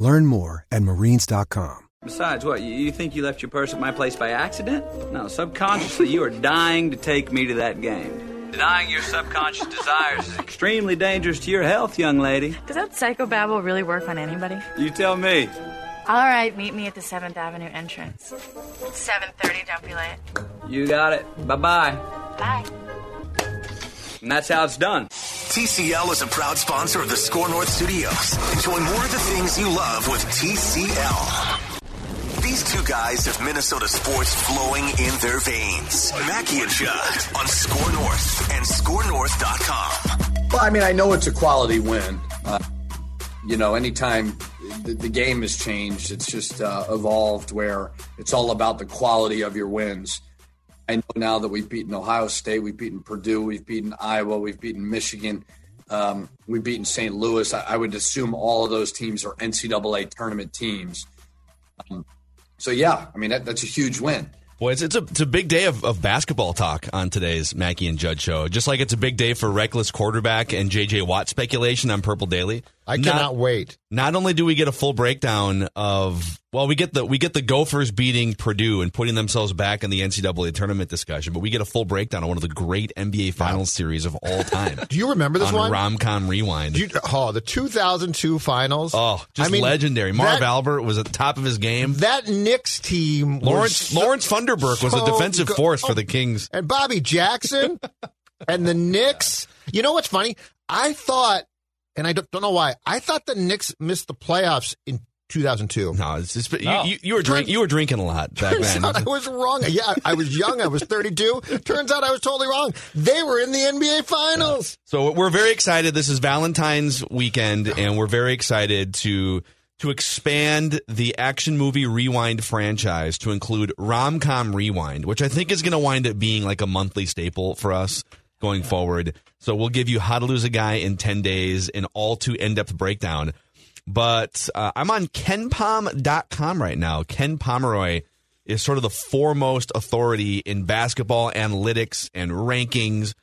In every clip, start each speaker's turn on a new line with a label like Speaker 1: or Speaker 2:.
Speaker 1: Learn more at marines.com.
Speaker 2: Besides, what, you- you think you left your purse at my place by accident? No, subconsciously, you are dying to take me to that game. Denying your subconscious desires is extremely dangerous to your health, young lady.
Speaker 3: Does that psychobabble really work on anybody?
Speaker 2: You tell me.
Speaker 3: All right, meet me at the 7th Avenue entrance. 7:30, don't be late.
Speaker 2: You got it. Bye bye.
Speaker 3: Bye.
Speaker 2: And that's how it's done.
Speaker 4: TCL is a proud sponsor of the Score North Studios. Enjoy more of the things you love with TCL. These two guys have Minnesota sports flowing in their veins. Mackie and Judd on Score North and ScoreNorth.com.
Speaker 5: Well, I mean, I know it's a quality win. Uh, you know, anytime the, the game has changed, it's just uh, evolved where it's all about the quality of your wins. I know now that we've beaten Ohio State, we've beaten Purdue, we've beaten Iowa, we've beaten Michigan, um, we've beaten St. Louis. I, I would assume all of those teams are NCAA tournament teams. Um, so, yeah, I mean, that, that's a huge win.
Speaker 6: Boy, it's, it's, a, it's a big day of, of basketball talk on today's Mackey and Judd show. Just like it's a big day for reckless quarterback and J.J. Watt speculation on Purple Daily.
Speaker 7: I cannot wait.
Speaker 6: Not only do we get a full breakdown of well, we get the we get the Gophers beating Purdue and putting themselves back in the NCAA tournament discussion, but we get a full breakdown of one of the great NBA Finals series of all time.
Speaker 7: Do you remember this
Speaker 6: on
Speaker 7: one?
Speaker 6: Rom-com rewind.
Speaker 7: Do you- oh, the 2002 finals.
Speaker 6: oh, just
Speaker 7: I mean,
Speaker 6: legendary. Marv
Speaker 7: that-
Speaker 6: Albert was at the top of his game.
Speaker 7: That Knicks team. was
Speaker 6: Lawrence
Speaker 7: so-
Speaker 6: Lawrence Funderburk was a
Speaker 7: so
Speaker 6: defensive
Speaker 7: go-
Speaker 6: force
Speaker 7: oh,
Speaker 6: for the Kings.
Speaker 7: And Bobby Jackson and the Knicks. You know what's funny? I thought, and I don't, don't know why, I thought the Knicks missed the playoffs in 2002.
Speaker 6: No, it's just, you-
Speaker 8: No.
Speaker 6: you, you were drink, you were drinking a lot back
Speaker 7: Turns
Speaker 6: then.
Speaker 7: out I was wrong. Yeah, I was young. I was 32. Turns out I was totally wrong. They were in the NBA Finals.
Speaker 6: So we're very excited. This is Valentine's weekend, and we're very excited to to expand the action movie rewind franchise to include rom com rewind, which I think is going to wind up being like a monthly staple for us going forward. So we'll give you How to Lose a Guy in Ten Days, an all too in depth breakdown. But uh, I'm on KenPom.com right now. Ken Pomeroy is sort of the foremost authority in basketball analytics and rankings.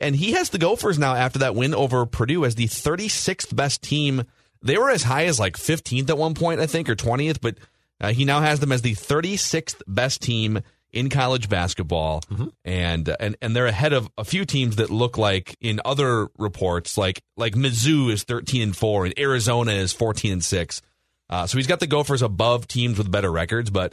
Speaker 6: And he has the Gophers now after that win over Purdue as the 36th best team. They were as high as like 15th at one point, I think, or 20th, but uh, he now has them as the 36th best team in college basketball. And, uh, and and they're ahead of a few teams that look like in other reports, like like Mizzou is 13 and 4 and Arizona is 14 and 6. Uh, so he's got the Gophers above teams with better records, but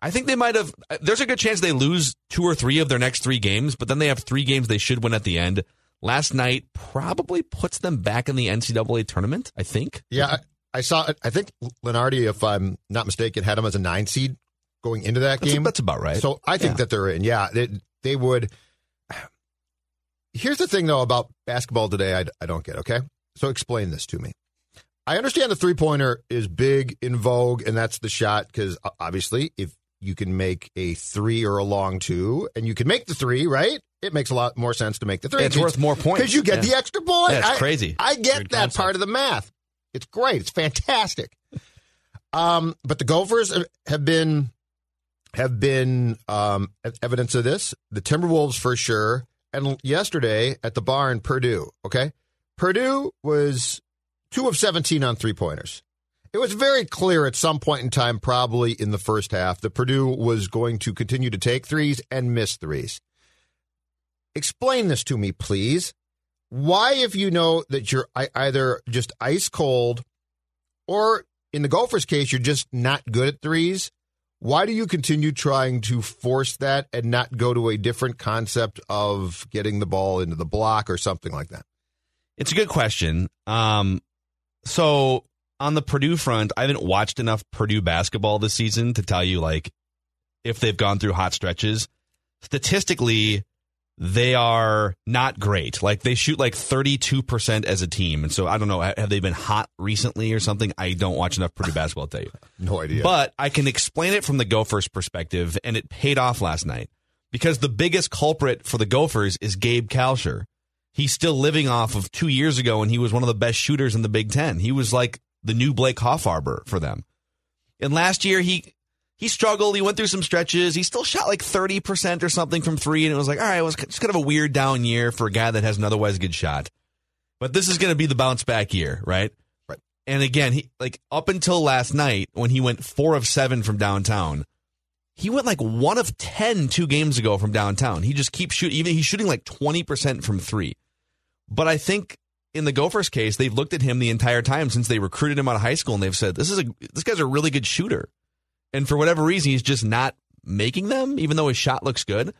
Speaker 6: I think they might have. There's a good chance they lose two or three of their next three games, but then they have three games they should win at the end. Last night probably puts them back in the NCAA tournament. I think.
Speaker 7: Yeah, I, I saw. I think Lenardi, if I'm not mistaken, had them as a nine seed going into that
Speaker 6: That's,
Speaker 7: game.
Speaker 6: that's about right.
Speaker 7: So I think
Speaker 6: Yeah.
Speaker 7: that they're in. Yeah, they, they would. Here's the thing, though, about basketball today I, I don't get, okay? So explain this to me. I understand the three pointer is big in vogue, and that's the shot because obviously, if you can make a three or a long two and you can make the three, right? It makes a lot more sense to make the three.
Speaker 6: It's worth more points.
Speaker 7: Because you get
Speaker 6: Yeah.
Speaker 7: the extra point.
Speaker 6: Yeah, it's
Speaker 7: I-
Speaker 6: crazy.
Speaker 7: I get
Speaker 8: Weird
Speaker 7: that
Speaker 8: concept.
Speaker 7: part of the math. It's great. It's fantastic. Um, but the Gophers have been have been um, evidence of this. The Timberwolves for sure. And yesterday at the barn, Purdue. Okay, Purdue was two of seventeen on three pointers. It was very clear at some point in time, probably in the first half, that Purdue was going to continue to take threes and miss threes. Explain this to me, please why if you know that you're ei- either just ice cold or in the golfer's case you're just not good at threes Why do you continue trying to force that and not go to a different concept of getting the ball into the block or something like that?
Speaker 6: It's a good question. Um, so on the Purdue front, I haven't watched enough Purdue basketball this season to tell you like if they've gone through hot stretches. Statistically, they are not great. Like they shoot like 32% as a team. And so I don't know, ha- have they been hot recently or something? I don't watch enough Purdue basketball to tell you.
Speaker 7: No idea.
Speaker 6: But I can explain it from the Gophers perspective, and it paid off last night because the biggest culprit for the Gophers is Gabe Kalsher. He's still living off of two years ago, and he was one of the best shooters in the Big Ten. He was like the new Blake Hoffarbor for them. And last year, he he struggled. He went through some stretches. He still shot like thirty percent or something from three, and it was like, all right, it was just kind of a weird down year for a guy that has an otherwise good shot. But this is going to be the bounce back year, right? And again, he like up until last night when he went four of seven from downtown, he went like one of ten two games ago from downtown. He just keeps shooting. Even he's shooting like twenty percent from three. But I think in the Gophers' case, they've looked at him the entire time since they recruited him out of high school, and they've said this is a this guy's a really good shooter. And for whatever reason, he's just not making them, even though his shot looks good.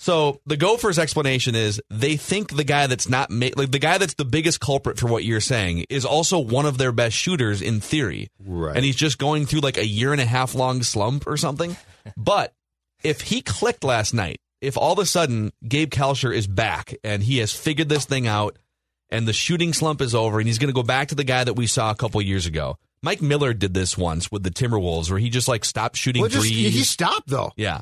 Speaker 6: So the Gophers' explanation is they think the guy that's not ma- like the guy that's the biggest culprit for what you're saying is also one of their best shooters in theory,
Speaker 7: Right.
Speaker 6: And he's just going through like a year and a half long slump or something. but if he clicked last night, if all of a sudden Gabe Kalsher is back and he has figured this thing out, and the shooting slump is over, and he's going to go back to the guy that we saw a couple years ago. Mike Miller did this once with the Timberwolves, where he just like stopped shooting
Speaker 7: Well, just,
Speaker 6: threes.
Speaker 7: he stopped though,
Speaker 6: Yeah.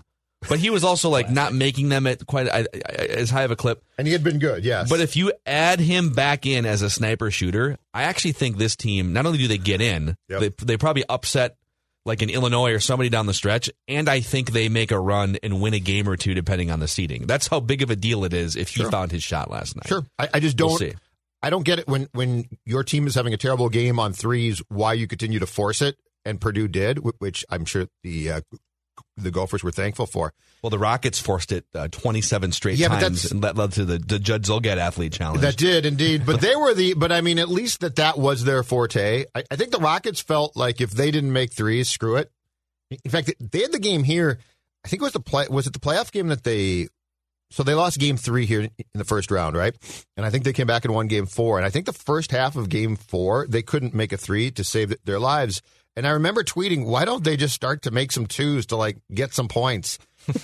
Speaker 6: But he was also like not making them at quite I, I, as high of a clip.
Speaker 7: and he had been good. Yes,
Speaker 6: But if you add him back in as a sniper shooter, I actually think this team not only do they get in,
Speaker 7: Yep.
Speaker 6: they they probably upset like in Illinois or somebody down the stretch, and I think they make a run and win a game or two depending on the seeding. That's how big of a deal it is if he found his shot last night.
Speaker 7: sure, I, I just
Speaker 6: We'll
Speaker 7: don't.
Speaker 6: see.
Speaker 7: I don't get it when when your team is having a terrible game on threes. Why you continue to force it? And Purdue did, wh- which I'm sure the uh, the Gophers were thankful for.
Speaker 6: Well, the Rockets forced it uh, 27 straight
Speaker 7: Yeah, but
Speaker 6: times,
Speaker 7: that's-
Speaker 6: and that led to the, the Judd Zolgad athlete challenge.
Speaker 7: That did indeed, but they were the. But I mean, at least that that was their forte. I, I think the Rockets felt like if they didn't make threes, screw it. In fact, they had the game here. I think it was the play. Was it the playoff game that they? So they lost game three here in the first round, right? And I think they came back and won game four. And I think the first half of game four, they couldn't make a three to save th- their lives. And I remember tweeting, "Why don't they just start to make some twos to like get some points?"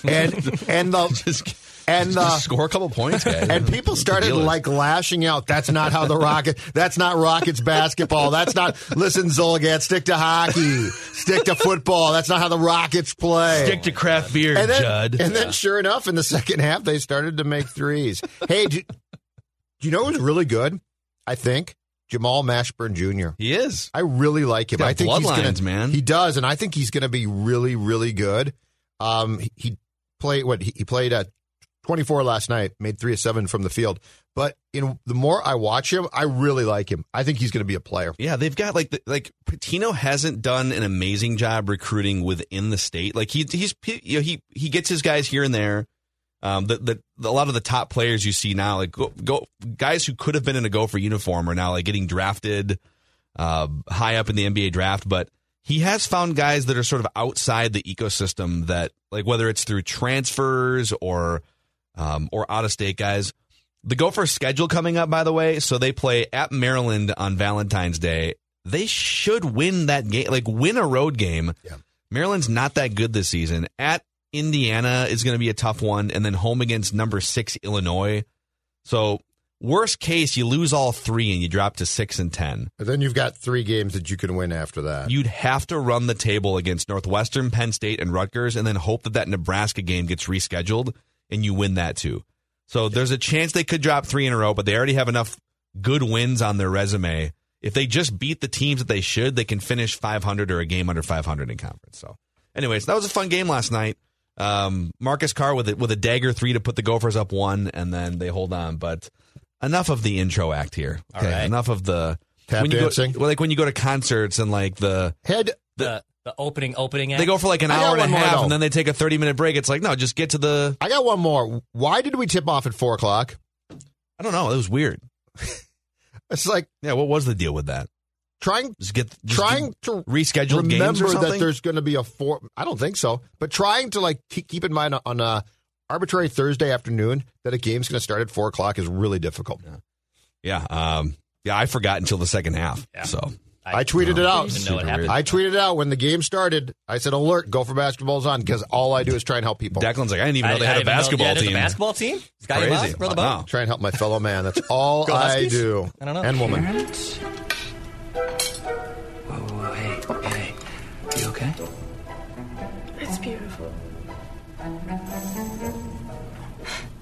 Speaker 7: And and the
Speaker 6: Just-
Speaker 7: and the
Speaker 6: Just score a couple points, guys.
Speaker 7: and people started
Speaker 6: Deal is-
Speaker 7: like lashing out. That's not how the rocket. That's not Rockets basketball. That's not. Listen, Zolgat, stick to hockey. Stick to football. That's not how the Rockets play.
Speaker 6: stick to craft beer,
Speaker 7: and then,
Speaker 6: Judd.
Speaker 7: and then, sure enough, in the second half, they started to make threes. hey, do, do you know who's really good? I think Jamal Mashburn Jr.
Speaker 6: he is.
Speaker 7: I really like him.
Speaker 6: He's got
Speaker 7: I think he's
Speaker 6: bloodlines,
Speaker 7: gonna,
Speaker 6: man.
Speaker 7: He does, and I think he's going to be really, really good. Um, he, he played what he, he played at 24 last night, made three of seven from the field. But in the more I watch him, I really like him. I think he's going to be a player.
Speaker 6: Yeah, they've got like the, like Patino hasn't done an amazing job recruiting within the state. Like he he's you know, he he gets his guys here and there. Um, the, the, the a lot of the top players you see now, like go, go guys who could have been in a Gopher uniform, are now like getting drafted uh, high up in the NBA draft. But he has found guys that are sort of outside the ecosystem that like whether it's through transfers or um, or out of state guys. The Gophers' schedule coming up, by the way, so they play at Maryland on Valentine's Day. They should win that game, like win a road game.
Speaker 7: Yeah.
Speaker 6: Maryland's not that good this season. At Indiana is going to be a tough one, and then home against number six Illinois. So worst case, you lose all three and you drop to six and ten.
Speaker 7: But then you've got three games that you can win after that.
Speaker 6: You'd have to run the table against Northwestern, Penn State, and Rutgers, and then hope that that Nebraska game gets rescheduled and you win that too. So there's a chance they could drop three in a row, but they already have enough good wins on their resume. If they just beat the teams that they should, they can finish 500 or a game under 500 in conference. So, anyways, that was a fun game last night. Um, Marcus Carr with a, with a dagger three to put the Gophers up one, and then they hold on. But enough of the intro act here. Okay,
Speaker 8: right.
Speaker 6: enough of the
Speaker 7: Tap
Speaker 6: when you go-
Speaker 7: dancing?
Speaker 6: well, like when you go to concerts and like the
Speaker 7: Head
Speaker 8: the the opening opening act.
Speaker 6: they go for like an
Speaker 7: I got
Speaker 6: hour and
Speaker 7: one
Speaker 6: a
Speaker 7: more,
Speaker 6: half,
Speaker 7: though.
Speaker 6: and then they take a thirty minute break. It's like no, just get to the.
Speaker 7: I got one more. Why did we tip off at four o'clock?
Speaker 6: I don't know. It was weird.
Speaker 7: It's like
Speaker 6: Yeah, what was the deal with that?
Speaker 7: trying
Speaker 6: Just get just
Speaker 7: trying
Speaker 6: get-
Speaker 7: to
Speaker 6: reschedule games or
Speaker 7: remember
Speaker 6: something.
Speaker 7: that there's going to be a four. I don't think so, but trying to like keep, keep in mind on a arbitrary Thursday afternoon that a game's going to start at four o'clock is really difficult.
Speaker 6: yeah, um, yeah. I forgot until the second half.
Speaker 8: Yeah.
Speaker 6: So
Speaker 7: I, tweeted it out.
Speaker 8: Didn't know it
Speaker 6: Super
Speaker 8: happened.
Speaker 6: weird.
Speaker 7: I tweeted it out when the game started. I said, "Alert! Go for basketballs on!" Because all I do is try and help people,
Speaker 6: Declan's like, I didn't even know
Speaker 8: I-
Speaker 6: they
Speaker 8: I
Speaker 6: had a
Speaker 8: didn't know-
Speaker 6: basketball
Speaker 8: yeah, there's
Speaker 6: team.
Speaker 8: A basketball team? This guy
Speaker 6: Crazy.
Speaker 8: above, brother above?
Speaker 6: Wow.
Speaker 7: try and help my fellow man. That's all
Speaker 8: Go
Speaker 7: I
Speaker 8: Huskies?
Speaker 7: do.
Speaker 8: I don't know.
Speaker 7: And woman,
Speaker 2: Oh, hey, hey. You okay?
Speaker 3: It's beautiful.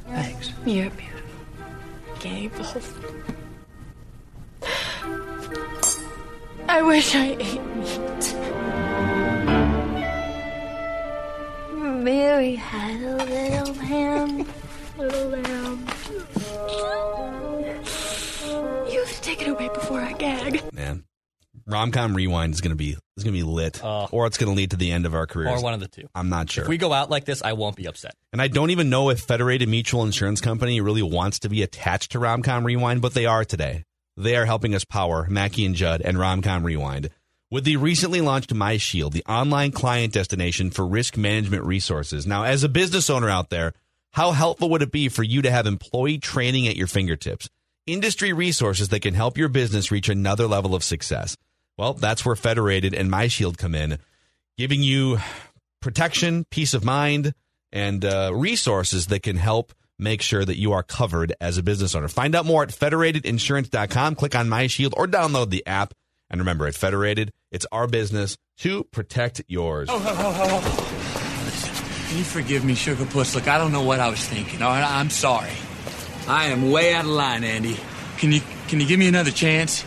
Speaker 2: Thanks.
Speaker 3: You're beautiful. Gable. I wish I ate meat. Mary had a little ham, little lamb. You have to take it away before I gag.
Speaker 6: man. Romcom Rewind is gonna be is gonna be lit,
Speaker 8: Oh.
Speaker 6: or it's gonna lead to the end of our careers.
Speaker 8: Or one of the two.
Speaker 6: I'm not sure.
Speaker 8: If we go out like this, I won't be upset.
Speaker 6: and I don't even know if Federated Mutual Insurance Company really wants to be attached to Romcom Rewind, but they are today. They are helping us power Mackie and Judd and Romcom Rewind with the recently launched My Shield, the online client destination for risk management resources. Now, as a business owner out there, how helpful would it be for you to have employee training at your fingertips? Industry resources that can help your business reach another level of success. Well, that's where Federated and My Shield come in, giving you protection, peace of mind, and uh, resources that can help make sure that you are covered as a business owner. Find out more at federatedinsurance.com. Click on My Shield or download the app. And remember, at Federated, it's our business to protect yours.
Speaker 7: Oh.
Speaker 9: Can you forgive me, Sugar Puss? Look, I don't know what I was thinking. All right, I'm sorry. I am way out of line, Andy. Can you can you give me another chance?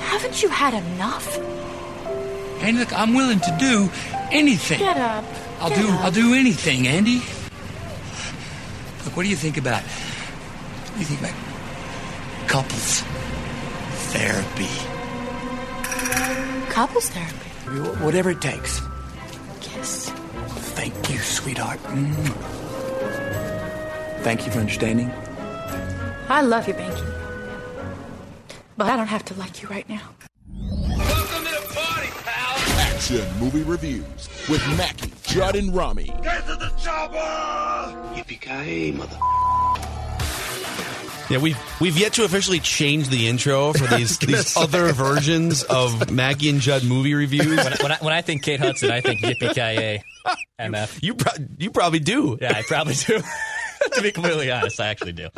Speaker 3: Haven't you had enough?
Speaker 9: Andy, look, I'm willing to do anything.
Speaker 3: Get up.
Speaker 9: I'll
Speaker 3: Get
Speaker 9: do
Speaker 3: up.
Speaker 9: I'll do anything, Andy. Look, what do you think about? What do you think about couples therapy?
Speaker 3: Couples therapy.
Speaker 9: I mean, wh- Whatever it takes.
Speaker 3: Kiss.
Speaker 9: Thank you, sweetheart. Mwah. Thank you for understanding.
Speaker 3: I love you, Banky. But I don't have to like you right now.
Speaker 10: Welcome to the party, pal.
Speaker 11: Action movie reviews with Mackie, Judd, and Rami.
Speaker 10: Get to the chopper. Yippee mother.
Speaker 6: Yeah, we've we've yet to officially change the intro for these these other versions of Maggie and Judd movie reviews.
Speaker 8: When, when, I, when I think Kate Hudson, I think yippee ki MF.
Speaker 6: You pro- you probably do.
Speaker 8: Yeah, I probably do. to be completely honest, I actually do.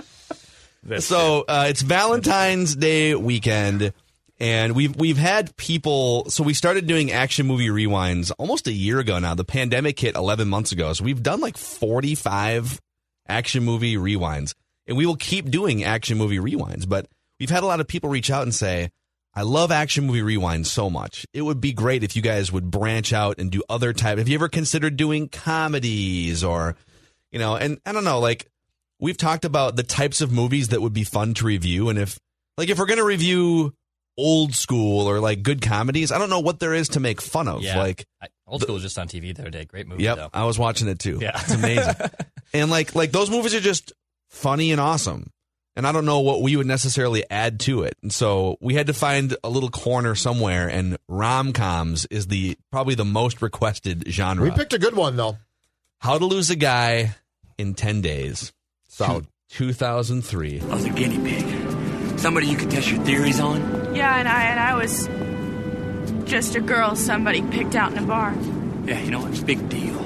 Speaker 6: So uh, it's Valentine's Day weekend, and we've we've had people. So we started doing action movie rewinds almost a year ago now. The pandemic hit eleven months ago, so we've done like forty five action movie rewinds, and we will keep doing action movie rewinds. But we've had a lot of people reach out and say. I love action movie rewinds so much. It would be great if you guys would branch out and do other type. Have you ever considered doing comedies or, you know, and I don't know, like we've talked about the types of movies that would be fun to review and if like if we're going to review old school or like good comedies i don't know what there is to make fun of
Speaker 8: Yeah.
Speaker 6: like
Speaker 8: I, old school was just on TV the other day. Great movie,
Speaker 6: yep
Speaker 8: though.
Speaker 6: i was watching it too
Speaker 8: Yeah.
Speaker 6: it's amazing and like like those movies are just funny and awesome and i don't know what we would necessarily add to it and so we had to find a little corner somewhere and rom-coms is the probably the most requested genre
Speaker 7: we picked a good one though.
Speaker 6: how to lose a guy in 10 days
Speaker 7: Solid.
Speaker 6: 2003
Speaker 9: I was a Oh, guinea pig. Somebody you could test your theories on?
Speaker 3: Yeah, and I and I was just a girl somebody picked out in a bar.
Speaker 9: Yeah, you know what? Big deal.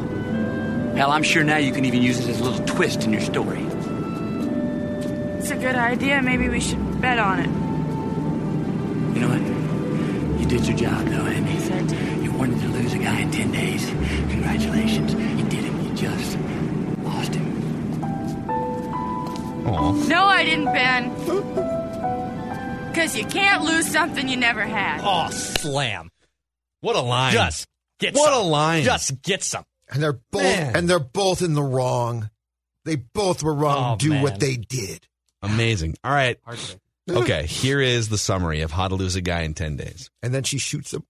Speaker 9: Hell, I'm sure now you can even use it as a little twist in your story.
Speaker 3: It's a good idea. Maybe we should bet on it.
Speaker 9: You know what? You did your job, though,
Speaker 3: Yes,
Speaker 9: Andy.
Speaker 3: I did.
Speaker 9: You wanted to lose a guy in 10 days. Congratulations. You did it. You just lost him.
Speaker 3: No, I didn't, Ben. Because you can't lose something you never had.
Speaker 8: Oh, slam.
Speaker 6: what a line
Speaker 8: Just get
Speaker 6: What
Speaker 8: some.
Speaker 6: a line.
Speaker 8: Just get some.
Speaker 7: And they're both
Speaker 6: Man.
Speaker 7: and they're both in the wrong. They both were wrong.
Speaker 8: Oh,
Speaker 7: do what
Speaker 8: man.
Speaker 7: they did.
Speaker 6: Amazing. All right. Okay, here is the summary of how to lose a guy in 10 days.
Speaker 7: and then she shoots him.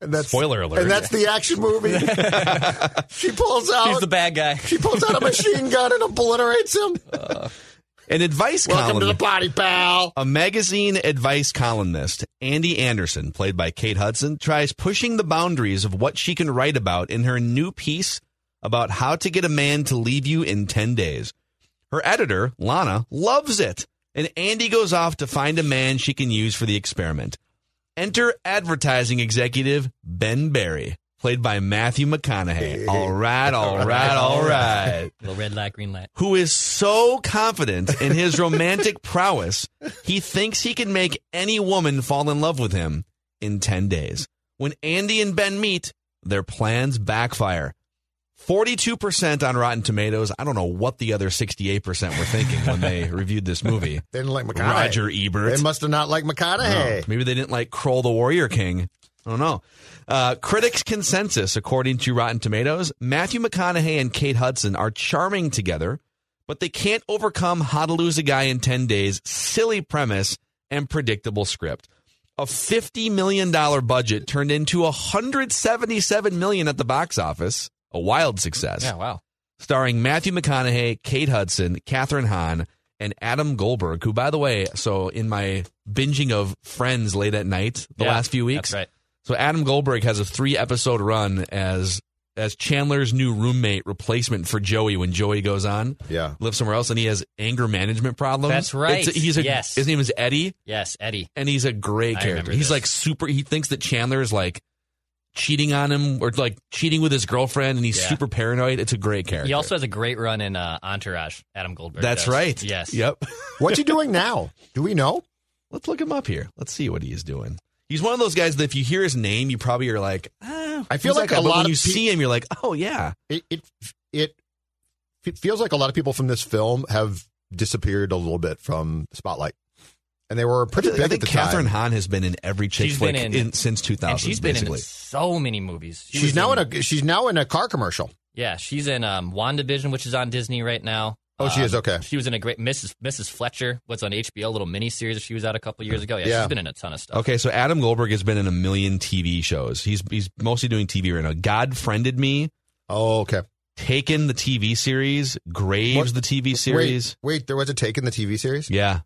Speaker 7: And that's
Speaker 6: Spoiler alert.
Speaker 7: And that's the action movie. she pulls
Speaker 8: He's
Speaker 7: out.
Speaker 8: the bad guy.
Speaker 7: she pulls out a machine gun and obliterates him.
Speaker 6: An advice
Speaker 7: Welcome
Speaker 6: column.
Speaker 7: to the party, pal.
Speaker 6: A magazine advice columnist, Andy Anderson, played by Kate Hudson, tries pushing the boundaries of what she can write about in her new piece about how to get a man to leave you in 10 days. Her editor, Lana, loves it, and Andy goes off to find a man she can use for the experiment. Enter advertising executive Ben Barry, played by Matthew McConaughey. All right, all right, all right
Speaker 8: Little red light, green light.
Speaker 6: who is so confident in his romantic prowess, he thinks he can make any woman fall in love with him in 10 days. When Andy and Ben meet, their plans backfire. 42% on Rotten Tomatoes. I don't know what the other 68% were thinking when they reviewed this movie.
Speaker 7: They didn't like McConaughey.
Speaker 6: Roger Ebert.
Speaker 7: They must have not liked McConaughey.
Speaker 6: Oh, maybe they didn't like Kroll the Warrior King. I don't know. Uh, critics' consensus, according to Rotten Tomatoes, Matthew McConaughey and Kate Hudson are charming together, but they can't overcome how to lose a guy in 10 days, silly premise, and predictable script. A $50 million budget turned into $177 million at the box office. A wild success
Speaker 8: Yeah, wow.
Speaker 6: starring Matthew McConaughey, Kate Hudson, Katherine Hahn, and Adam Goldberg, who, by the way, so in my binging of Friends late at night the
Speaker 8: Yeah,
Speaker 6: last few weeks,
Speaker 8: that's right.
Speaker 6: so Adam Goldberg has a three episode run as as Chandler's new roommate replacement for Joey when Joey goes on
Speaker 7: Yeah.
Speaker 6: lives somewhere else and he has anger management problems.
Speaker 8: That's right.
Speaker 6: It's- he's a,
Speaker 8: Yes.
Speaker 6: His name is Eddie
Speaker 8: Yes, Eddie.
Speaker 6: and he's a great
Speaker 8: I
Speaker 6: character.
Speaker 8: remember
Speaker 6: He's
Speaker 8: this.
Speaker 6: like super. He thinks that Chandler is like cheating on him or like cheating with his girlfriend, and he's
Speaker 8: Yeah.
Speaker 6: super paranoid. It's a great character.
Speaker 8: He also has a great run in uh, Entourage. Adam Goldberg.
Speaker 6: That's
Speaker 8: does.
Speaker 6: right.
Speaker 8: Yes.
Speaker 6: Yep.
Speaker 7: What's he doing now? Do we know?
Speaker 6: Let's look him up here. Let's see what he is doing. He's one of those guys that if you hear his name, you probably are like, ah,
Speaker 7: I feel
Speaker 6: who's that
Speaker 7: like
Speaker 6: guy?
Speaker 7: a
Speaker 6: But
Speaker 7: lot
Speaker 6: when
Speaker 7: of
Speaker 6: you
Speaker 7: peo-
Speaker 6: see him, you're like, oh yeah,
Speaker 7: It it it f- feels like a lot of people from this film have disappeared a little bit from spotlight, and they were pretty
Speaker 6: I
Speaker 7: big
Speaker 6: think
Speaker 7: at the
Speaker 6: Catherine
Speaker 7: time.
Speaker 6: Hahn has been in every chick
Speaker 8: She's
Speaker 6: flick
Speaker 8: been in-
Speaker 6: since 2000.
Speaker 8: And she's been
Speaker 6: basically.
Speaker 8: in so many movies. She
Speaker 7: She's
Speaker 8: was
Speaker 7: now in a she's now in a car commercial.
Speaker 8: Yeah, she's in um, WandaVision, which is on Disney right now.
Speaker 7: Oh, she
Speaker 8: Um,
Speaker 7: is? Okay.
Speaker 8: She was in a great Mrs. Mrs. Fletcher. What's on HBO? Little miniseries that she was out a couple years ago. Yeah,
Speaker 7: Yeah.
Speaker 8: she's been in a ton of stuff.
Speaker 6: Okay, so Adam Goldberg has been in a million TV shows. He's he's mostly doing TV right now. God friended me,
Speaker 7: Oh, okay.
Speaker 6: Taken the TV series, Graves
Speaker 7: What-
Speaker 6: the TV series.
Speaker 7: Wait, wait, there was a take in the TV series.
Speaker 6: Yeah,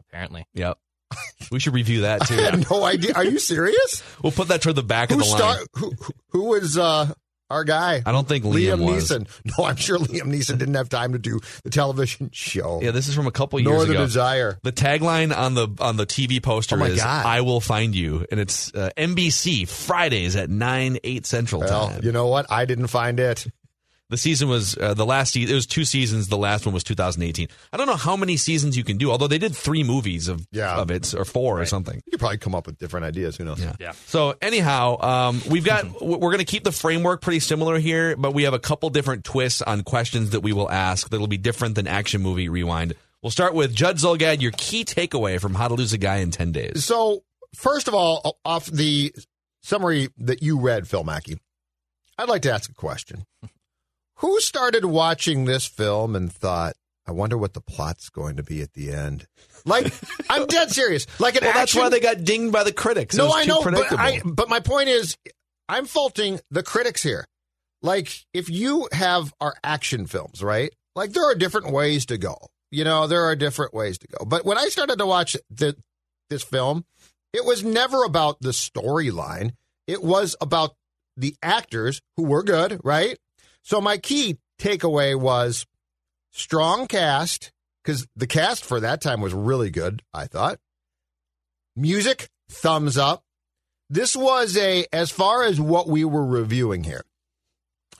Speaker 8: Apparently,
Speaker 6: yep. we should review that
Speaker 7: I
Speaker 6: too.
Speaker 7: had no idea. Are you serious?
Speaker 6: We'll put that toward the back of
Speaker 7: who
Speaker 6: the line.
Speaker 7: star? Who who- who was uh, our guy?
Speaker 6: I don't think Liam,
Speaker 7: Liam,
Speaker 6: was.
Speaker 7: Neeson. No, I'm sure Liam Neeson didn't have time to do the television show.
Speaker 6: Yeah, this is from a couple years
Speaker 7: Nor the
Speaker 6: ago.
Speaker 7: desire.
Speaker 6: The tagline on the on the TV poster
Speaker 7: Oh my
Speaker 6: is
Speaker 7: God.
Speaker 6: "I will find you," and it's uh, NBC Fridays at nine eight Central
Speaker 7: Well,
Speaker 6: time.
Speaker 7: you know what? I didn't find it.
Speaker 6: The season was uh, the last. Se- it was two seasons. The last one was 2018. I don't know how many seasons you can do. Although they did three movies of
Speaker 7: Yeah.
Speaker 6: of it or four or something.
Speaker 7: You could probably come up with different ideas. Who knows?
Speaker 6: Yeah. So anyhow, um, we've got w- we're going to keep the framework pretty similar here, but we have a couple different twists on questions that we will ask that'll be different than action movie rewind. We'll start with Judd Zulgad. Your key takeaway from How to Lose a Guy in Ten Days.
Speaker 7: So, first of all, off the summary that you read, Phil Mackey, I'd like to ask a question. Who started watching this film and thought, I wonder what the plot's going to be at the end? Like, I'm dead serious. Like an
Speaker 6: Well, that's
Speaker 7: action
Speaker 6: why they got dinged by the critics. It
Speaker 7: No,
Speaker 6: was
Speaker 7: I
Speaker 6: too
Speaker 7: know, but
Speaker 6: predictable.
Speaker 7: I but my point is, I'm faulting the critics here. Like, if you have our action films, right? Like, there are different ways to go. You know, there are different ways to go. But when I started to watch the, this film, it was never about the storyline. It was about the actors who were good, right? So my key takeaway was strong cast because the cast for that time was really good. I thought music thumbs up. This was a as far as what we were reviewing here,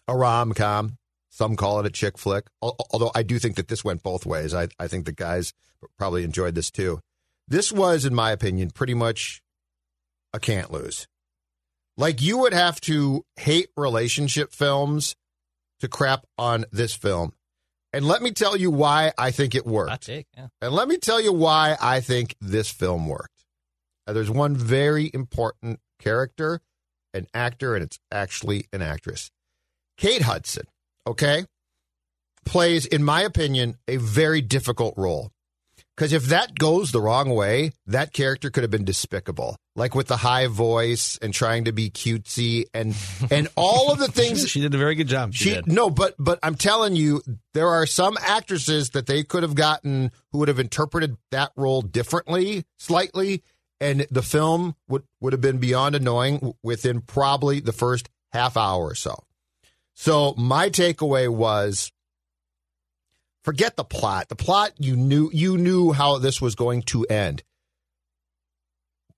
Speaker 7: a rom com. Some call it a chick flick. Al- Although I do think that this went both ways. I, I think the guys probably enjoyed this too. This was, in my opinion, pretty much a can't lose. Like you would have to hate relationship films to crap on this film. And let me tell you why I think it worked.
Speaker 8: hot take. Yeah.
Speaker 7: And let me tell you why I think this film worked. Uh, There's one very important character, an actor, and it's actually an actress. Kate Hudson, okay, plays, in my opinion, a very difficult role Because if that goes the wrong way, that character could have been despicable. Like with the high voice and trying to be cutesy and and all of the things
Speaker 6: she did a very good job.
Speaker 7: she no, but but I'm telling you, there are some actresses that they could have gotten who would have interpreted that role differently, slightly, and the film would would have been beyond annoying w- within probably the first half hour or so. So my takeaway was forget the plot. The plot you knew you knew how this was going to end.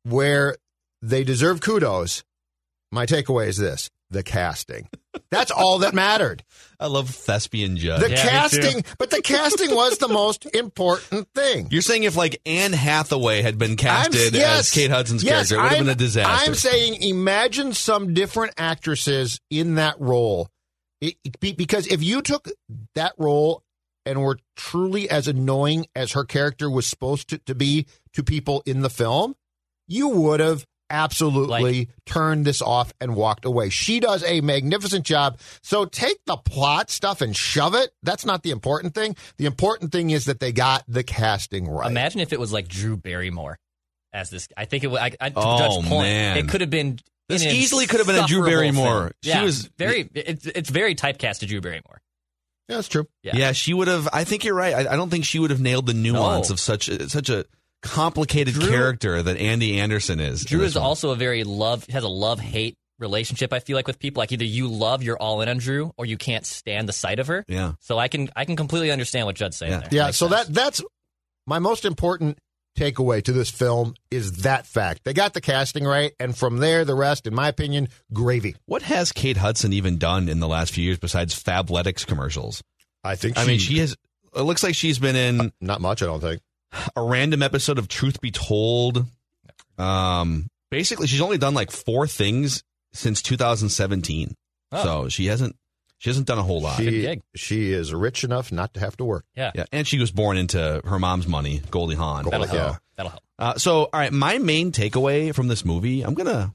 Speaker 7: Where they deserve kudos, my takeaway is this the casting. That's all that mattered.
Speaker 6: I love thespian judge.
Speaker 7: The casting but the casting was the most important thing.
Speaker 6: You're saying if like Anne Hathaway had been casted as Kate Hudson's
Speaker 7: yes,
Speaker 6: character, it would have
Speaker 7: I'm-
Speaker 6: been a disaster.
Speaker 7: I'm saying imagine some different actresses in that role. It- it be- because if you took that role and were truly as annoying as her character was supposed to, to be to people in the film, you would have absolutely turned this off and walked away. She does a magnificent job. So take the plot stuff and shove it. That's not the important thing. The important thing is that they got the casting right.
Speaker 8: Imagine if it was like Drew Barrymore as this. I think it was. I, I, to
Speaker 6: Oh,
Speaker 8: Judge's point,
Speaker 6: man.
Speaker 8: it could have been.
Speaker 6: This
Speaker 8: an
Speaker 6: easily could have been a Drew
Speaker 8: insufferable
Speaker 6: Barrymore.
Speaker 8: thing.
Speaker 6: She
Speaker 8: Yeah,
Speaker 6: was-
Speaker 8: very. It's, it's very typecast to Drew Barrymore.
Speaker 7: Yeah, that's true.
Speaker 6: Yeah. she would have. I think you're right. I, I don't think she would have nailed the nuance of such a, such a complicated character that Andy Anderson is. in
Speaker 8: Drew
Speaker 6: this
Speaker 8: is
Speaker 6: one.
Speaker 8: also a very love has a love hate relationship. I feel like with people, like either you love, you're all in on Drew, or you can't stand the sight of her.
Speaker 6: Yeah.
Speaker 8: So I can I can completely understand what Judd's saying.
Speaker 6: Yeah.
Speaker 8: there.
Speaker 7: Yeah, so that that's my most important takeaway to this film is that fact. They got the casting right, and from there, the rest, in my opinion, gravy.
Speaker 6: What has Kate Hudson even done in the last few years besides Fabletics commercials?
Speaker 7: I think.
Speaker 6: I mean, she has. It looks like she's been in
Speaker 7: not much. I don't think
Speaker 6: a random episode of Truth Be Told. Um, basically, she's only done like four things since 2017.
Speaker 8: Oh.
Speaker 6: So she hasn't she hasn't done a whole lot.
Speaker 7: she, she is rich enough not to have to work.
Speaker 8: Yeah.
Speaker 6: yeah, and she was born into her mom's money, Goldie Hawn.
Speaker 7: Goldie,
Speaker 6: So-
Speaker 7: yeah.
Speaker 8: That'll help.
Speaker 6: Uh, so, all right, my main takeaway from this movie, I'm gonna,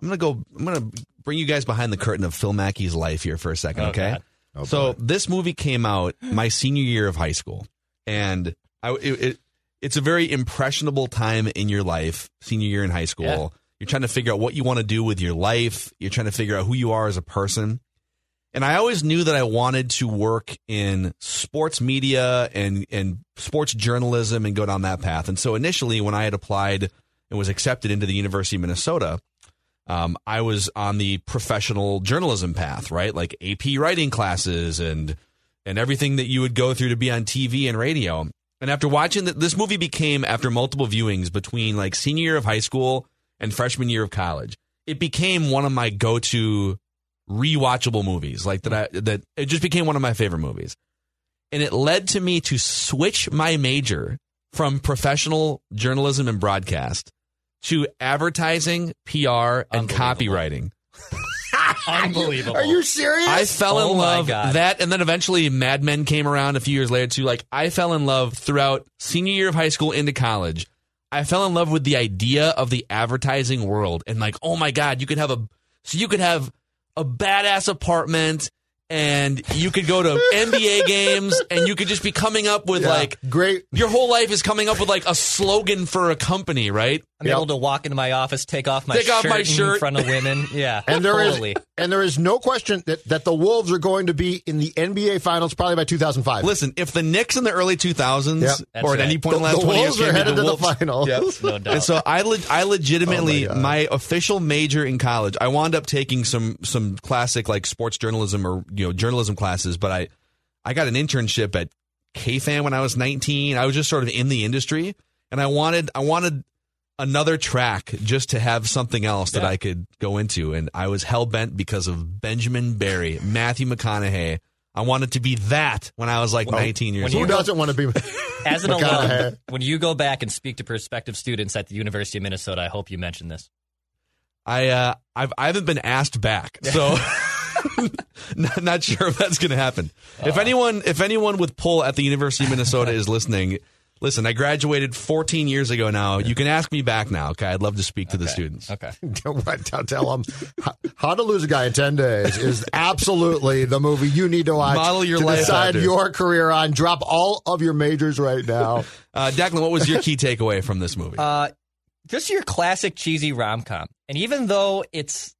Speaker 6: I'm gonna go, I'm gonna bring you guys behind the curtain of Phil Mackey's life here for a second,
Speaker 8: Oh,
Speaker 6: okay?
Speaker 8: God.
Speaker 6: so this movie came out my senior year of high school, and I, it, it, it's a very impressionable time in your life, senior year in high school.
Speaker 8: Yeah.
Speaker 6: You're trying to figure out what you want to do with your life. You're trying to figure out who you are as a person. And I always knew that I wanted to work in sports media and, and sports journalism and go down that path. And so initially, when I had applied and was accepted into the University of Minnesota, um, I was on the professional journalism path, right? Like AP writing classes and and everything that you would go through to be on TV and radio. And after watching that, this movie became after multiple viewings between like senior year of high school and freshman year of college, it became one of my go-to rewatchable movies. Like that, I, that it just became one of my favorite movies, and it led to me to switch my major from professional journalism and broadcast to advertising, PR, and copywriting.
Speaker 8: Unbelievable.
Speaker 7: Are you serious?
Speaker 6: I fell
Speaker 8: Oh
Speaker 6: in
Speaker 8: my
Speaker 6: love
Speaker 8: God.
Speaker 6: that, and then eventually Mad Men came around a few years later too. Like I fell in love throughout senior year of high school into college. I fell in love with the idea of the advertising world, and like, oh my god, you could have a so you could have a badass apartment, and you could go to NBA games, and you could just be coming up with
Speaker 7: Yeah.
Speaker 6: like
Speaker 7: great.
Speaker 6: your whole life is coming up with like a slogan for a company, right?
Speaker 8: I'm able to walk into my office, take off my
Speaker 6: Take
Speaker 8: shirt
Speaker 6: off my
Speaker 8: in
Speaker 6: shirt.
Speaker 8: front of women. Yeah,
Speaker 7: And there is
Speaker 8: totally.
Speaker 7: and there is no question that, that the Wolves are going to be in the NBA Finals probably by 2005.
Speaker 6: Listen, if the Knicks in the early 2000s
Speaker 7: Yep.
Speaker 6: or at
Speaker 8: That's
Speaker 6: any
Speaker 8: right.
Speaker 6: point in the last
Speaker 7: the
Speaker 6: 20
Speaker 7: Wolves
Speaker 6: years,
Speaker 7: are
Speaker 6: came
Speaker 7: headed to the
Speaker 6: Wolves-
Speaker 7: finals.
Speaker 8: no doubt.
Speaker 6: And so I, le- I legitimately,
Speaker 7: Oh my God.
Speaker 6: my official major in college, I wound up taking some some classic like sports journalism or you know journalism classes, but I I got an internship at KFan when I was 19. I was just sort of in the industry, and I wanted I wanted another track just to have something else that I could go into, and I was hell bent because of Benjamin Barry, Matthew McConaughey. I wanted to be that when I was like 19 years
Speaker 8: when
Speaker 6: old.
Speaker 7: Who
Speaker 8: you go-
Speaker 7: doesn't want to be?
Speaker 8: As an alum,
Speaker 7: McConaughey.
Speaker 8: when you go back and speak to prospective students at the University of Minnesota, I hope you mention this.
Speaker 6: I uh, I've I haven't been asked back, so not, not sure if that's going to happen. if anyone if anyone with pull at the University of Minnesota is listening, Listen, I graduated 14 years ago now. You can ask me back now, okay? I'd love to speak to the students.
Speaker 8: Okay.
Speaker 7: what, tell, tell them how, how to lose a guy in 10 days is absolutely the movie you need to watch
Speaker 6: Model your
Speaker 7: to
Speaker 6: life
Speaker 7: decide
Speaker 6: after.
Speaker 7: your career on drop all of your majors right now
Speaker 6: Uh, Declan, what was your key takeaway from this movie?
Speaker 8: Uh, just your classic cheesy rom com. And even though it's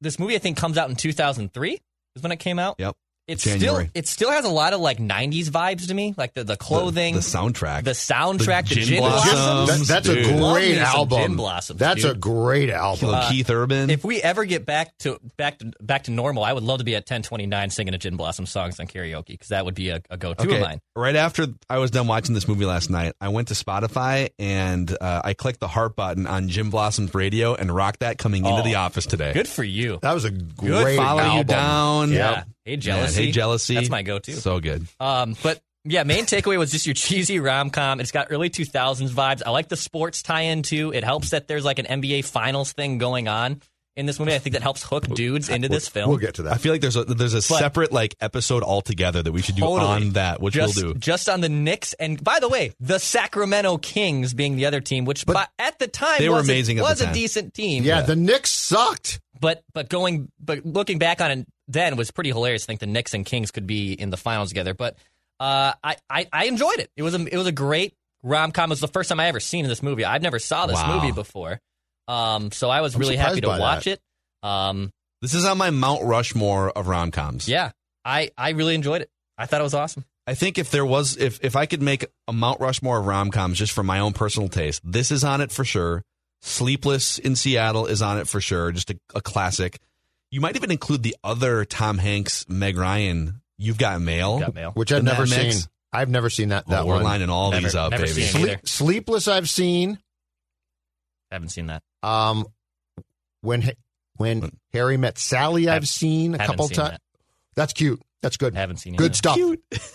Speaker 8: this movie, I think comes out in 2003 is when it came out.
Speaker 6: Yep.
Speaker 8: It's
Speaker 6: January.
Speaker 8: still it still has a lot of like 90s vibes to me, like the the clothing,
Speaker 6: the soundtrack.
Speaker 8: the soundtrack, the,
Speaker 6: Gin
Speaker 8: gin, blossoms.
Speaker 7: That- that's
Speaker 6: dude.
Speaker 7: a
Speaker 8: Love
Speaker 7: great
Speaker 8: me some
Speaker 7: album
Speaker 8: Gin Blossoms,
Speaker 7: that's
Speaker 8: dude.
Speaker 7: a great album
Speaker 8: Uh,
Speaker 6: Keith Urban.
Speaker 8: If we ever get back to back to back to normal, I would love to be at 1029 singing a Gin Blossom songs on karaoke because that would be a, a go to of mine.
Speaker 6: Right after I was done watching this movie last night, I went to Spotify and uh, I clicked the heart button on Jim Blossom's radio and rocked that coming into
Speaker 8: Oh,
Speaker 6: the office today.
Speaker 8: Good for you.
Speaker 7: that was a
Speaker 6: Good
Speaker 7: great
Speaker 6: follow
Speaker 7: album
Speaker 6: you down.
Speaker 8: Yeah.
Speaker 6: Yep.
Speaker 8: Hey
Speaker 6: Man,
Speaker 8: jealousy.
Speaker 6: hey jealousy.
Speaker 8: That's my go to.
Speaker 6: So good.
Speaker 8: Um, but yeah, main takeaway was just your cheesy rom com. It's got early 2000s vibes. I like the sports tie in too. It helps that there's like an NBA finals thing going on in this movie. I think that helps hook dudes into this film.
Speaker 7: we'll get to
Speaker 6: I
Speaker 7: that
Speaker 6: feel like there's a there's a separate like episode altogether that we should do
Speaker 8: Totally.
Speaker 6: on that, which
Speaker 8: just,
Speaker 6: we'll do.
Speaker 8: Just on the Knicks. And by the way, the Sacramento Kings being the other team, which by, at the time
Speaker 6: They were
Speaker 8: was, a-
Speaker 6: amazing at the
Speaker 8: was
Speaker 6: time.
Speaker 8: a decent team.
Speaker 7: yeah, the Knicks sucked.
Speaker 8: But but going but looking back on it then was pretty hilarious. I think the Knicks and Kings could be in the finals together. But uh, I, I I enjoyed it. It was a it was a great rom com. It was the first time I ever seen this movie. I've never saw this
Speaker 6: Wow.
Speaker 8: movie before. Um, so I was
Speaker 7: I'm
Speaker 8: really happy
Speaker 7: surprised
Speaker 8: to
Speaker 7: by
Speaker 8: watch
Speaker 7: that.
Speaker 8: it. Um,
Speaker 6: This is on my Mount Rushmore of rom coms.
Speaker 8: yeah, I I really enjoyed it. I thought it was awesome.
Speaker 6: I think if there was if if I could make a Mount Rushmore of rom coms just for my own personal taste, this is on it for sure. Sleepless in Seattle is on it for sure. Just a, a classic. You might even include the other Tom Hanks, Meg Ryan. You've got mail.
Speaker 8: Got mail.
Speaker 7: which I've
Speaker 6: In that
Speaker 7: never seen.
Speaker 6: mix?
Speaker 7: I've never seen that.
Speaker 6: Oh,
Speaker 7: That
Speaker 6: we're
Speaker 7: one.
Speaker 6: lining all
Speaker 8: Never-
Speaker 6: these up,
Speaker 8: never
Speaker 6: baby.
Speaker 8: seen it.
Speaker 7: Sleep-
Speaker 8: either.
Speaker 7: Sleepless. I've seen.
Speaker 8: Haven't seen that.
Speaker 7: Um, when Ha- when Harry met Sally, I've
Speaker 8: Haven't-
Speaker 7: seen a
Speaker 8: haven't
Speaker 7: couple
Speaker 8: seen
Speaker 7: times.
Speaker 8: that.
Speaker 7: That's cute. That's good.
Speaker 8: Haven't seen it.
Speaker 7: Good stuff.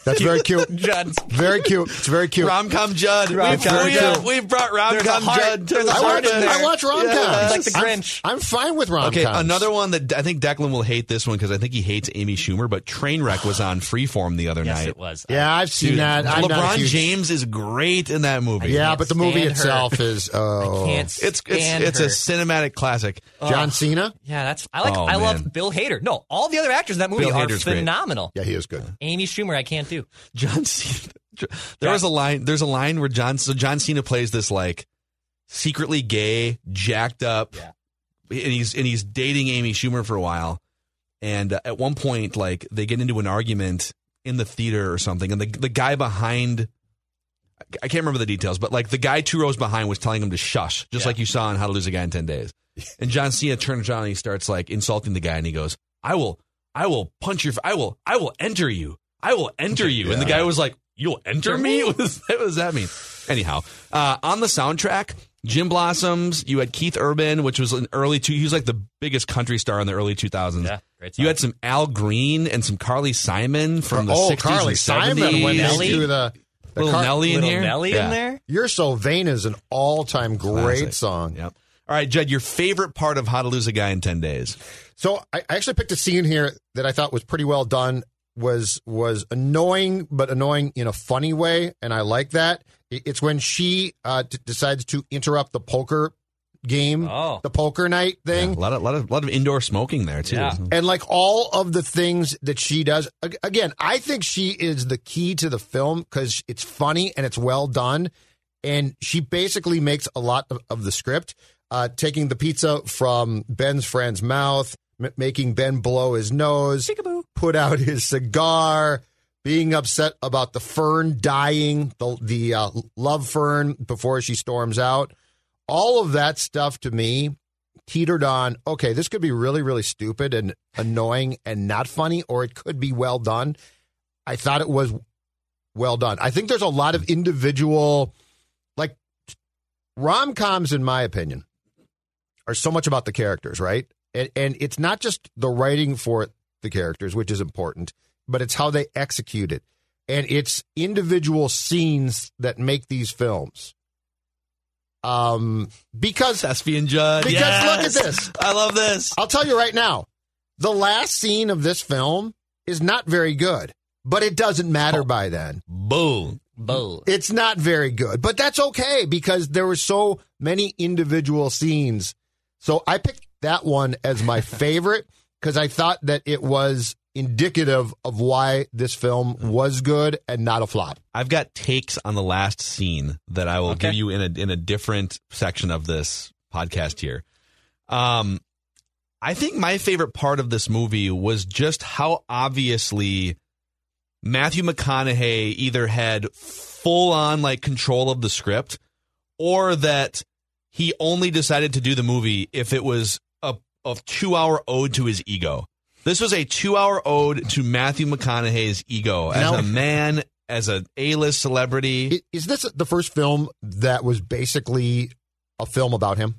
Speaker 7: That's very cute.
Speaker 8: Judd's
Speaker 7: Very cute. It's very cute.
Speaker 6: Rom com Judd.
Speaker 7: Rom-com
Speaker 6: we've, we
Speaker 7: Judd.
Speaker 6: have- we've brought rom
Speaker 8: There's a
Speaker 6: com
Speaker 8: heart-
Speaker 6: Judd to
Speaker 8: there's
Speaker 6: the
Speaker 8: a
Speaker 7: I
Speaker 8: heart
Speaker 7: watch,
Speaker 8: in there.
Speaker 7: I watch rom coms.
Speaker 6: Yes.
Speaker 8: Like the Grinch.
Speaker 7: I'm, I'm fine with rom coms.
Speaker 6: Okay, another one that I think Declan will hate this one because I think he hates Amy Schumer, but Trainwreck was on Freeform the other
Speaker 8: yes,
Speaker 6: night.
Speaker 8: it was.
Speaker 7: Yeah, I've seen
Speaker 6: Dude,
Speaker 7: that. I'm not a
Speaker 6: LeBron
Speaker 7: huge,
Speaker 6: James is great in that movie.
Speaker 7: Yeah,
Speaker 8: can't
Speaker 7: but the movie
Speaker 8: stand her.
Speaker 7: itself is. Oh,
Speaker 8: I can't.
Speaker 6: It's
Speaker 8: stand
Speaker 6: it's it's
Speaker 8: her.
Speaker 6: a cinematic classic.
Speaker 7: John Cena.
Speaker 8: Yeah, that's I like.
Speaker 6: Oh,
Speaker 8: I
Speaker 6: man.
Speaker 8: love Bill Hader. No, all the other actors in that movie
Speaker 6: Bill
Speaker 8: are
Speaker 6: Hader's great.
Speaker 8: phenomenal.
Speaker 7: Yeah, he is good.
Speaker 8: Amy Schumer, I can't do.
Speaker 6: John Cena. There was a line. There's a line where John. So John Cena plays this like secretly gay, jacked up, and he's and he's dating Amy Schumer for a while. And uh, at one point, like they get into an argument in the theater or something, and the the guy behind. I can't remember the details, but like the guy two rows behind was telling him to shush, just like you saw in How to Lose a Guy in Ten Days. And John Cena turns around and he starts like insulting the guy, and he goes, "I will, I will punch your, I will, I will enter you, I will enter you." And the guy was like, "You'll enter me? What does, what does that mean?" Anyhow, uh, on the soundtrack, Jim Blossoms. You had Keith Urban, which was an early two. He was like the biggest country star in the early two thousands.
Speaker 8: Yeah, great song.
Speaker 6: You had some Al Green and some Carly Simon from the
Speaker 7: oh,
Speaker 6: 60s
Speaker 7: Carly
Speaker 6: and 70s.
Speaker 7: Simon E? when they
Speaker 8: Nelly?
Speaker 7: do the, the
Speaker 6: Little
Speaker 7: Car-
Speaker 6: Nelly in
Speaker 8: Little
Speaker 6: here.
Speaker 8: Nelly
Speaker 6: Yeah.
Speaker 8: in there.
Speaker 7: You're So Vain is an all time great
Speaker 6: Classic.
Speaker 7: song.
Speaker 6: Yep. All right, Jed, your favorite part of How to Lose a Guy in 10 Days.
Speaker 7: So I I actually picked a scene here that I thought was pretty well done. Was was annoying, but annoying in a funny way, and I like that. I- It's when she uh, d- decides to interrupt the poker game,
Speaker 8: Oh.
Speaker 7: the poker night
Speaker 6: Yeah, a
Speaker 7: thing,
Speaker 6: lot of, lot, of, lot of indoor smoking there, too.
Speaker 8: Yeah.
Speaker 7: and like all of the things that she does. Ag- Again, I think she is the key to the film because it's funny and it's well done, and she basically makes a lot of, of the script, uh, taking the pizza from Ben's friend's mouth, m- making Ben blow his nose, put out his cigar, being upset about the fern dying, the the uh, love fern before she storms out. All of that stuff to me teetered on okay, this could be really really stupid and annoying and not funny, or it could be well done. I thought it was well done. I think there's a lot of individual like rom coms, in my opinion, are so much about the characters, right? And, and it's not just the writing for the characters, which is important, but it's how they execute it. And it's individual scenes that make these films. Um, because
Speaker 6: Thespian Judd.
Speaker 7: Because
Speaker 6: yes!
Speaker 7: look at this.
Speaker 6: I love this.
Speaker 7: I'll tell you right now, the last
Speaker 6: Oh.
Speaker 7: scene of this film is not very good, but it doesn't matter by then.
Speaker 6: Boom.
Speaker 8: Bull.
Speaker 7: It's not very good, but that's okay because there were so many individual scenes. So I picked that one as my favorite because I thought that it was indicative of why this film
Speaker 6: Mm-hmm.
Speaker 7: was good and not a flop.
Speaker 6: I've got takes on the last scene that I will
Speaker 7: Okay.
Speaker 6: give you in a in a different section of this podcast here. Um I think my favorite part of this movie was just how obviously Matthew McConaughey either had full on like control of the script or that he only decided to do the movie if it was a, a two hour ode to his ego. This was a two hour ode to Matthew McConaughey's ego as
Speaker 7: Now-
Speaker 6: a man, as an A list celebrity.
Speaker 7: I- Is this the first film that was basically a film about him?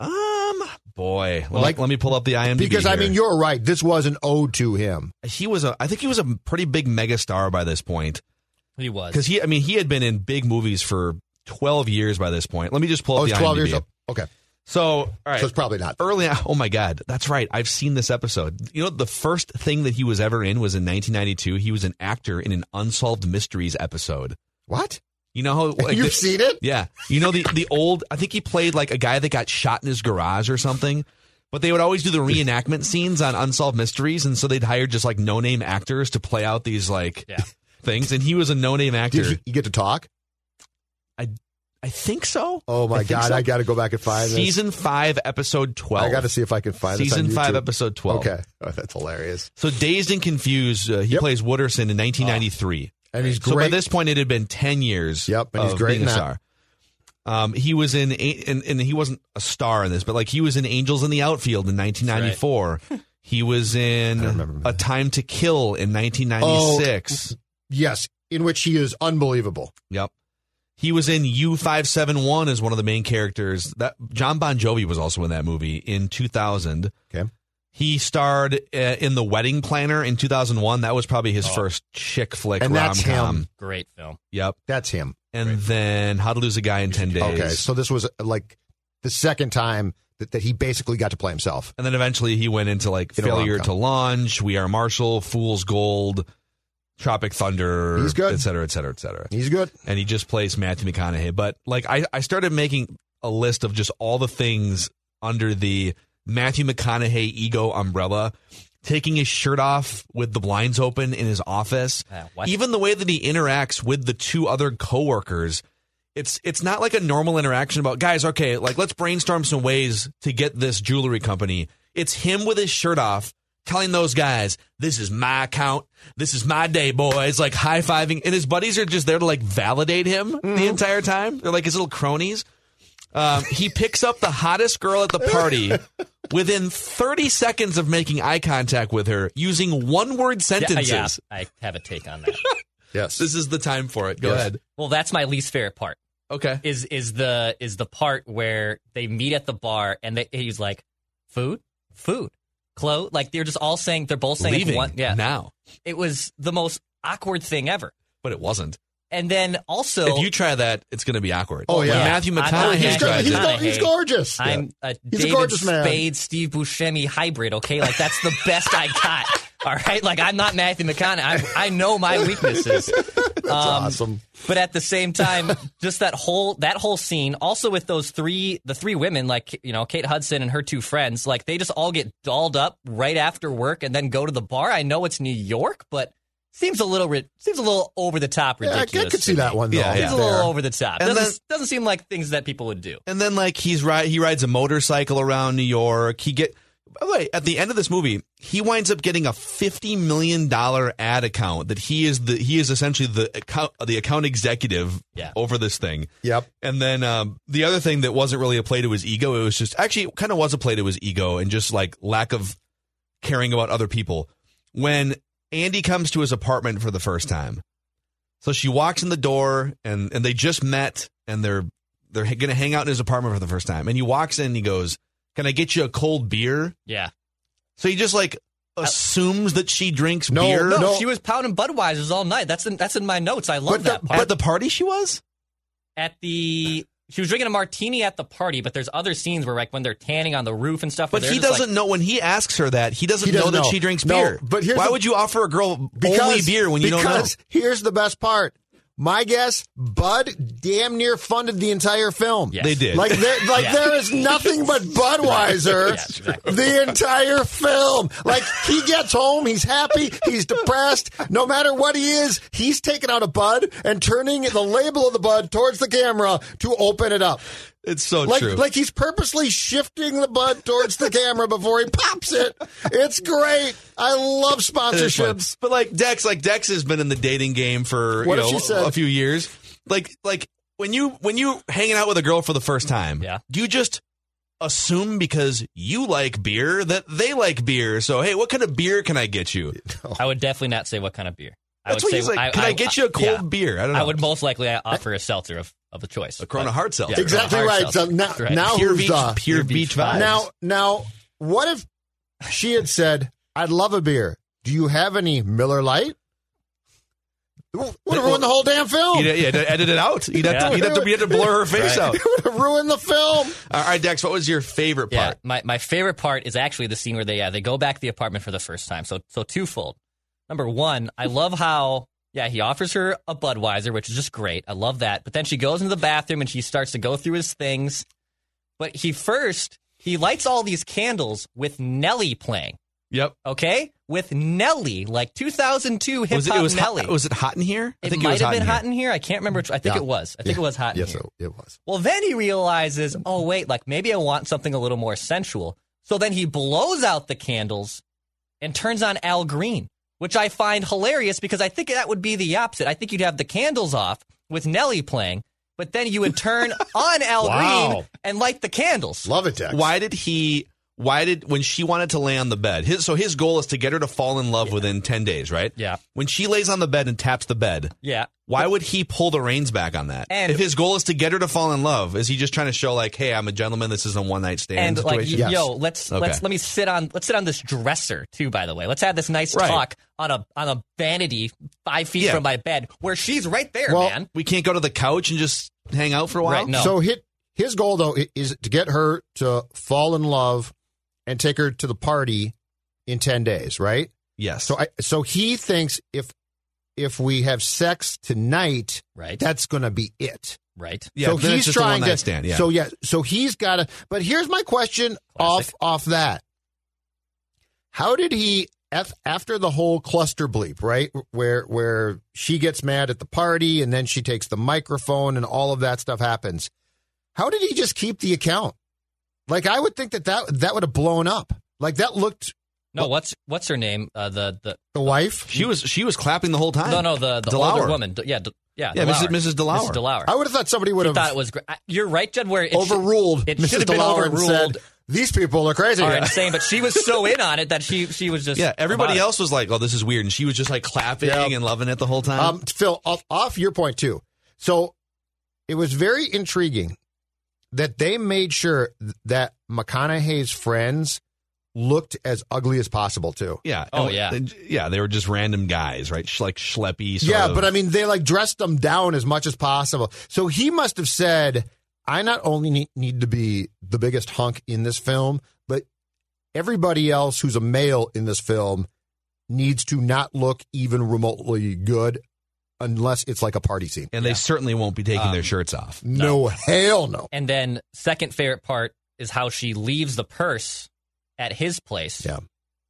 Speaker 6: Um, Boy, let,
Speaker 7: Like-
Speaker 6: let me pull up the IMDb.
Speaker 7: Because I
Speaker 6: here.
Speaker 7: mean, you're right. This was an ode to him.
Speaker 6: he was a. I think he was a pretty big megastar by this point.
Speaker 8: He was
Speaker 6: because he. I mean, he had been in big movies for twelve years by this point. Let me just pull up
Speaker 7: Oh,
Speaker 6: the
Speaker 7: it's 12
Speaker 6: IMDb.
Speaker 7: years old. Okay.
Speaker 6: So, all right.
Speaker 7: So it's probably not.
Speaker 6: Early on, oh my God, that's right. I've seen this episode. You know, the first thing that he was ever in was in 1992. He was an actor in an Unsolved Mysteries episode.
Speaker 7: What?
Speaker 6: You know how
Speaker 7: You've
Speaker 6: the-
Speaker 7: seen it?
Speaker 6: Yeah. You know the the old. I think he played like a guy that got shot in his garage or something. But they would always do the reenactment scenes on Unsolved Mysteries, and so they'd hire just like no name actors to play out these like things. And he was a no name actor.
Speaker 7: Did you, you get to talk?
Speaker 6: I I think so.
Speaker 7: Oh my
Speaker 6: I think
Speaker 7: god,
Speaker 6: so.
Speaker 7: I got to go back and find this.
Speaker 6: Season five, episode twelve.
Speaker 7: I got to see if I can find this on
Speaker 6: season five,
Speaker 7: YouTube.
Speaker 6: episode twelve.
Speaker 7: Okay, oh, that's hilarious.
Speaker 6: So dazed and confused, uh, he plays Wooderson in 1993,
Speaker 7: and he's
Speaker 6: So by
Speaker 7: great.
Speaker 6: this point, it had been 10 years. Yep,
Speaker 7: and he's great
Speaker 6: Being
Speaker 7: in
Speaker 6: a
Speaker 7: that.
Speaker 6: star. Um, he was in, a- and, and he wasn't a star in this, but like he was in Angels in the Outfield in 1994. he was in A Time to Kill in 1996.
Speaker 7: Oh. Yes, in which he is unbelievable.
Speaker 6: Yep. He was in U571 as one of the main characters. That John Bon Jovi was also in that movie in 2000.
Speaker 7: Okay.
Speaker 6: He starred uh, in The Wedding Planner in 2001. That was probably his first chick flick
Speaker 7: Oh. And
Speaker 6: rom
Speaker 7: that's
Speaker 6: com.
Speaker 7: him.
Speaker 8: Great film.
Speaker 6: Yep.
Speaker 7: That's him.
Speaker 6: And then How to Lose a Guy in 10 Days.
Speaker 7: Okay, so this was uh, like the second time that, that he basically got to play himself.
Speaker 6: and then eventually he went into like
Speaker 7: In a
Speaker 6: Failure
Speaker 7: rom-com.
Speaker 6: to Launch, We Are Marshall, Fool's Gold, Tropic Thunder,
Speaker 7: He's good.
Speaker 6: et cetera, et cetera, et cetera.
Speaker 7: He's good.
Speaker 6: and he just plays Matthew McConaughey. But like I, I started making a list of just all the things under the Matthew McConaughey ego umbrella. Taking his shirt off with the blinds open in his office.
Speaker 8: what?
Speaker 6: Even the way that he interacts with the two other coworkers, it's it's not like a normal interaction about guys, okay, like let's brainstorm some ways to get this jewelry company. It's him with his shirt off telling those guys, this is my account. This is my day, boys. Like high fiving. And his buddies are just there to like validate him
Speaker 8: Mm-hmm.
Speaker 6: the entire time. They're like his little cronies. Um, he picks up the hottest girl at the party within 30 seconds of making eye contact with her using one word sentences.
Speaker 8: Yeah, yeah, I have a take on that.
Speaker 7: Yes.
Speaker 6: This is the time for it. Go
Speaker 8: Yes.
Speaker 6: ahead.
Speaker 8: Well, that's my least favorite part.
Speaker 6: Okay.
Speaker 8: Is is the is the part where they meet at the bar and they, he's like, food, food, clothes. Like they're just all saying they're both saying
Speaker 6: Leaving
Speaker 8: one. Yeah.
Speaker 6: now.
Speaker 8: It was the most awkward thing ever.
Speaker 6: But it wasn't.
Speaker 8: And then also,
Speaker 6: if you try that, it's going to be awkward.
Speaker 8: Oh,
Speaker 6: When
Speaker 8: yeah.
Speaker 6: Matthew
Speaker 8: I'm not
Speaker 6: McConaughey
Speaker 8: a
Speaker 7: He's, go-
Speaker 6: tries
Speaker 7: he's,
Speaker 6: it-
Speaker 7: go- he's gorgeous.
Speaker 8: I'm a
Speaker 7: he's
Speaker 8: David
Speaker 7: a gorgeous man.
Speaker 8: Spade, uh, Steve Buscemi hybrid. Okay, like that's the best I got. All right, like I'm not Matthew McConaughey. I, I know my weaknesses. That's
Speaker 7: awesome.
Speaker 8: But at the same time, just that whole that whole scene, also with those three the three women, like you know Kate Hudson and her two friends, like they just all get dolled up right after work and then go to the bar. I know it's New York, but seems a little ri- seems a little over the top
Speaker 7: Yeah, I- I
Speaker 8: ridiculous.
Speaker 7: could see
Speaker 8: to me.
Speaker 7: that one, though.
Speaker 6: Yeah,
Speaker 8: Seems
Speaker 6: yeah.
Speaker 8: a little
Speaker 6: There.
Speaker 8: over the top.
Speaker 6: And
Speaker 8: Doesn't
Speaker 6: then-
Speaker 8: doesn't seem like things that people would do.
Speaker 6: And then like he's ri- he rides a motorcycle around New York. He get by the way, at the end of this movie, he winds up getting a fifty million dollar ad account that he is the he is essentially the account the account executive
Speaker 8: Yeah.
Speaker 6: over this thing.
Speaker 7: Yep.
Speaker 6: And then um, the other thing that wasn't really a play to his ego, it was just actually kind of was a play to his ego and just like lack of caring about other people. When Andy comes to his apartment for the first time, so she walks in the door and and they just met and they're they're going to hang out in his apartment for the first time. And he walks in and he goes, "Can I get you a cold beer?"
Speaker 8: Yeah.
Speaker 6: So he just like assumes that she drinks
Speaker 7: No,
Speaker 6: beer.
Speaker 8: No, she was pounding Budweisers all night. That's in, that's in my notes. I love
Speaker 6: But
Speaker 8: that
Speaker 6: the,
Speaker 8: part.
Speaker 6: but the party she was.
Speaker 8: at the she was drinking a martini at the party, but there's other scenes where like when they're tanning on the roof and stuff. where
Speaker 6: But
Speaker 8: they're
Speaker 6: he
Speaker 8: just, like-
Speaker 6: doesn't know when he asks her that he doesn't,
Speaker 7: He doesn't
Speaker 6: know that
Speaker 7: know.
Speaker 6: she drinks
Speaker 7: No,
Speaker 6: beer.
Speaker 7: but here's
Speaker 6: why
Speaker 7: the-
Speaker 6: would you offer a girl only beer when you
Speaker 7: because
Speaker 6: don't know?
Speaker 7: here's the best part. My guess, Bud damn near funded the entire film.
Speaker 6: Yes. They did.
Speaker 7: Like there, like
Speaker 6: Yeah.
Speaker 7: there is nothing but Budweiser
Speaker 6: Yeah, exactly.
Speaker 7: the entire film. Like he gets home, he's happy, he's depressed. No matter what he is, he's taking out a Bud and turning the label of the Bud towards the camera to open it up.
Speaker 6: It's so
Speaker 7: like,
Speaker 6: Oh, true.
Speaker 7: Like he's purposely shifting the Bud towards the camera before he pops it. It's great. I love sponsorships.
Speaker 6: But like Dex, like Dex has been in the dating game for you
Speaker 7: What if
Speaker 6: know,
Speaker 7: she said-
Speaker 6: a few years. Like like when you when you hanging out with a girl for the first time, yeah. do you just assume because you like beer that they like beer? So hey, what kind of beer can I get you?
Speaker 8: I would definitely not say what kind of beer. I
Speaker 6: That's
Speaker 8: would
Speaker 6: what
Speaker 8: say,
Speaker 6: he's like, "Can I get you a cold beer?" I don't know.
Speaker 8: would most likely uh, offer a seltzer of, of a choice. A
Speaker 6: Corona hard seltzer.
Speaker 7: Exactly right. So now, now
Speaker 8: Pure
Speaker 7: who's
Speaker 8: Beach-
Speaker 7: the
Speaker 8: Pure Beach vibes.
Speaker 7: Now, now, what if she had said, "I'd love a beer. Do you have any Miller Light?" Would have ruined the whole damn film.
Speaker 6: You'd, yeah, you'd edit it out. You'd have,
Speaker 8: Oh. Yeah.
Speaker 6: to, you'd, have to, you'd have to blur her face
Speaker 8: Right.
Speaker 6: out.
Speaker 7: It would have ruined the film.
Speaker 6: All right, Dex, what was your favorite
Speaker 8: Yeah,
Speaker 6: part?
Speaker 8: my, my favorite part is actually the scene where they yeah, they go back to the apartment for the first time. So so twofold. Number one, I love how yeah he offers her a Budweiser, which is just great. I love that. But then she goes into the bathroom and she starts to go through his things. But he first he lights all these candles with Nelly playing.
Speaker 6: Yep.
Speaker 8: Okay, with Nelly, like 2002 hip
Speaker 6: Was it,
Speaker 8: hop
Speaker 6: it was
Speaker 8: Nelly.
Speaker 6: hot, was it hot in here?
Speaker 8: it might have been hot in here. I can't remember. which- I think
Speaker 6: Yeah.
Speaker 8: it was. I think
Speaker 6: Yeah.
Speaker 8: it was hot.
Speaker 6: Yes,
Speaker 8: in here.
Speaker 7: it was.
Speaker 8: Well, then he realizes, oh wait, like maybe I want something a little more sensual. So then he blows out the candles and turns on Al Green, which I find hilarious because I think that would be the opposite. I think you'd have the candles off with Nelly playing, but then you would turn on Al
Speaker 6: Wow.
Speaker 8: Green and light the candles.
Speaker 7: Love it, Dex.
Speaker 6: Why did he? Why did when she wanted to lay on the bed? His, so his goal is to get her to fall in love within ten days, right?
Speaker 8: Yeah.
Speaker 6: When she lays on the bed and taps the bed,
Speaker 8: Yeah.
Speaker 6: why would he pull the reins back on that?
Speaker 8: And-
Speaker 6: if his goal is to get her to fall in love, is he just trying to show like, hey, I'm a gentleman. This is a one night stand
Speaker 8: and like
Speaker 6: situation.
Speaker 8: y- yo let's let's let me sit on let's sit on this dresser too by the way let's have this nice
Speaker 6: Right.
Speaker 8: talk on a on a vanity five feet
Speaker 6: Yeah.
Speaker 8: from my bed where she's right there man
Speaker 6: we can't go to the couch and just hang out for a while.
Speaker 7: So hit his goal though i- is to get her to fall in love and take her to the party in ten days, right?
Speaker 6: Yes.
Speaker 7: So I so he thinks if if we have sex tonight,
Speaker 8: right,
Speaker 7: that's going to be it,
Speaker 8: right?
Speaker 6: Yeah,
Speaker 7: so
Speaker 6: then it's
Speaker 7: he's
Speaker 6: just a
Speaker 7: trying
Speaker 6: one-night
Speaker 7: to.
Speaker 6: stand, yeah.
Speaker 7: So yeah, so he's got to. But here's my question off off that. How did he af, after the whole cluster bleep, right? Where where she gets mad at the party and then she takes the microphone and all of that stuff happens. How did he just keep the account? Like I would think that that, that would have blown up. Like that looked
Speaker 8: no what's what's her name uh, the the
Speaker 7: the wife.
Speaker 6: She was she was clapping the whole time.
Speaker 8: no no the the
Speaker 6: Delauer.
Speaker 8: older woman D- yeah d- yeah
Speaker 6: Yeah, Mrs.
Speaker 8: Delauer.
Speaker 6: Mrs. Delauer.
Speaker 8: Mrs. Delauer
Speaker 7: I would have thought somebody would
Speaker 8: She
Speaker 7: have
Speaker 8: thought it was great you're right Jed where it should-
Speaker 7: overruled
Speaker 8: it should
Speaker 7: Mrs.
Speaker 8: have been
Speaker 7: DeLauer and
Speaker 8: overruled
Speaker 7: said these people are crazy.
Speaker 8: are insane but she was so in on it that she she was just
Speaker 6: yeah,
Speaker 8: about
Speaker 6: everybody
Speaker 8: it.
Speaker 6: else was like, "Oh, this is weird," and she was just like clapping and loving it the whole time.
Speaker 7: Um, Phil, off, off your point too. So it was very intriguing that they made sure th- that McConaughey's friends looked as ugly as possible too.
Speaker 6: yeah.
Speaker 7: Oh,
Speaker 6: And-
Speaker 7: yeah.
Speaker 6: and- yeah, they were just random guys, right? Sh- like schleppy. Sort
Speaker 7: yeah,
Speaker 6: of-
Speaker 7: but I mean, they like dressed them down as much as possible. So he must have said, "I not only need, need to be the biggest hunk in this film, but everybody else who's a male in this film needs to not look even remotely good, unless it's like a party scene."
Speaker 6: and they certainly won't be taking their
Speaker 8: Um,
Speaker 6: shirts off.
Speaker 7: No, hell no.
Speaker 8: And then second favorite part is how she leaves the purse at his place.
Speaker 7: Yeah.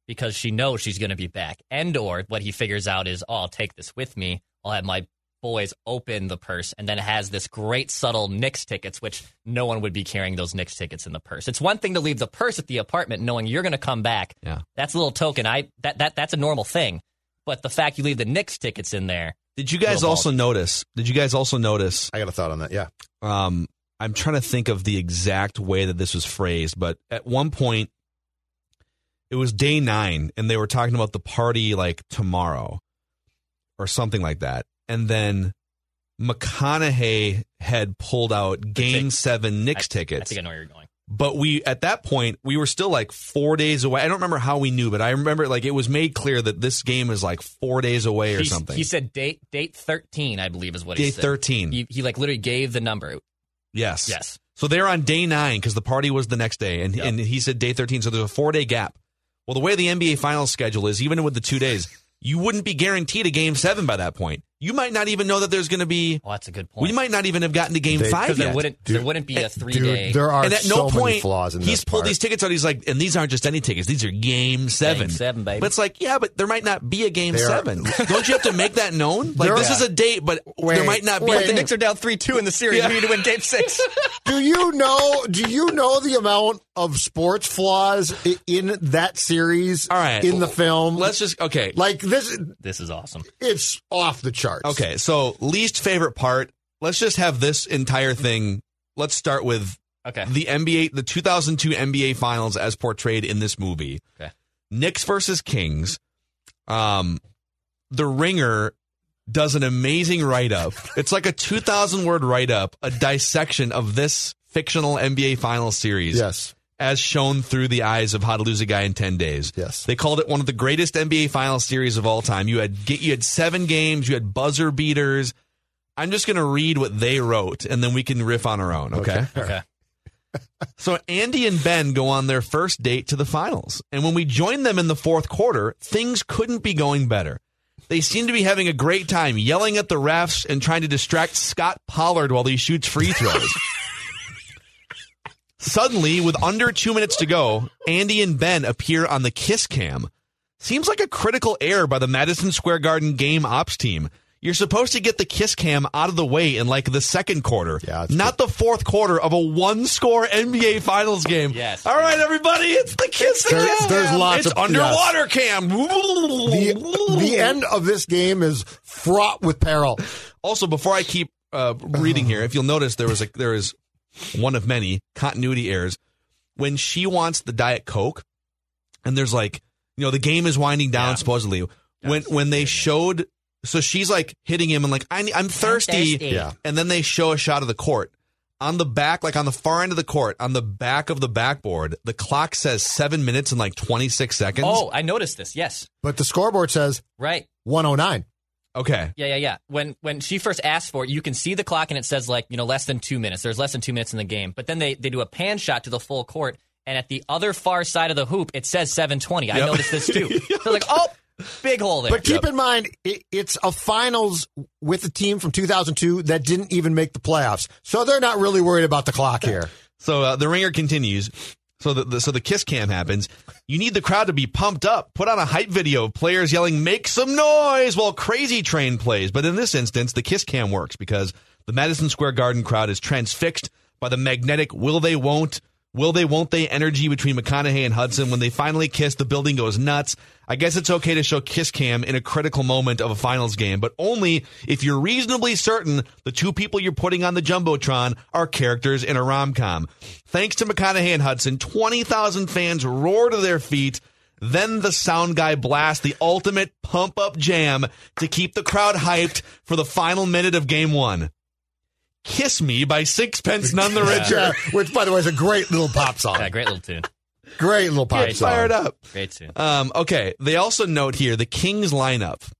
Speaker 8: Because she knows she's going to be back. And or what he figures out is, oh, I'll take this with me. I'll have my boys open the purse and then has this great subtle Knicks tickets, which no one would be carrying those Knicks tickets in the purse. It's one thing to leave the purse at the apartment knowing you're going to come back.
Speaker 6: Yeah.
Speaker 8: That's a little token. I that, that that's a normal thing. But the fact you leave the Knicks tickets in there.
Speaker 6: Did you guys
Speaker 8: Little
Speaker 6: also notice? Did you guys also notice?
Speaker 7: I got a thought on that. Yeah.
Speaker 6: Um, I'm trying to think of the exact way that this was phrased, but at one point, it was day nine, and they were talking about the party like tomorrow, or something like that. And then McConaughey had pulled out Game Seven Knicks
Speaker 8: I
Speaker 6: tickets.
Speaker 8: think I know where you're going.
Speaker 6: but we at that point we were still like four days away. I don't remember how we knew, but I remember like it was made clear that this game is like four days away or
Speaker 8: He's-
Speaker 6: something.
Speaker 8: He said date date thirteen, I believe, is what
Speaker 6: Day
Speaker 8: he said.
Speaker 6: 13.
Speaker 8: He, he like literally gave the number.
Speaker 6: Yes.
Speaker 8: Yes.
Speaker 6: So they're on day nine because the party was the next day, and and he said day thirteen. So there's a four day gap. Well, the way the NBA Finals schedule is, even with the two days, you wouldn't be guaranteed a game seven by that point. you might not even know that there's going to be.
Speaker 8: Oh, that's a good
Speaker 6: We might not even have gotten to game
Speaker 8: They-
Speaker 6: five
Speaker 8: 'Cause there
Speaker 6: yet.
Speaker 8: wouldn't- there Dude, wouldn't be a dude, three-day-
Speaker 7: eh, there are
Speaker 6: and at
Speaker 7: so
Speaker 6: no
Speaker 7: many
Speaker 6: point
Speaker 7: flaws in
Speaker 6: he's
Speaker 7: this
Speaker 6: pulled
Speaker 7: part.
Speaker 6: these tickets out. He's like, and these aren't just any tickets. These are game seven.
Speaker 8: seven, baby.
Speaker 6: But it's like, yeah, but there might not be a game
Speaker 8: There-
Speaker 6: seven. Don't you have to make that known? Like
Speaker 8: There-
Speaker 6: this is a date, but there might not be. a
Speaker 8: The
Speaker 6: thing.
Speaker 8: Knicks are down three two in the series.
Speaker 6: Yeah.
Speaker 8: We need to win Game Six.
Speaker 7: do you know? Do you know the amount of sports flaws i- in that series? All
Speaker 6: right.
Speaker 7: in the film.
Speaker 6: Let's just okay.
Speaker 7: Like this,
Speaker 8: This is awesome.
Speaker 7: it's off the charts.
Speaker 6: Okay, so least favorite part. Let's just have this entire thing. Let's start with
Speaker 8: okay
Speaker 6: the NBA, the 2002 NBA Finals as portrayed in this movie.
Speaker 8: Okay.
Speaker 6: Knicks versus Kings. Um, the Ringer does an amazing write up. it's like a 2,000 word write up, a dissection of this fictional NBA Finals series.
Speaker 7: Yes.
Speaker 6: As shown through the eyes of How to Lose a Guy in 10 Days.
Speaker 7: Yes.
Speaker 6: They called it one of the greatest NBA Finals series of all time. You had get, you had seven games, you had buzzer beaters. I'm just going to read what they wrote and then we can riff on our own, okay?
Speaker 8: Okay.
Speaker 6: So Andy and Ben go on their first date to the finals. And when we joined them in the fourth quarter, things couldn't be going better. They seem to be having a great time yelling at the refs and trying to distract Scott Pollard while he shoots free throws. Suddenly, with under two minutes to go, Andy and Ben appear on the kiss cam. Seems like a critical error by the Madison Square Garden game ops team. You're supposed to get the kiss cam out of the way in like the second quarter, not the fourth quarter of a one score NBA Finals game. Yes. All right, everybody, it's the kiss
Speaker 7: There-
Speaker 6: cam.
Speaker 7: there's lots
Speaker 6: it's
Speaker 7: of-
Speaker 6: underwater cam.
Speaker 7: The, the end of this game is fraught with peril.
Speaker 6: Also, before I keep uh, reading here, if you'll notice, there was a there is one of many continuity errors. When she wants the diet coke, and there's like you know the game is winding down supposedly. When when they showed, so she's like hitting him and like I, I'm thirsty,
Speaker 7: thirsty. Yeah.
Speaker 6: and then they show a shot of the court. On the back, like on the far end of the court, on the back of the backboard, the clock says seven minutes and like twenty six seconds.
Speaker 8: Oh, I noticed this. Yes.
Speaker 7: But the scoreboard says
Speaker 8: Right.
Speaker 7: 109.
Speaker 6: Okay.
Speaker 8: Yeah, yeah, yeah. When when she first asked for it, you can see the clock and it says like, you know, less than two minutes. There's less than two minutes in the game. But then they, they do a pan shot to the full court and at the other far side of the hoop it says seven twenty. I
Speaker 7: Yep.
Speaker 8: noticed this too. so like, oh big hole there.
Speaker 7: But keep in mind, it, it's a finals with a team from 2002 that didn't even make the playoffs. So they're not really worried about the clock here.
Speaker 6: So uh, the ringer continues. So the, the so the kiss cam happens. You need the crowd to be pumped up. Put on a hype video of players yelling "Make some noise" while Crazy Train plays. But in this instance, the kiss cam works because the Madison Square Garden crowd is transfixed by the magnetic "Will they? Won't." Will they, won't they energy between McConaughey and Hudson. When they finally kiss, the building goes nuts. I guess it's okay to show kiss cam in a critical moment of a finals game, but only if you're reasonably certain the two people you're putting on the Jumbotron are characters in a rom com. Thanks to McConaughey and Hudson, 20,000 fans roar to their feet. Then the sound guy blasts the ultimate pump up jam to keep the crowd hyped for the final minute of game one. Kiss Me by Sixpence None the Richer.
Speaker 7: Yeah, which, by the way, is a great little pop song.
Speaker 8: Yeah, great little tune.
Speaker 7: Great little pop
Speaker 6: Get
Speaker 7: song.
Speaker 6: fired up.
Speaker 8: Great tune.
Speaker 6: Um, okay, they also note here the Kings lineup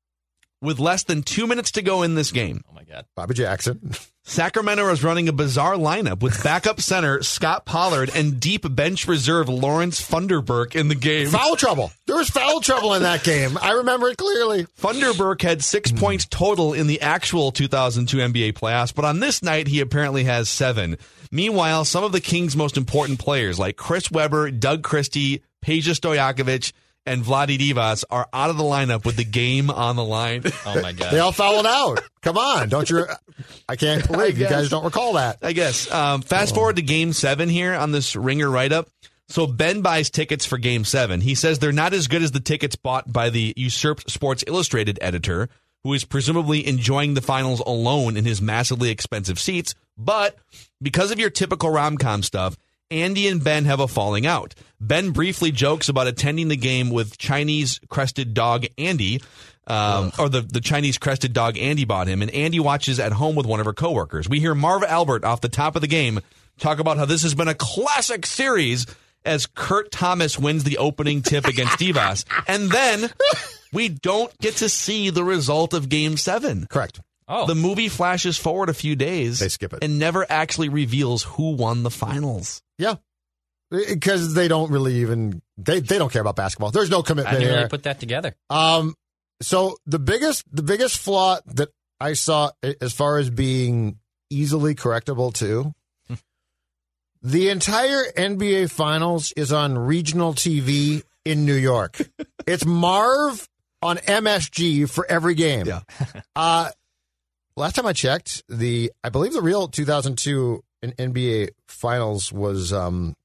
Speaker 6: with less than two minutes to go in this game.
Speaker 8: Oh my god,
Speaker 7: Bobby Jackson.
Speaker 6: Sacramento is running a bizarre lineup with backup center Scott Pollard and deep bench reserve Lawrence Funderburk in the game.
Speaker 7: Foul trouble. There was foul trouble in that game. I remember it clearly.
Speaker 6: Funderburk had six points total in the actual 2002 NBA playoffs, but on this night he apparently has seven. Meanwhile, some of the Kings' most important players, like Chris Webber, Doug Christie, Peja Stojakovic, and Vladi Divas, are out of the lineup with the game on the line.
Speaker 8: Oh my god.
Speaker 7: They all fouled out. Come on. Don't you? I can't believe you guys don't recall that.
Speaker 6: I guess. Um, fast forward to game seven here on this ringer write up. So Ben buys tickets for game seven. He says they're not as good as the tickets bought by the usurped Sports Illustrated editor, who is presumably enjoying the finals alone in his massively expensive seats. But because of your typical rom com stuff, Andy and Ben have a falling out. Ben briefly jokes about attending the game with Chinese crested dog Andy, um, or the, the Chinese crested dog Andy bought him, and Andy watches at home with one of her coworkers. We hear Marva Albert off the top of the game talk about how this has been a classic series as Kurt Thomas wins the opening tip against Divas. And then we don't get to see the result of game seven.
Speaker 7: Correct.
Speaker 8: Oh.
Speaker 6: The movie flashes forward a few days. They
Speaker 7: skip it.
Speaker 6: And never actually reveals who won the finals.
Speaker 7: Yeah. Because they don't really even they, they don't care about basketball. There's no
Speaker 8: I
Speaker 7: commitment
Speaker 8: didn't
Speaker 7: here.
Speaker 8: really put that together.
Speaker 7: Um, so the biggest the biggest flaw that I saw as far as being easily correctable too. the entire NBA Finals is on regional TV in New York. it's Marv on MSG for every game. Yeah. uh, last time I checked, the I believe the real 2002 in NBA Finals was um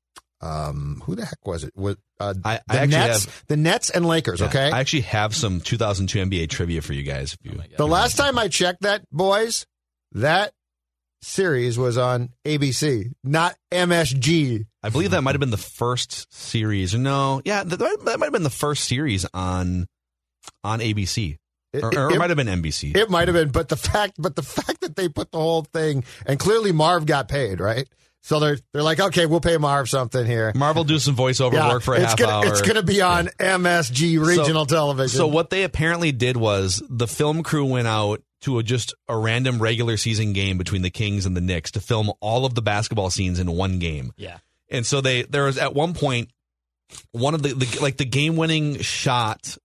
Speaker 7: um who the heck was it? Was uh,
Speaker 6: I,
Speaker 7: the
Speaker 6: actually
Speaker 7: Nets?
Speaker 6: have-
Speaker 7: the Nets and Lakers.
Speaker 6: Yeah.
Speaker 7: okay. Oh
Speaker 6: I actually have some 2002 NBA trivia for you guys. If you,
Speaker 7: the last time I checked that, boys, that series was on ABC, not MSG.
Speaker 6: I believe that might have been the first series. No, yeah, that, that might have been the first series on on ABC,
Speaker 7: It-
Speaker 6: or, or it,
Speaker 7: it-
Speaker 6: might have been NBC.
Speaker 7: It might have been, but the fact, but the fact that they put the whole thing, and clearly Marv got paid, right? So they're they're like, okay, we'll pay Marv something here.
Speaker 6: Marvel do some voiceover
Speaker 7: Yeah,
Speaker 6: work for a
Speaker 7: it's
Speaker 6: half
Speaker 7: gonna,
Speaker 6: hour.
Speaker 7: It's going to be on MSG regional
Speaker 6: So-
Speaker 7: television.
Speaker 6: So what they apparently did was the film crew went out to a, just a random regular season game between the Kings and the Knicks to film all of the basketball scenes in one game.
Speaker 8: Yeah.
Speaker 6: And so they there was at one point one of the, the like the game winning shot.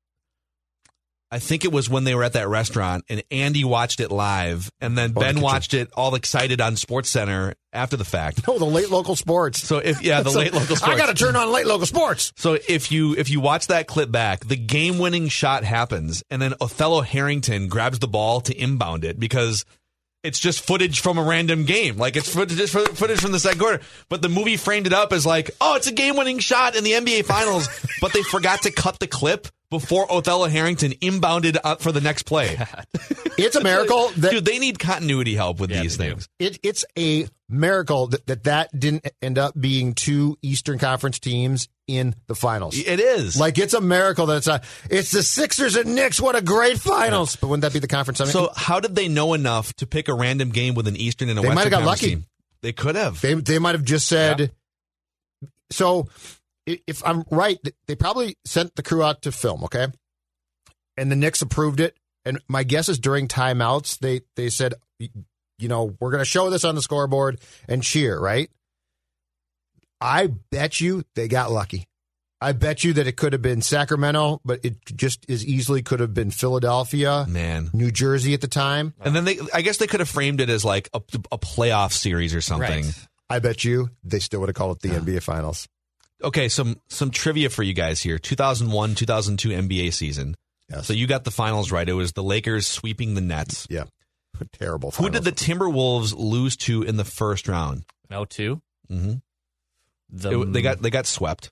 Speaker 6: I think it was when they were at that restaurant and Andy watched it live and then
Speaker 7: the
Speaker 6: Ben
Speaker 7: kitchen.
Speaker 6: watched it all excited on Sports Center after the fact.
Speaker 7: Oh, the late local sports.
Speaker 6: So if yeah, the
Speaker 7: So
Speaker 6: late local sports.
Speaker 7: I got to turn on late local sports.
Speaker 6: So if you if you watch that clip back, the game winning shot happens, and then Othello Harrington grabs the ball to inbound it because it's just footage from a random game, like it's footage just fo- footage from the second quarter. But the movie framed it up as like, oh, it's a game winning shot in the NBA Finals, but they forgot to cut the clip before Othello Harrington inbounded up for the next play. Oh,
Speaker 7: It's a miracle that
Speaker 6: Dude, they need continuity help with these things.
Speaker 7: it, it's a miracle that, that that didn't end up being two Eastern Conference teams in the finals.
Speaker 6: It is
Speaker 7: Like it's a miracle that it's not. It's the Sixers and Knicks. What a great finals! But wouldn't that be the conference? I mean,
Speaker 6: So how did they know enough to pick a random game with an Eastern and a
Speaker 7: They
Speaker 6: Western
Speaker 7: might have got
Speaker 6: Conference
Speaker 7: lucky.
Speaker 6: team? They could have.
Speaker 7: they they might have just said. So, i- if I'm right, th- they probably sent the crew out to film. Okay, and the Knicks approved it. And my guess is during timeouts, they they said, y- you know, we're going to show this on the scoreboard and cheer. Right? I bet you they got lucky. I bet you that it could have been Sacramento, but it just as easily could have been Philadelphia,
Speaker 6: Man.
Speaker 7: New Jersey at the time.
Speaker 6: And then they, I guess they could have framed it as like a, a playoff series or something.
Speaker 7: I bet you they still would have called it the NBA Finals.
Speaker 6: Okay, some some trivia for you guys here. 2001, 2002 NBA season. So you got the finals right. It was the Lakers sweeping the Nets.
Speaker 7: Yeah. Terrible.
Speaker 6: Who did the Timberwolves lose to in the first round?
Speaker 8: No Oh, two.
Speaker 6: Mm-hmm.
Speaker 8: The-
Speaker 6: they got they got swept.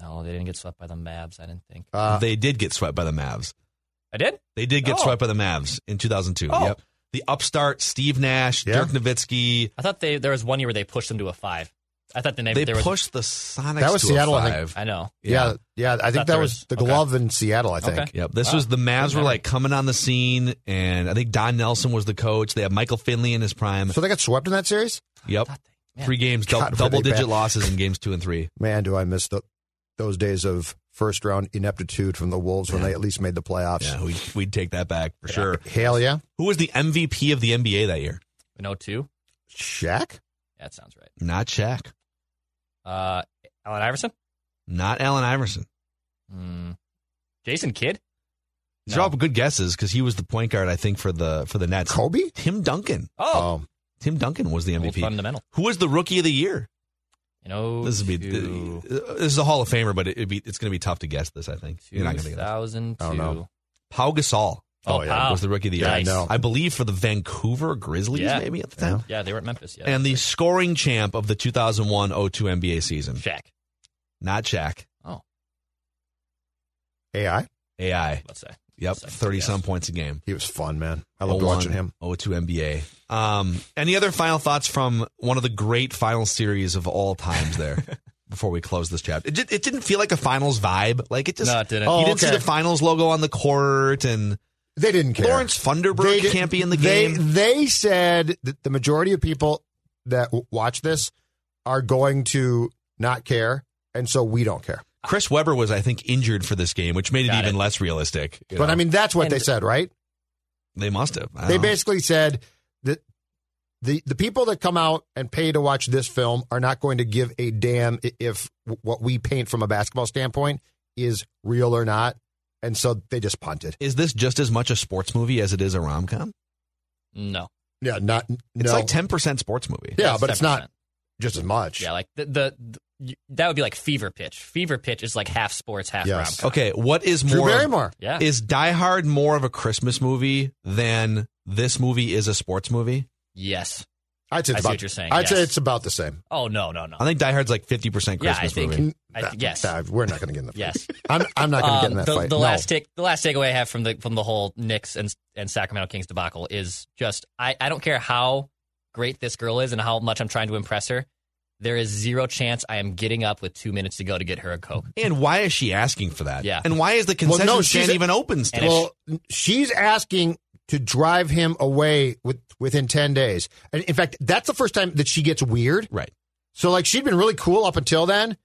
Speaker 8: No, they didn't get swept by the Mavs. I didn't think.
Speaker 7: Uh,
Speaker 6: they did get swept by the Mavs.
Speaker 8: Uh, I did.
Speaker 6: They did get
Speaker 8: Oh.
Speaker 6: swept by the Mavs in 2002.
Speaker 8: Oh.
Speaker 6: Yep. The upstart Steve Nash,
Speaker 7: Yeah.
Speaker 6: Dirk Nowitzki.
Speaker 8: I thought they there was one year where they pushed them to a five. I thought the name
Speaker 6: They
Speaker 8: there was,
Speaker 6: pushed the Sonics.
Speaker 7: That was
Speaker 6: to
Speaker 7: Seattle,
Speaker 6: A
Speaker 7: I think.
Speaker 6: five.
Speaker 8: I know.
Speaker 7: Yeah, yeah. I
Speaker 8: Thought
Speaker 7: think
Speaker 8: there
Speaker 7: that was
Speaker 8: was-
Speaker 7: the
Speaker 8: okay.
Speaker 7: glove in Seattle. I think.
Speaker 8: Okay.
Speaker 6: Yep. This
Speaker 8: Wow.
Speaker 6: was the Mavs were
Speaker 8: memory.
Speaker 6: like coming on the scene, and I think Don Nelson was the coach. They had Michael Finley in his prime.
Speaker 7: So they got swept in that series.
Speaker 6: Yep.
Speaker 8: man.
Speaker 6: Three games, dou-
Speaker 7: God, were they
Speaker 6: double
Speaker 7: bad.
Speaker 6: digit losses in games two and three.
Speaker 7: Man, do I miss the, those days of first round ineptitude from the Wolves when they at least made the playoffs.
Speaker 6: Yeah, we'd, we'd take that back for sure.
Speaker 7: Hell yeah,
Speaker 6: Who was the MVP of the NBA that year?
Speaker 8: No two.
Speaker 7: Shaq.
Speaker 8: That sounds right.
Speaker 6: Not Shaq.
Speaker 8: Uh, Allen Iverson.
Speaker 6: Not Allen Iverson.
Speaker 8: Mm. Jason Kidd.
Speaker 6: These are all good guesses because he was the point guard, I think, for the for the Nets.
Speaker 7: Kobe.
Speaker 6: Tim Duncan.
Speaker 8: Oh,
Speaker 7: Um,
Speaker 6: Tim Duncan was the
Speaker 8: old
Speaker 6: MVP.
Speaker 8: fundamental.
Speaker 6: Who was the rookie of the year?
Speaker 8: You know,
Speaker 6: This would be uh,
Speaker 8: two,
Speaker 6: this is a Hall of Famer, but it, it'd be, it's going to be tough to guess this. I think you're not going to get it.
Speaker 8: 2002.
Speaker 7: I don't know.
Speaker 6: Pau Gasol.
Speaker 8: Oh,
Speaker 7: Oh, yeah,
Speaker 8: Powell.
Speaker 6: was the rookie of the year.
Speaker 8: Yeah, I know.
Speaker 6: I believe for the Vancouver Grizzlies,
Speaker 8: Yeah.
Speaker 6: maybe at the time.
Speaker 8: Yeah, they were at Memphis. Yeah,
Speaker 6: And the scoring champ of the 2001 02 NBA season.
Speaker 8: Shaq.
Speaker 6: Not Shaq.
Speaker 7: AI.
Speaker 6: AI.
Speaker 8: Let's say.
Speaker 6: Yep.
Speaker 8: Second
Speaker 6: 30
Speaker 8: guess.
Speaker 6: some points a game.
Speaker 7: He was fun, man. I loved watching him.
Speaker 6: 02 NBA. Um, any other final thoughts from one of the great final series of all times there before we close this chapter? It, di- it didn't feel like a finals vibe. Like it just.
Speaker 8: No, it didn't.
Speaker 7: Oh,
Speaker 6: you didn't see
Speaker 7: okay.
Speaker 6: the finals logo on the court and
Speaker 7: They didn't care.
Speaker 6: Lawrence
Speaker 7: They
Speaker 6: Funderburg
Speaker 7: didn't-
Speaker 6: can't be in the
Speaker 7: they-
Speaker 6: game.
Speaker 7: They, said that the majority of people that w- watch this are going to not care, and so we don't care.
Speaker 6: Chris Webber was, I think, injured for this game, which made it
Speaker 8: Got
Speaker 6: even
Speaker 8: it.
Speaker 6: less realistic. you
Speaker 7: But
Speaker 6: know?
Speaker 7: I mean, that's what
Speaker 8: And-
Speaker 7: they said, right?
Speaker 6: they must have. I
Speaker 7: They
Speaker 6: don't know.
Speaker 7: basically said that the the people that come out and pay to watch this film are not going to give a damn i- if w- what we paint from a basketball standpoint is real or not, and so they just punted.
Speaker 6: Is this just as much a sports movie as it is a rom com?
Speaker 8: No.
Speaker 7: Yeah, not.
Speaker 6: It's
Speaker 7: no.
Speaker 6: like ten percent sports movie.
Speaker 7: Yeah, but it's not just as much.
Speaker 8: Yeah, like the, the, the- that would be like Fever Pitch. Fever Pitch is like half sports, half rom.
Speaker 6: Okay, what is
Speaker 8: Drew
Speaker 6: more?
Speaker 8: Barrymore. Yeah.
Speaker 6: Is Die Hard more of a Christmas movie than this movie is a sports movie?
Speaker 8: Yes.
Speaker 7: I'd say
Speaker 8: I see
Speaker 7: it's about,
Speaker 8: what you're saying.
Speaker 7: I'd say
Speaker 8: yes.
Speaker 7: it's about the same.
Speaker 8: Oh no, no, no.
Speaker 6: I think Die Hard's like fifty percent
Speaker 8: Yeah, I
Speaker 6: Christmas
Speaker 8: think-
Speaker 6: movie.
Speaker 8: I th- yes.
Speaker 7: Nah, we're not going to get in the.
Speaker 8: Yes.
Speaker 7: I'm, I'm not going to get in
Speaker 8: Um,
Speaker 7: that
Speaker 8: the,
Speaker 7: fight.
Speaker 8: the
Speaker 7: No.
Speaker 8: last take, the last takeaway I have from the from the whole Knicks and and Sacramento Kings debacle is just I, I don't care how great this girl is and how much I'm trying to impress her. There is zero chance I am getting up with two minutes to go to get her a coke.
Speaker 6: And why is she asking for that?
Speaker 8: Yeah.
Speaker 6: And why is the concession
Speaker 7: well, no, she's-
Speaker 6: stand even open still?
Speaker 7: Well, she's asking to drive him away with, within 10 days. And in fact, that's the first time that she gets weird.
Speaker 6: Right.
Speaker 7: So, like, she'd been really cool up until then,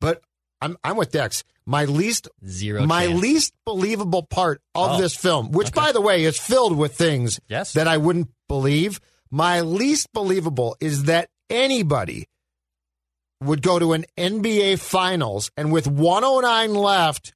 Speaker 7: but I'm, I'm with Dex. My least
Speaker 8: Zero
Speaker 7: my
Speaker 8: chance.
Speaker 7: least believable part of
Speaker 8: Oh.
Speaker 7: this film, which by the way is filled with things
Speaker 8: Yes.
Speaker 7: that I wouldn't believe. My least believable is that anybody would go to an NBA finals and with 109 left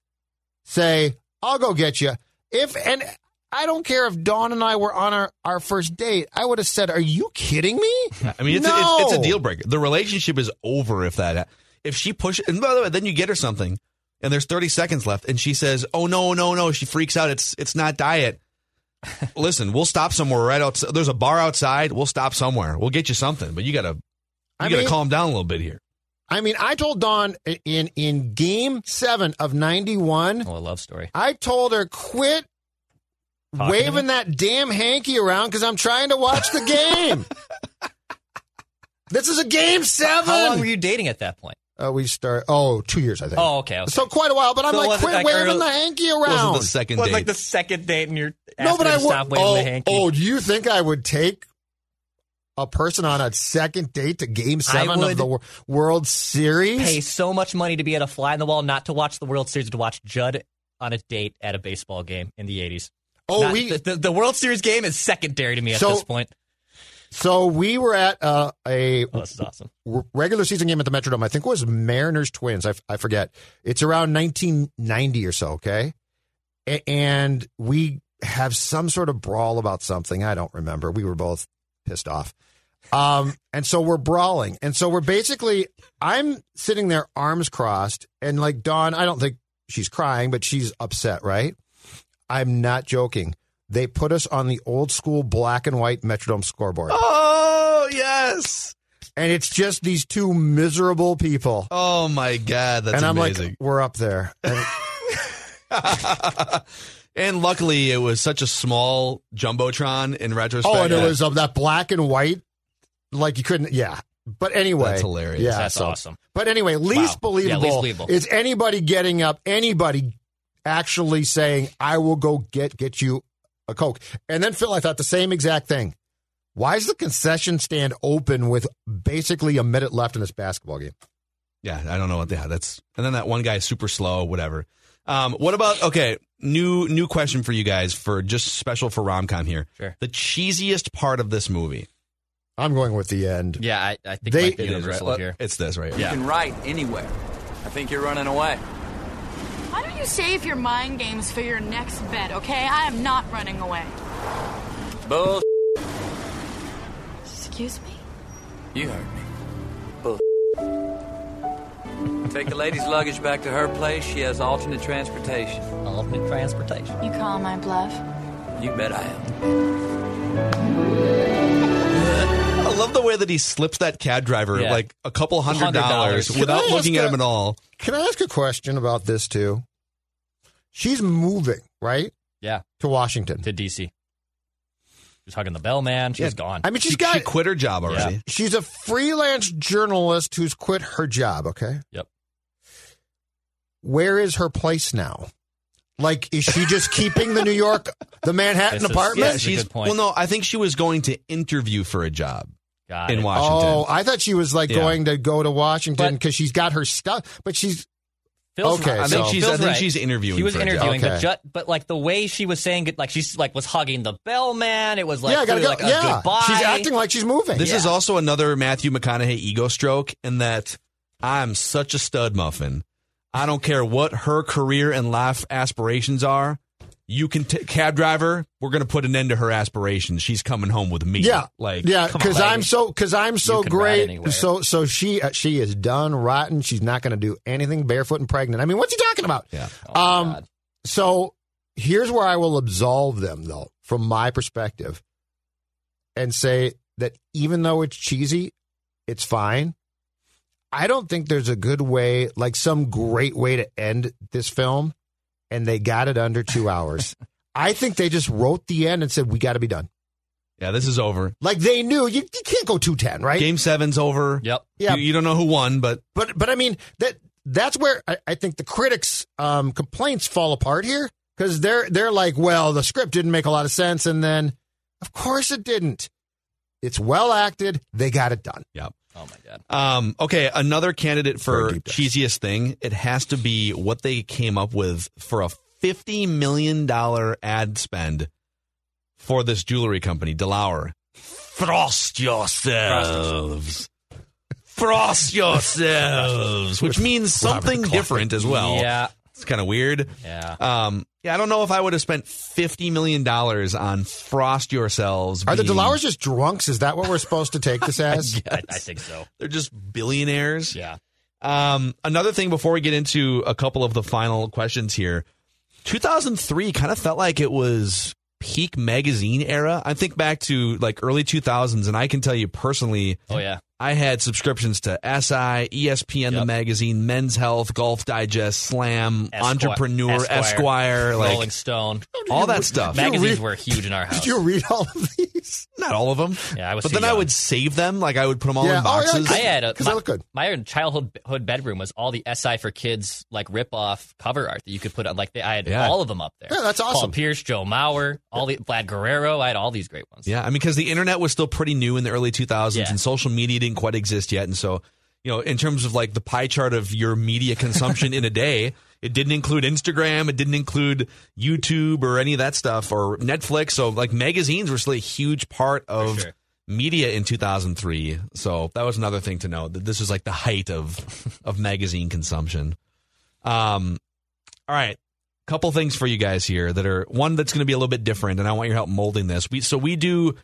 Speaker 7: say, I'll go get you. If and I don't care if Dawn and I were on our, our first date, I would have said, Are you kidding me?
Speaker 6: I mean, it's,
Speaker 7: no.
Speaker 6: a, it's, it's a deal breaker. The relationship is over if that if she pushes. And by the way, then you get her something, and there's 30 seconds left, and she says, "Oh no, no, no!" She freaks out. It's it's not diet. Listen, we'll stop somewhere right outside. There's a bar outside. We'll stop somewhere. We'll get you something, but you gotta you
Speaker 7: I
Speaker 6: gotta
Speaker 7: mean-
Speaker 6: calm down a little bit here.
Speaker 7: I mean, I told Dawn i- in in game seven of ninety one.
Speaker 8: Oh, a love story.
Speaker 7: I told her quit
Speaker 8: Talking to
Speaker 7: waving that damn hanky around because I'm trying to watch the game. this is a game seven.
Speaker 8: How long were you dating at that point?
Speaker 7: Uh, we start. Oh, two years, I think.
Speaker 8: Oh, okay. okay.
Speaker 7: So quite a while, but I'm
Speaker 8: So it
Speaker 7: like,
Speaker 8: wasn't
Speaker 7: quit
Speaker 8: like
Speaker 7: waving
Speaker 8: early-
Speaker 7: the hanky
Speaker 6: It
Speaker 7: around.
Speaker 6: Wasn't the second
Speaker 8: was
Speaker 6: date?
Speaker 8: like the second date, and you're
Speaker 7: no, but I
Speaker 8: I
Speaker 7: would.
Speaker 8: stop waving
Speaker 7: oh,
Speaker 8: the hanky.
Speaker 7: oh, do you think I would take a person on a second date to Game Seven of
Speaker 8: would
Speaker 7: the Wor- World Series?
Speaker 8: pay so much money to be at a fly in the wall, not to watch the World Series, to watch Judd on a date at a baseball game in the '80s.
Speaker 7: Oh,
Speaker 8: Not-
Speaker 7: we-
Speaker 8: the, the, the World Series game is secondary to me at
Speaker 7: So-
Speaker 8: this point.
Speaker 7: So we were at uh, a
Speaker 8: Oh, this is awesome.
Speaker 7: w- regular season game at the Metrodome. I think it was Mariners Twins. I, f- I forget. It's around 1990 or so. Okay, A- and we have some sort of brawl about something. I don't remember. We were both pissed off. Um, and so we're brawling, and so we're basically. I'm sitting there, arms crossed, and like Dawn. I don't think she's crying, but she's upset, right? I'm not joking. They put us on the old school black and white Metrodome scoreboard
Speaker 6: oh yes.
Speaker 7: and it's just these two miserable people.
Speaker 6: Oh my god, that's
Speaker 7: and I'm
Speaker 6: amazing.
Speaker 7: like, we're up there. And-
Speaker 6: and luckily, it was such a small jumbotron. In retrospect,
Speaker 7: oh, and it
Speaker 6: that-
Speaker 7: was of that black and white, like you couldn't. Yeah, but anyway,
Speaker 6: That's hilarious.
Speaker 7: Yeah,
Speaker 8: That's
Speaker 7: so-
Speaker 8: awesome.
Speaker 7: But anyway, least
Speaker 8: Wow. Yeah, least
Speaker 7: believable
Speaker 8: believable.
Speaker 7: is anybody getting up, anybody actually saying, "I will go get get you a coke." And then Phil, I thought the same exact thing. Why is the concession stand open with basically a minute left in this basketball game?
Speaker 6: Yeah, I don't know what. Yeah, that's and then that one guy is super slow, whatever. Um, what about okay? New new question for you guys for just special for rom com here.
Speaker 8: Sure.
Speaker 6: The cheesiest part of this movie.
Speaker 7: I'm going with the end.
Speaker 8: Yeah, I, I think
Speaker 7: They-
Speaker 8: might be
Speaker 6: It is,
Speaker 8: universal
Speaker 6: right?
Speaker 8: here.
Speaker 6: It's this right here.
Speaker 8: Yeah.
Speaker 2: You can write anywhere. I think you're running away.
Speaker 3: Why don't you save your mind games for your next bet, okay? I am not running away.
Speaker 2: Bull.
Speaker 3: Excuse me?
Speaker 2: You heard me. Bull. Take the lady's luggage back to her place. She has alternate transportation.
Speaker 8: Alternate transportation.
Speaker 3: You call my bluff?
Speaker 2: You bet I am.
Speaker 6: I love the way that he slips that cab driver
Speaker 8: Yeah.
Speaker 6: like a couple hundred
Speaker 8: Hundred
Speaker 6: dollars
Speaker 8: dollars.
Speaker 6: without
Speaker 7: Can I
Speaker 6: looking
Speaker 7: ask
Speaker 6: at
Speaker 7: a-
Speaker 6: him at all.
Speaker 7: Can I ask a question about this too? She's moving, right?
Speaker 8: Yeah,
Speaker 7: To Washington.
Speaker 8: to DC. She's hugging the bell, man. She's gone.
Speaker 7: I mean, she's
Speaker 6: She,
Speaker 7: got
Speaker 6: she quit her job already.
Speaker 7: she's a freelance journalist who's quit her job, okay?
Speaker 8: Yep.
Speaker 7: Where is her place now? Like is she just keeping the New York the Manhattan
Speaker 8: This is-
Speaker 7: apartment?
Speaker 8: That's a
Speaker 6: she's
Speaker 8: good point.
Speaker 6: well. No, I think she was going to interview for a job
Speaker 8: Got
Speaker 6: in
Speaker 8: it.
Speaker 6: Washington.
Speaker 7: Oh, I thought she was like
Speaker 6: Yeah.
Speaker 7: going to go to Washington
Speaker 8: But-
Speaker 7: because she's got her stuff, but she's
Speaker 8: Phil's
Speaker 7: Okay,
Speaker 8: right.
Speaker 6: I think
Speaker 7: so-
Speaker 6: she's. I
Speaker 8: Phil's
Speaker 6: think
Speaker 8: right.
Speaker 6: she's interviewing.
Speaker 8: She was
Speaker 6: for a job.
Speaker 8: interviewing,
Speaker 7: Okay.
Speaker 8: but, ju- but like the way she was saying it, like she's like was hugging the bellman. It was like
Speaker 7: yeah, I gotta
Speaker 8: really, like
Speaker 7: go.
Speaker 8: a
Speaker 7: yeah,
Speaker 8: goodbye.
Speaker 7: she's acting like she's moving.
Speaker 6: This is also another Matthew McConaughey ego stroke in that I'm such a stud muffin. I don't care what her career and life aspirations are. you can t- cab driver. We're going to put an end to her aspirations. She's coming home with me.
Speaker 7: Yeah,
Speaker 6: like
Speaker 7: yeah,
Speaker 6: come on,
Speaker 7: because
Speaker 6: lady.
Speaker 7: I'm so because I'm so
Speaker 6: can ride
Speaker 7: great.
Speaker 6: anywhere.
Speaker 7: So so she uh, she is done rotten. She's not going to do anything barefoot and pregnant. I mean, what's he talking about?
Speaker 6: Yeah. Oh,
Speaker 7: um. So here's where I will absolve them though, from my perspective, and say that even though it's cheesy, it's fine. I don't think there's a good way, like some great way to end this film, and they got it under two hours. I think they just wrote the end and said we got to be done.
Speaker 6: Yeah, this is over.
Speaker 7: Like they knew you, you can't go two ten, right?
Speaker 6: Game seven's over.
Speaker 8: Yep.
Speaker 7: Yeah.
Speaker 6: You, you don't know who won, but
Speaker 7: But but I mean that that's where I, I think the critics' um, complaints fall apart here because they're they're like, well, the script didn't make a lot of sense, and then of course it didn't. It's well acted. They got it done.
Speaker 6: Yep.
Speaker 8: Oh my god.
Speaker 6: Um, okay, another candidate for
Speaker 7: Very deep dive.
Speaker 6: cheesiest thing. It has to be what they came up with for a fifty million dollar ad spend for this jewelry company, Delauer. Frost yourselves. Frost yourselves, which means something different as well.
Speaker 8: Yeah.
Speaker 6: It's kind of weird.
Speaker 8: Yeah.
Speaker 6: Um, yeah, I don't know if I would have spent fifty million dollars on Frost yourselves.
Speaker 7: Are the
Speaker 6: being-
Speaker 7: Delowers just drunks? Is that what we're supposed to take this as?
Speaker 8: I, I think so.
Speaker 6: They're just billionaires.
Speaker 8: Yeah.
Speaker 6: Um, another thing before we get into a couple of the final questions here, 2003 kind of felt like it was peak magazine era. I think back to like early 2000s, and I can tell you personally,
Speaker 8: Oh yeah.
Speaker 6: I had subscriptions to E SI, ESPN, the
Speaker 8: Yep.
Speaker 6: magazine, Men's Health, Golf Digest, Slam,
Speaker 8: Esquire-
Speaker 6: Entrepreneur, Esquire,
Speaker 8: Rolling
Speaker 6: like
Speaker 8: Stone.
Speaker 6: all that stuff.
Speaker 8: Magazines were huge in our house.
Speaker 7: Did you read all of these?
Speaker 6: Not all of them.
Speaker 8: Yeah, I was
Speaker 6: But
Speaker 8: too
Speaker 6: then I
Speaker 8: young.
Speaker 6: would save them, like I would put them all
Speaker 7: Yeah,
Speaker 6: in
Speaker 7: oh, yeah,
Speaker 6: boxes.
Speaker 8: I had a
Speaker 7: Because
Speaker 8: my,
Speaker 7: they look good.
Speaker 8: my childhood hood bedroom was all the SI for kids like rip off cover art that you could put on. Like they, I had
Speaker 6: Yeah.
Speaker 8: all of them up there.
Speaker 7: Yeah, that's
Speaker 8: Paul
Speaker 7: awesome.
Speaker 8: Pierce, Joe Mauer, all the Vlad Guerrero. I had all these great ones.
Speaker 6: Yeah, I mean, because the internet was still pretty new in the early 2000s,
Speaker 8: Yeah.
Speaker 6: and social media didn't quite exist yet. And so, you know, in terms of like the pie chart of your media consumption in a day, it didn't include Instagram, it didn't include YouTube or any of that stuff or Netflix. So, like, magazines were still a huge part of
Speaker 8: sure.
Speaker 6: media in 2003. So that was another thing to know that this was like the height of of magazine consumption. Um, all right. Couple things for you guys here that are one that's going to be a little bit different, and I want your help molding this. We so we do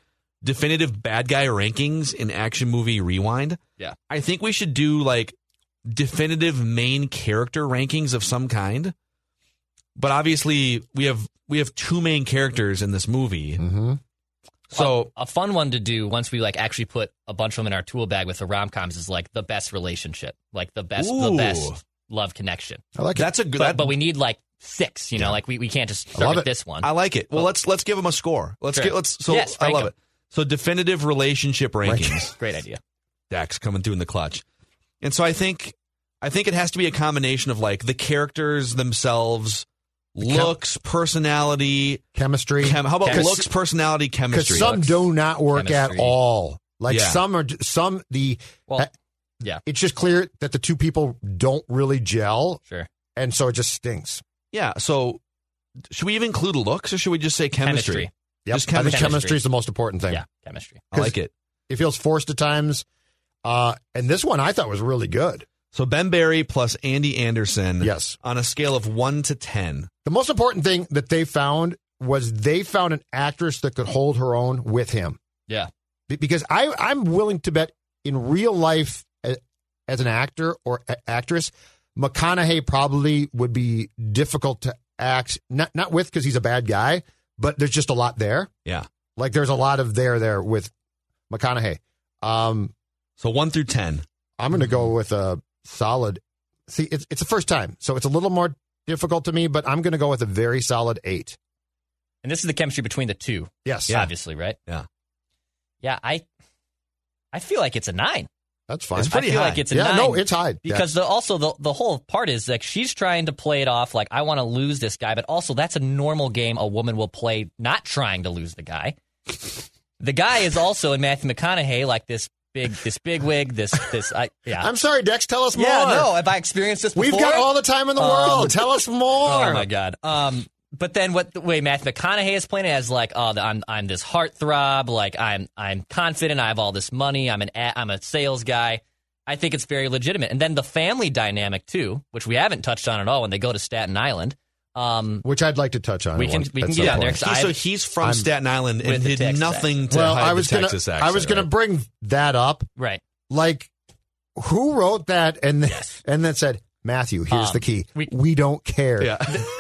Speaker 6: definitive bad guy rankings in action movie rewind.
Speaker 8: Yeah.
Speaker 6: I think we should do like definitive main character rankings of some kind. But obviously, we have we have two main characters in this movie,
Speaker 7: Mm-hmm.
Speaker 6: so
Speaker 8: a fun one to do once we like actually put a bunch of them in our tool bag with the rom coms is like the best relationship, like the best,
Speaker 6: Ooh.
Speaker 8: the best love connection.
Speaker 7: I like it.
Speaker 6: that's a good.
Speaker 8: But,
Speaker 6: that-
Speaker 8: but we need like six, you know, like we, we can't just
Speaker 6: love
Speaker 8: start with
Speaker 6: it.
Speaker 8: this one.
Speaker 6: I like it. Well, let's let's give them a score. Let's
Speaker 8: Sure.
Speaker 6: get let's so
Speaker 8: Yes,
Speaker 6: I
Speaker 8: rank
Speaker 6: love
Speaker 8: 'em.
Speaker 6: it. So definitive relationship rankings.
Speaker 8: Great idea.
Speaker 6: Dax coming through in the clutch. And so I think I think it has to be a combination of like the characters themselves, looks, personality,
Speaker 7: Chemistry.
Speaker 6: chem- how about
Speaker 8: Chem-
Speaker 6: looks, personality, chemistry.
Speaker 7: Because some
Speaker 8: Looks.
Speaker 7: do not work
Speaker 8: Chemistry.
Speaker 7: at all. Like
Speaker 6: Yeah.
Speaker 7: some are some the eh,
Speaker 8: Well,
Speaker 7: it's just clear that the two people don't really gel,
Speaker 8: sure.
Speaker 7: and so it just stinks.
Speaker 6: yeah, so should we even include looks or should we just say chemistry?
Speaker 8: Chemistry.
Speaker 7: Yep.
Speaker 6: Just
Speaker 7: I think
Speaker 8: chemistry.
Speaker 7: chemistry is the most important thing.
Speaker 8: Yeah, chemistry.
Speaker 6: I like it.
Speaker 7: It feels forced at times, uh, and this one I thought was really good.
Speaker 6: So Ben Barry plus Andy Anderson
Speaker 7: Yes,
Speaker 6: on a scale of 1 to 10.
Speaker 7: the most important thing that they found was they found an actress that could hold her own with him.
Speaker 8: Yeah.
Speaker 7: Be- because I I'm willing to bet in real life a- as an actor or a- actress, McConaughey probably would be difficult to act not not with because he's a bad guy, but there's just a lot there.
Speaker 6: Yeah.
Speaker 7: Like there's a lot of there there with McConaughey. Um,
Speaker 6: So 1 through 10.
Speaker 7: I'm going to go with a solid. See, it's it's the first time, so it's a little more difficult to me, but I'm going to go with a very solid eight.
Speaker 8: And this is the chemistry between the two,
Speaker 7: Yes,
Speaker 8: obviously, right?
Speaker 6: Yeah.
Speaker 8: Yeah, I I feel like it's a nine.
Speaker 7: that's fine.
Speaker 6: It's pretty
Speaker 8: I feel
Speaker 6: high.
Speaker 8: like it's a
Speaker 7: yeah,
Speaker 8: nine.
Speaker 7: no, it's high
Speaker 8: because the, also the the whole part is like she's trying to play it off like I want to lose this guy, but also that's a normal game a woman will play not trying to lose the guy. the guy is also in Matthew McConaughey like this big this big wig this this I yeah
Speaker 7: Yeah. I'm sorry, Dex. Tell us
Speaker 8: yeah
Speaker 7: more.
Speaker 8: no have I experienced this?
Speaker 7: We've
Speaker 8: before?
Speaker 7: got all the time in the
Speaker 8: Um,
Speaker 7: world. Tell us more.
Speaker 8: Oh my god. Um, but then what the way Matthew McConaughey is playing it as like, oh, the- I'm I'm this heartthrob, like I'm I'm confident, I have all this money, I'm an a- I'm a sales guy. I think it's very legitimate. And then the family dynamic too, which we haven't touched on at all when they go to Staten Island. Um,
Speaker 7: which I'd like to touch on.
Speaker 8: We can-
Speaker 7: at
Speaker 8: we
Speaker 7: one-
Speaker 8: can
Speaker 7: at
Speaker 8: get
Speaker 7: some
Speaker 8: on there,
Speaker 7: point.
Speaker 8: 'cause I-
Speaker 6: so he's from
Speaker 7: I'm-
Speaker 6: Staten Island and
Speaker 8: With the
Speaker 6: did
Speaker 8: Texas
Speaker 6: nothing to
Speaker 7: well,
Speaker 6: hide
Speaker 7: I was
Speaker 6: the
Speaker 7: gonna,
Speaker 6: Texas
Speaker 7: I
Speaker 6: accent,
Speaker 7: was going
Speaker 6: right?
Speaker 7: to bring that up.
Speaker 8: Right.
Speaker 7: Like, who wrote that and then, and then said, Matthew, here's
Speaker 8: Um,
Speaker 7: the key. We, don't care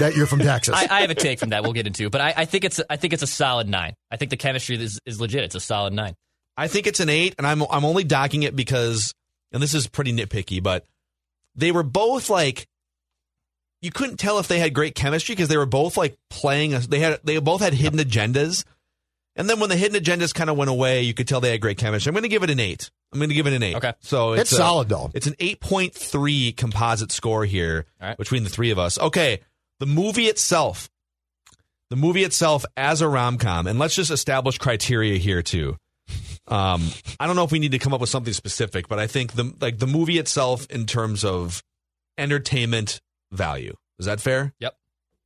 Speaker 7: that you're from Texas.
Speaker 8: I, I have a take from that. We'll get into, but I, I think it's I think it's a solid nine. I think the chemistry is, is legit. It's a solid nine.
Speaker 6: I think it's an eight, and I'm I'm only docking it because, and this is pretty nitpicky, but they were both like, you couldn't tell if they had great chemistry because they were both like playing. A, they had they both had hidden agendas, and then when the hidden agendas kind of went away, you could tell they had great chemistry. I'm going to give it an eight. I'm going to give it an eight. Okay, so it's, uh,
Speaker 7: It's solid, though.
Speaker 6: It's an eight point three composite score here between the three of us. Okay, the movie itself the movie itself as a rom com, and let's just establish criteria here too. Um, I don't know if we need to come up with something specific, but I think the like the movie itself in terms of entertainment value is that fair?
Speaker 8: Yep.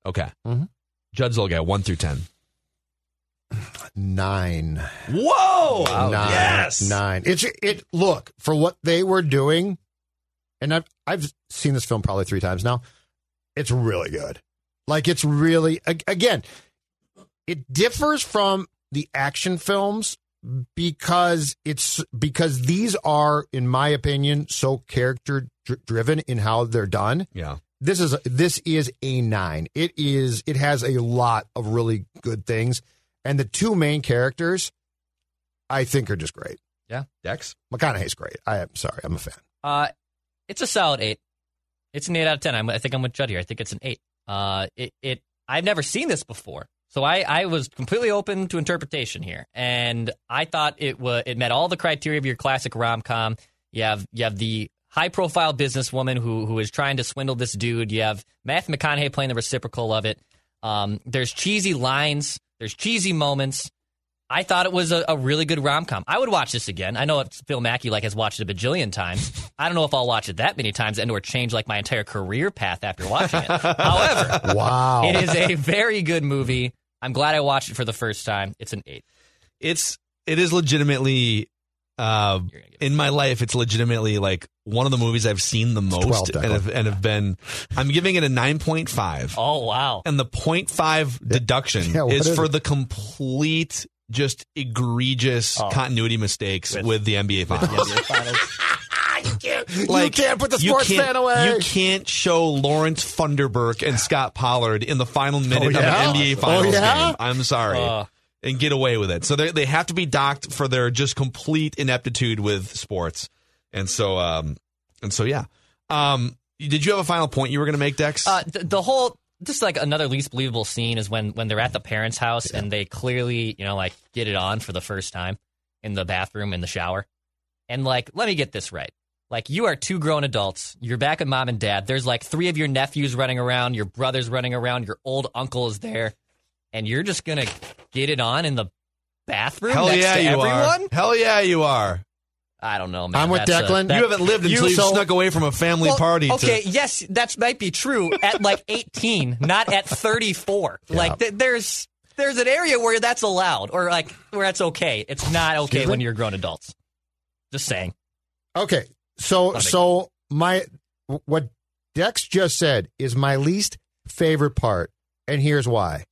Speaker 6: Okay.
Speaker 7: Mhm.
Speaker 6: Judd Zolgad, one through ten.
Speaker 7: Nine.
Speaker 6: Whoa!
Speaker 7: Nine. Nine. It's it. Look for what they were doing, and I've I've seen this film probably three times now. It's really good. Like it's really ag- again, it differs from the action films because it's because these are, in my opinion, so character dr- driven in how they're done.
Speaker 6: Yeah.
Speaker 7: This is this is a nine. It is it has a lot of really good things, and the two main characters, I think, are just great.
Speaker 8: Yeah.
Speaker 6: Dex
Speaker 7: McConaughey's great. I am sorry, I'm a fan.
Speaker 8: Uh, it's a solid eight. It's an eight out of ten. I'm, I think I'm with Judd here. I think it's an eight. Uh, it, it I've never seen this before, so I, I was completely open to interpretation here, and I thought it was it met all the criteria of your classic rom com. You have you have the high profile businesswoman who who is trying to swindle this dude. You have Matthew McConaughey playing the reciprocal of it. Um, there's cheesy lines. There's cheesy moments. I thought it was a, a really good rom com. I would watch this again. I know it's Phil Mackey like has watched it a bajillion times. I don't know if I'll watch it that many times and or change like my entire career path after watching it. However,
Speaker 7: wow,
Speaker 8: it is a very good movie. I'm glad I watched it for the first time. It's an eight.
Speaker 6: It's it is legitimately uh, in my life. It's legitimately like one of the movies I've seen the most
Speaker 7: 12,
Speaker 6: and have, and have been. I'm giving it a nine point five.
Speaker 8: Oh wow!
Speaker 6: And the 0.5 deduction
Speaker 7: Yeah, what
Speaker 6: is,
Speaker 7: is
Speaker 6: for
Speaker 7: it?
Speaker 6: the complete, just egregious continuity mistakes Oh. with, the NBA finals.
Speaker 7: Ah, you can't put the
Speaker 6: you
Speaker 7: sports
Speaker 6: can't-
Speaker 7: fan away.
Speaker 6: You can't show Lawrence Funderburk and Scott Pollard in the final minute
Speaker 7: Oh, yeah?
Speaker 6: of an NBA
Speaker 7: Oh,
Speaker 6: Finals
Speaker 7: yeah? Uh.
Speaker 6: game. I'm sorry. and get away with it. So they they have to be docked for their just complete ineptitude with sports. And so um and so yeah. Um did you have a final point you were going to make Dex?
Speaker 8: Uh, the, the whole just like another least believable scene is when when they're at the parents' house and they clearly you know like get it on for the first time in the bathroom in the shower, and like let me get this right. Like you are two grown adults. You're back at mom and dad. There's like three of your nephews running around. Your brother's running around. Your old uncle is there, and you're just gonna get it on in the bathroom
Speaker 6: Hell
Speaker 8: next
Speaker 6: yeah,
Speaker 8: to
Speaker 6: you
Speaker 8: everyone.
Speaker 6: are. Hell yeah, you are.
Speaker 8: I don't know, Oh, man.
Speaker 7: I'm with
Speaker 8: That's a-
Speaker 7: Declan.
Speaker 8: that-
Speaker 6: you haven't lived
Speaker 7: you-
Speaker 6: until you,
Speaker 7: so-
Speaker 6: snuck away from a family
Speaker 8: Well,
Speaker 6: party. to-
Speaker 8: Okay, yes, that might be true at like 18, not at 34. Like th- there's there's an area where that's allowed, or like where that's okay. It's not okay
Speaker 7: Excuse
Speaker 8: when
Speaker 7: me?
Speaker 8: you're grown adults. Just saying.
Speaker 7: Okay, so
Speaker 8: Not a big
Speaker 7: so my what Dex just said is my least favorite part, and here's why.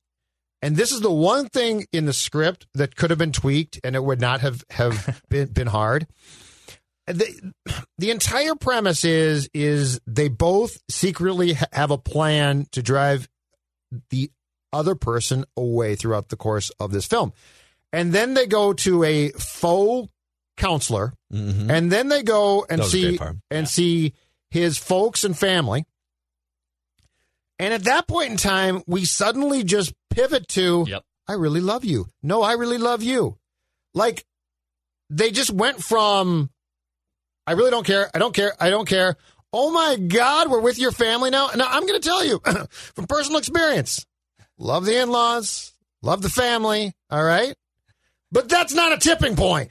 Speaker 7: And this is the one thing in the script that could have been tweaked, and it would not have have been been hard. The, the entire premise is is they both secretly ha- have a plan to drive the other person away throughout the course of this film. And then they go to a faux counselor, and then they go
Speaker 6: Mm-hmm.
Speaker 7: and
Speaker 6: That was a
Speaker 7: see
Speaker 6: great part.
Speaker 7: and see his folks and family. And at that point in time, we suddenly just pivot to
Speaker 8: Yep.
Speaker 7: I really love you. No, I really love you. Like they just went from I really don't care. I don't care. I don't care. Oh my God, we're with your family now. Now I'm going to tell you from personal experience. Love the in-laws. Love the family. All right. But that's not a tipping point.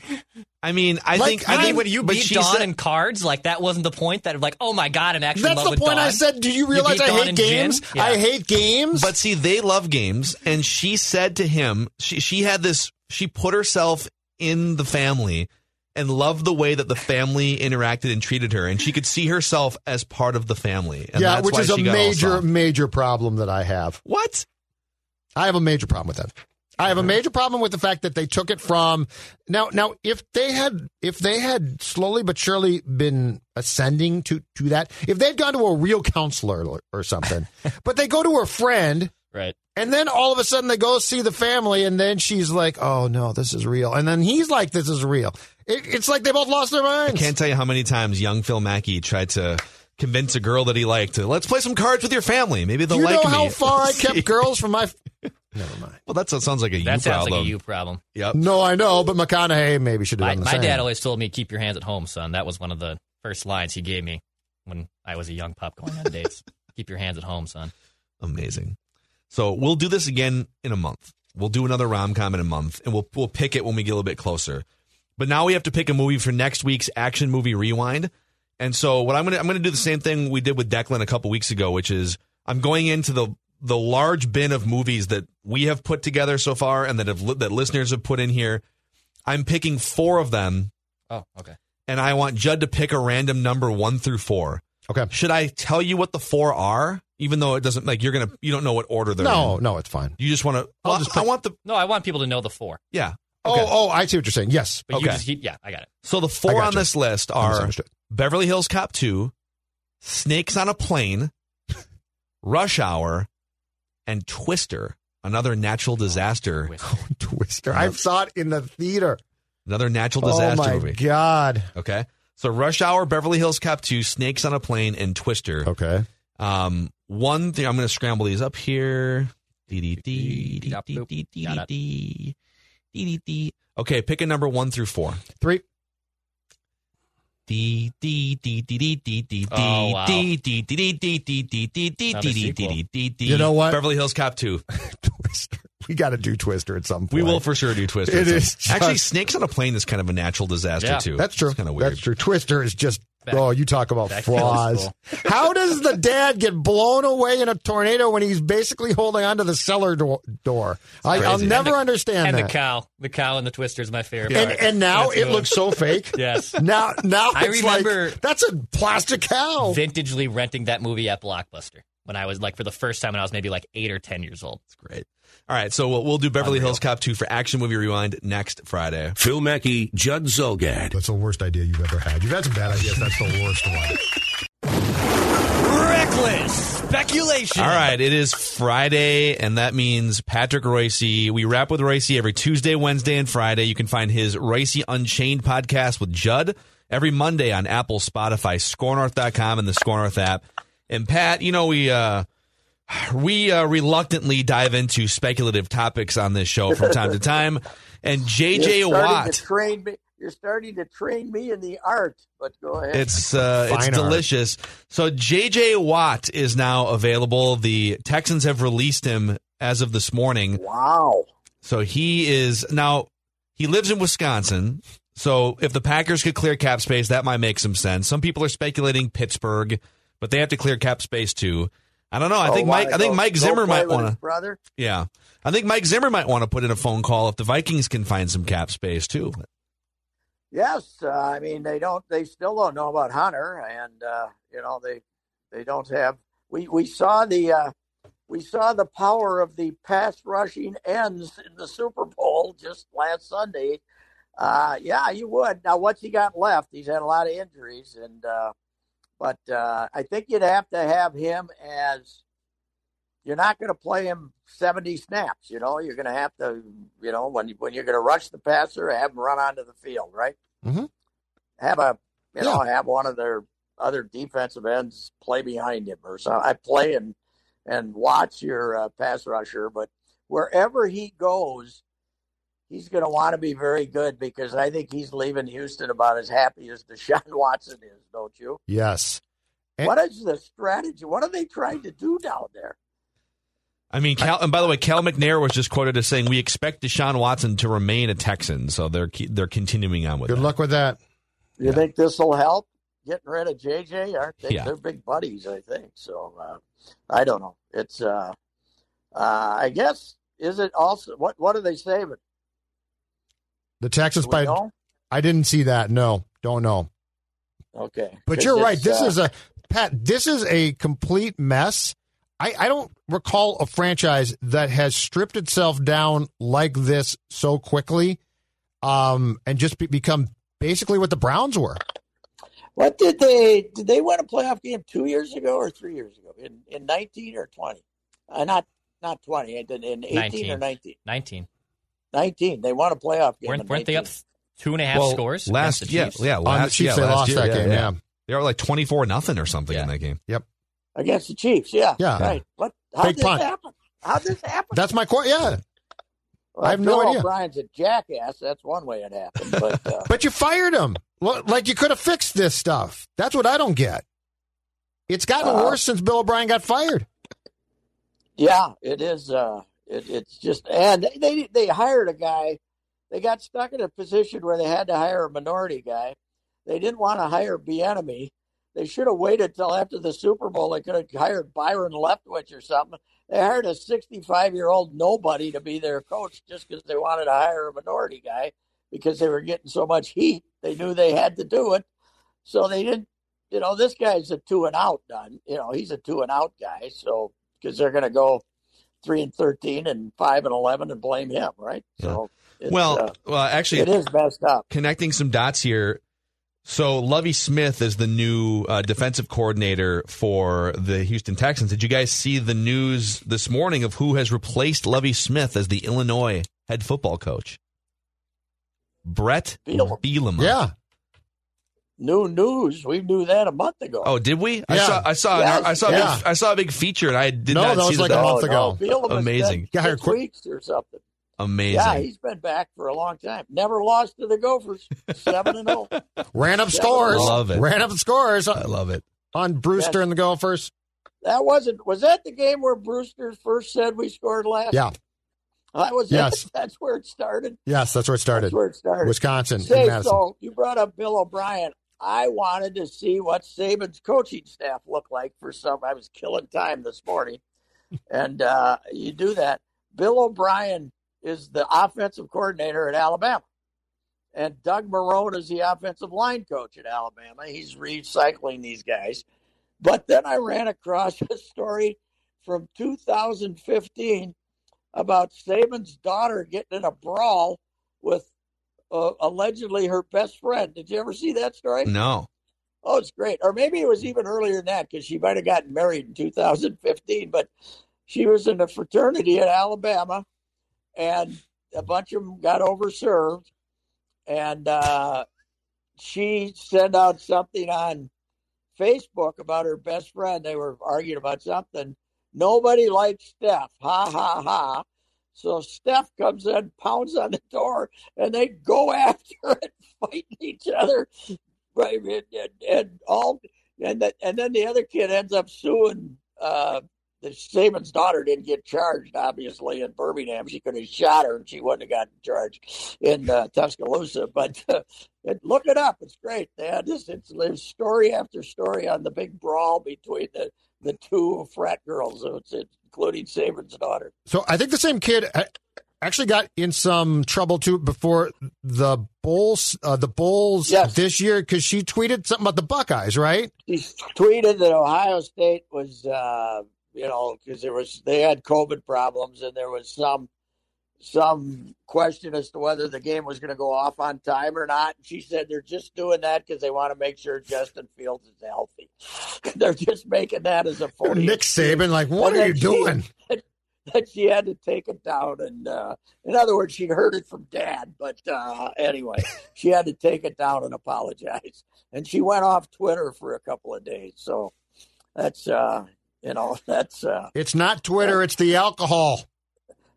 Speaker 6: I mean, I
Speaker 7: Like,
Speaker 6: think
Speaker 7: I
Speaker 6: I
Speaker 7: mean,
Speaker 6: think
Speaker 7: would
Speaker 8: You
Speaker 6: but
Speaker 8: beat
Speaker 6: she
Speaker 8: Dawn
Speaker 6: said-
Speaker 8: in cards, like that wasn't the point that like, oh my god, I'm actually in
Speaker 7: That's
Speaker 8: love
Speaker 7: the
Speaker 8: with
Speaker 7: point I
Speaker 8: Dawn.
Speaker 7: said. Do you
Speaker 8: You
Speaker 7: realize
Speaker 8: beat
Speaker 7: I
Speaker 8: Dawn
Speaker 7: hate
Speaker 8: and Jin?
Speaker 7: games?
Speaker 8: Yeah.
Speaker 7: I hate games.
Speaker 6: But see, they love games, and she said to him, she she had this, she put herself in the family, and loved the way that the family interacted and treated her, and she could see herself as part of the family. And
Speaker 7: yeah,
Speaker 6: that's
Speaker 7: which
Speaker 6: why
Speaker 7: is a
Speaker 6: she got all
Speaker 7: major,
Speaker 6: soft.
Speaker 7: major problem that I have.
Speaker 6: What?
Speaker 7: I have a major problem with that. I have a major problem with the fact that they took it from now. Now, if they had, if they had slowly but surely been ascending to to that, if they'd gone to a real counselor or, or something, but they go to a friend,
Speaker 8: Right.
Speaker 7: and then all of a sudden they go see the family, and then she's like, "Oh no, this is real," and then he's like, "This is real." It, it's like they both lost their minds.
Speaker 6: Can't tell you how many times young Phil Mackey tried to convince a girl that he liked to let's play some cards with your family. Maybe
Speaker 7: Do
Speaker 6: they'll
Speaker 7: you
Speaker 6: like
Speaker 7: know
Speaker 6: me.
Speaker 7: how far I
Speaker 6: Let's see.
Speaker 7: kept girls from my?
Speaker 6: Well, that sounds like a you
Speaker 8: That sounds
Speaker 6: problem.
Speaker 8: like a you problem.
Speaker 6: Yep.
Speaker 7: No, I know, but McConaughey maybe should have
Speaker 8: My,
Speaker 7: done the
Speaker 8: my
Speaker 7: same.
Speaker 8: dad always told me, "Keep your hands at home, son." That was one of the first lines he gave me when I was a young pup going on dates. Keep your hands at home, son.
Speaker 6: Amazing. So we'll do this again in a month. We'll do another rom com in a month, and we'll we'll pick it when we get a little bit closer. But now we have to pick a movie for next week's action movie rewind. And so what I'm gonna I'm gonna do the same thing we did with Declan a couple weeks ago, which is I'm going into the the large bin of movies that we have put together so far and that have li- that listeners have put in here. I'm picking four of them,
Speaker 8: Oh, okay.
Speaker 6: and I want Judd to pick a random number one through four.
Speaker 7: Okay.
Speaker 6: Should I tell you what the four are, even though it doesn't like you're gonna you don't know what order they're in?
Speaker 7: No, no, it's fine.
Speaker 6: You just want to. Well, I want the.
Speaker 8: No, oh, I want people to know the four.
Speaker 6: Yeah.
Speaker 7: Oh, oh, I see what you're saying. Yes,
Speaker 8: But you
Speaker 6: Okay.
Speaker 8: just keep, yeah, I got it.
Speaker 6: So the
Speaker 7: I
Speaker 6: four
Speaker 7: got
Speaker 6: on
Speaker 7: you.
Speaker 6: this list
Speaker 7: I
Speaker 6: are
Speaker 7: misunderstood.
Speaker 6: Beverly Hills Cop 2, Snakes on a Plane, Rush Hour, and Twister, another natural disaster.
Speaker 7: Twister. I saw it in the theater.
Speaker 6: Another natural disaster
Speaker 7: oh my
Speaker 6: movie.
Speaker 7: god.
Speaker 6: Okay. So Rush Hour, Beverly Hills Cop 2, Snakes on a Plane, and Twister.
Speaker 7: Okay.
Speaker 6: Um, one thing, I'm going to scramble these up here. Dee-dee-dee, dee-dee-dee, dee-dee-dee, dee-dee-dee. Okay, pick a number one through four.
Speaker 7: Three.
Speaker 6: D D D D D D D D
Speaker 8: Oh, wow.
Speaker 6: D D D D D D D D D
Speaker 8: Another
Speaker 6: D D
Speaker 8: sequel.
Speaker 6: D D D.
Speaker 7: You know what?
Speaker 6: Beverly Hills Cop Two.
Speaker 7: Twister. We got to do Twister at some point.
Speaker 6: We will for sure do Twister.
Speaker 7: It is
Speaker 6: actually
Speaker 7: just-
Speaker 6: Snakes on a Plane is kind of a natural disaster
Speaker 8: Yeah.
Speaker 6: too.
Speaker 7: That's true.
Speaker 6: It's kind of weird.
Speaker 7: That's true. Twister is just.
Speaker 8: Back-
Speaker 7: oh, you talk about
Speaker 8: back to old
Speaker 7: flaws.
Speaker 8: school.
Speaker 7: How does the dad get blown away in a tornado when he's basically holding onto the cellar do- door? I, I'll
Speaker 6: crazy.
Speaker 7: never
Speaker 8: And the-
Speaker 7: understand
Speaker 8: And
Speaker 7: that.
Speaker 8: the cow, the cow and the twister is my favorite.
Speaker 7: and,
Speaker 8: part.
Speaker 7: and now
Speaker 8: That's a
Speaker 7: it
Speaker 8: good
Speaker 7: looks so fake.
Speaker 8: one. yes.
Speaker 7: Now, now
Speaker 8: I
Speaker 7: it's like,
Speaker 8: remember-
Speaker 7: that's a plastic cow.
Speaker 8: Vintagely renting that movie at Blockbuster when I was like for the first time when I was maybe like eight or ten years old.
Speaker 6: Great. All right, so we'll, we'll do Beverly Hills Cop Two for Action Movie Rewind next Friday.
Speaker 12: Phil Mackey, Judd Zolgad.
Speaker 7: That's the worst idea you've ever had. You've had some bad ideas. That's the worst one.
Speaker 8: Reckless speculation.
Speaker 6: All right, it is Friday, and that means Patrick Royce. We wrap with Royce every Tuesday, Wednesday, and Friday. You can find his Royce Unchained podcast with Judd every Monday on Apple, Spotify, scorenorth.com, and the Scorenorth app. And Pat, you know, we, uh, we uh, reluctantly dive into speculative topics on this show from time to time. And JJ
Speaker 13: You're starting
Speaker 6: Watt.
Speaker 13: To train me, you're starting to train me in the art, but go ahead.
Speaker 6: It's uh, it's
Speaker 7: Fine art.
Speaker 6: delicious. So JJ Watt is now available. The Texans have released him as of this morning.
Speaker 13: wow.
Speaker 6: So he is now he lives in Wisconsin. So if the Packers could clear cap space, that might make some sense. Some people are speculating Pittsburgh, but they have to clear cap space too. I don't know. I
Speaker 13: Oh,
Speaker 6: think
Speaker 13: why
Speaker 6: Mike. I think
Speaker 13: go-
Speaker 6: Mike
Speaker 13: go
Speaker 6: Zimmer
Speaker 13: play
Speaker 6: might
Speaker 13: with
Speaker 6: want
Speaker 13: his
Speaker 6: to.
Speaker 13: brother.
Speaker 6: Yeah, I think Mike Zimmer might want to put in a phone call if the Vikings can find some cap space too.
Speaker 13: Yes, uh, I mean they don't. They still don't know about Hunter, and uh, you know they they don't have. We we saw the uh, we saw the power of the pass rushing ends in the Super Bowl just last Sunday. Uh, yeah, you would. Now what's he got left? He's had a lot of injuries, and uh, but uh, I think you'd have to have him as. You're not going to play him 70 snaps, you know. You're going to have to, you know, when when you're going to rush the passer, have him run onto the field, right? have a you know have one of their other defensive ends play behind him or something. I play and and watch your uh, pass rusher, but wherever he goes, he's going to want to be very good because I think he's leaving Houston about as happy as Deshaun Watson is, don't you?
Speaker 7: Yes. And-
Speaker 13: What is the strategy? What are they trying to do down there?
Speaker 6: I mean, Cal, and by the way, Cal McNair was just quoted as saying, "We expect Deshaun Watson to remain a Texan, so they're ke- they're continuing on with
Speaker 7: Good
Speaker 6: that.
Speaker 7: luck with that.
Speaker 13: You think this will help getting rid of JJ? Aren't they?
Speaker 6: Yeah.
Speaker 13: They're big buddies, I think. So uh, I don't know. It's uh, uh, I guess is it also what what are they saving?
Speaker 7: The Texans
Speaker 13: Do we
Speaker 7: by
Speaker 13: know?
Speaker 7: I didn't see that. No, don't know.
Speaker 13: Okay.
Speaker 7: But
Speaker 13: 'Cause
Speaker 7: you're right.
Speaker 13: it's,
Speaker 7: This
Speaker 13: uh,
Speaker 7: is a Pat. This is a complete mess. I, I don't recall a franchise that has stripped itself down like this so quickly, um, and just be, become basically what the Browns were.
Speaker 13: What did they did they win a playoff game two years ago or three years ago in in nineteen or twenty? Uh, not not twenty. In, in eighteen
Speaker 8: 19.
Speaker 13: or nineteen.
Speaker 8: 19.
Speaker 13: Nineteen. They won a playoff game.
Speaker 8: Weren't,
Speaker 13: in
Speaker 8: weren't they
Speaker 13: 19.
Speaker 8: up two and a half
Speaker 6: Well,
Speaker 8: scores?
Speaker 6: last
Speaker 8: against Oh, the
Speaker 6: yeah yeah
Speaker 8: Chiefs?
Speaker 6: last, yeah, last year, they were like twenty four nothing or something in that game.
Speaker 7: Yep.
Speaker 13: against the Chiefs? Yeah.
Speaker 6: Yeah.
Speaker 13: Right. What? How
Speaker 6: Fake
Speaker 13: did this
Speaker 6: punt.
Speaker 13: happen? How did this happen?
Speaker 7: That's my question. Yeah, I have no
Speaker 13: Bill
Speaker 7: idea.
Speaker 13: O'Brien's a jackass. That's one way it happened. But uh,
Speaker 7: But you fired him. Well, Like you could have fixed this stuff. That's what I don't get. It's gotten
Speaker 13: Uh,
Speaker 7: worse since Bill O'Brien got fired.
Speaker 13: yeah, it is. Uh, it, it's just and they, they they hired a guy. They got stuck in a position where they had to hire a minority guy. They didn't want to hire Bienemy. They should have waited till after the Super Bowl. They could have hired Byron Leftwich or something. They hired a 65 year old nobody to be their coach just because they wanted to hire a minority guy because they were getting so much heat. They knew they had to do it. So they didn't, you know, this guy's a two and out done. You know, he's a two and out guy. So because they're going to go three and 13 and five and 11 and blame him, right? So, it's,
Speaker 6: well,
Speaker 13: uh,
Speaker 6: well, actually,
Speaker 13: it is messed up.
Speaker 6: Connecting some dots here. So, Lovey Smith is the new uh, defensive coordinator for the Houston Texans. Did you guys see the news this morning of who has replaced Lovey Smith as the Illinois head football coach? Brett Bielema.
Speaker 7: Yeah.
Speaker 13: New news. We knew that a month ago.
Speaker 6: Oh, did we? I
Speaker 13: Yeah.
Speaker 6: saw. I saw. an-
Speaker 13: Yes,
Speaker 6: I saw. A
Speaker 13: yeah.
Speaker 6: big, I saw a big feature, and I did
Speaker 7: No,
Speaker 6: not
Speaker 7: that
Speaker 6: see
Speaker 7: was like a month ago.
Speaker 13: Bielema's been
Speaker 6: Amazing.
Speaker 13: six weeks or something.
Speaker 6: Amazing.
Speaker 13: Yeah, he's been back for a long time. Never lost to the Gophers. Seven and zero.
Speaker 7: Ran up scores.
Speaker 6: Love it.
Speaker 7: Ran up scores. I
Speaker 6: love it.
Speaker 7: On Brewster
Speaker 13: Yes.
Speaker 7: and the Gophers.
Speaker 13: That wasn't. Was that the game where Brewster first said we scored last?
Speaker 7: Yeah.
Speaker 13: I was.
Speaker 7: Yes.
Speaker 13: That's where it started.
Speaker 7: Yes, that's where it started.
Speaker 13: That's where it started.
Speaker 7: Wisconsin in
Speaker 13: Say,
Speaker 7: Madison.
Speaker 13: so you brought up Bill O'Brien. I wanted to see what Saban's coaching staff looked like for some. I was killing time this morning, and uh, you do that. Bill O'Brien is the offensive coordinator at Alabama, and Doug Marone is the offensive line coach at Alabama. He's recycling these guys. But then I ran across a story from 2015 about Saban's daughter getting in a brawl with uh, allegedly her best friend. Did you ever see that story?
Speaker 6: No.
Speaker 13: Oh, it's great. Or maybe it was even earlier than that because she might have gotten married in 2015. But she was in a fraternity at Alabama, and a bunch of them got overserved. And uh, she sent out something on Facebook about her best friend. They were arguing about something. Nobody likes Steph. Ha ha ha. So Steph comes in, pounds on the door, and they go after it, fighting each other. Right, and, and, and all, and that, and then the other kid ends up suing. Uh, the Saban's daughter didn't get charged, obviously, in Birmingham. She could have shot her, and she wouldn't have gotten charged in uh, Tuscaloosa. But uh, and look it up; it's great. They had this it's there's story after story on the big brawl between the the two frat girls, it's, it's, including Saban's daughter.
Speaker 7: So I think the same kid a- actually got in some trouble too before the Bulls. Uh, the Bulls this year because she tweeted something about the Buckeyes, right?
Speaker 13: He tweeted that Ohio State was, uh, you know, because there was they had COVID problems and there was some some question as to whether the game was going to go off on time or not. And she said they're just doing that because they want to make sure Justin Fields is healthy. they're just making that as a phony.
Speaker 7: Nick Saban, like, what
Speaker 13: And
Speaker 7: are you
Speaker 13: then she-
Speaker 7: doing?
Speaker 13: That she had to take it down, and uh, in other words, she heard it from Dad. But uh, anyway, she had to take it down and apologize, and she went off Twitter for a couple of days. So that's uh, you know that's uh,
Speaker 7: It's not Twitter. It's the alcohol.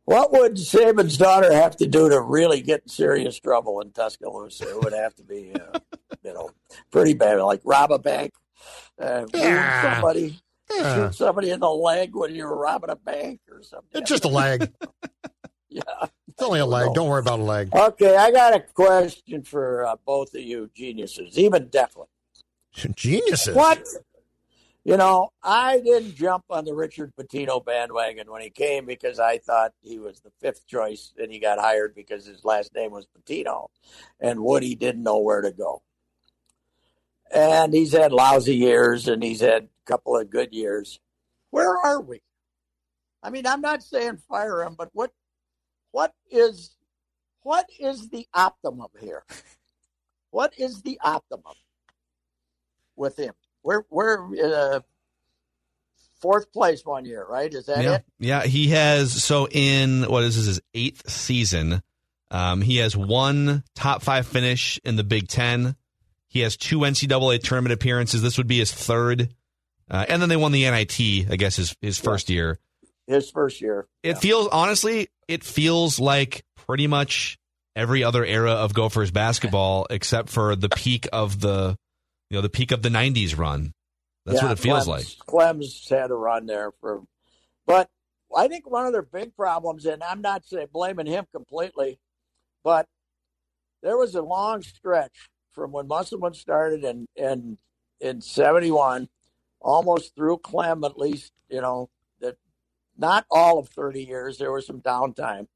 Speaker 13: what would Saban's daughter have to do to really get in serious trouble in Tuscaloosa? It would have to be, uh, you know, pretty bad, like rob a bank, uh, wound
Speaker 7: Yeah.
Speaker 13: somebody,
Speaker 7: Yeah.
Speaker 13: shoot somebody in the leg when you were robbing a bank or something.
Speaker 7: It's just a leg.
Speaker 13: Yeah.
Speaker 7: It's only a leg. Don't worry about a leg.
Speaker 13: Okay, I got a question for uh, both of you geniuses, even Declan.
Speaker 7: Geniuses.
Speaker 13: What You know, I didn't jump on the Richard Pitino bandwagon when he came because I thought he was the fifth choice and he got hired because his last name was Pitino and Woody didn't know where to go. And he's had lousy years and he's had a couple of good years. Where are we? I mean, I'm not saying fire him, but what what is what is the optimum here? What is the optimum with him? We're we're uh, fourth place one year, right? Is that
Speaker 6: yeah.
Speaker 13: it?
Speaker 6: Yeah, he has. So in what is this his eighth season? Um, he has one top five finish in the Big Ten. He has two NCAA tournament appearances. This would be his third, uh, and then they won the NIT. I guess his his first year.
Speaker 13: His first year.
Speaker 6: It feels honestly, it feels like pretty much every other era of Gophers basketball, except for the peak of the, you know, the peak of the '90s run. That's
Speaker 13: Yeah,
Speaker 6: what it feels
Speaker 13: Clem's-
Speaker 6: like.
Speaker 13: Clem's had a run there for, but I think one of their big problems, and I'm not saying blaming him completely, but there was a long stretch from when Musselman started and and in '71, almost through Clem, at least you know that not all of 30 years there was some downtime.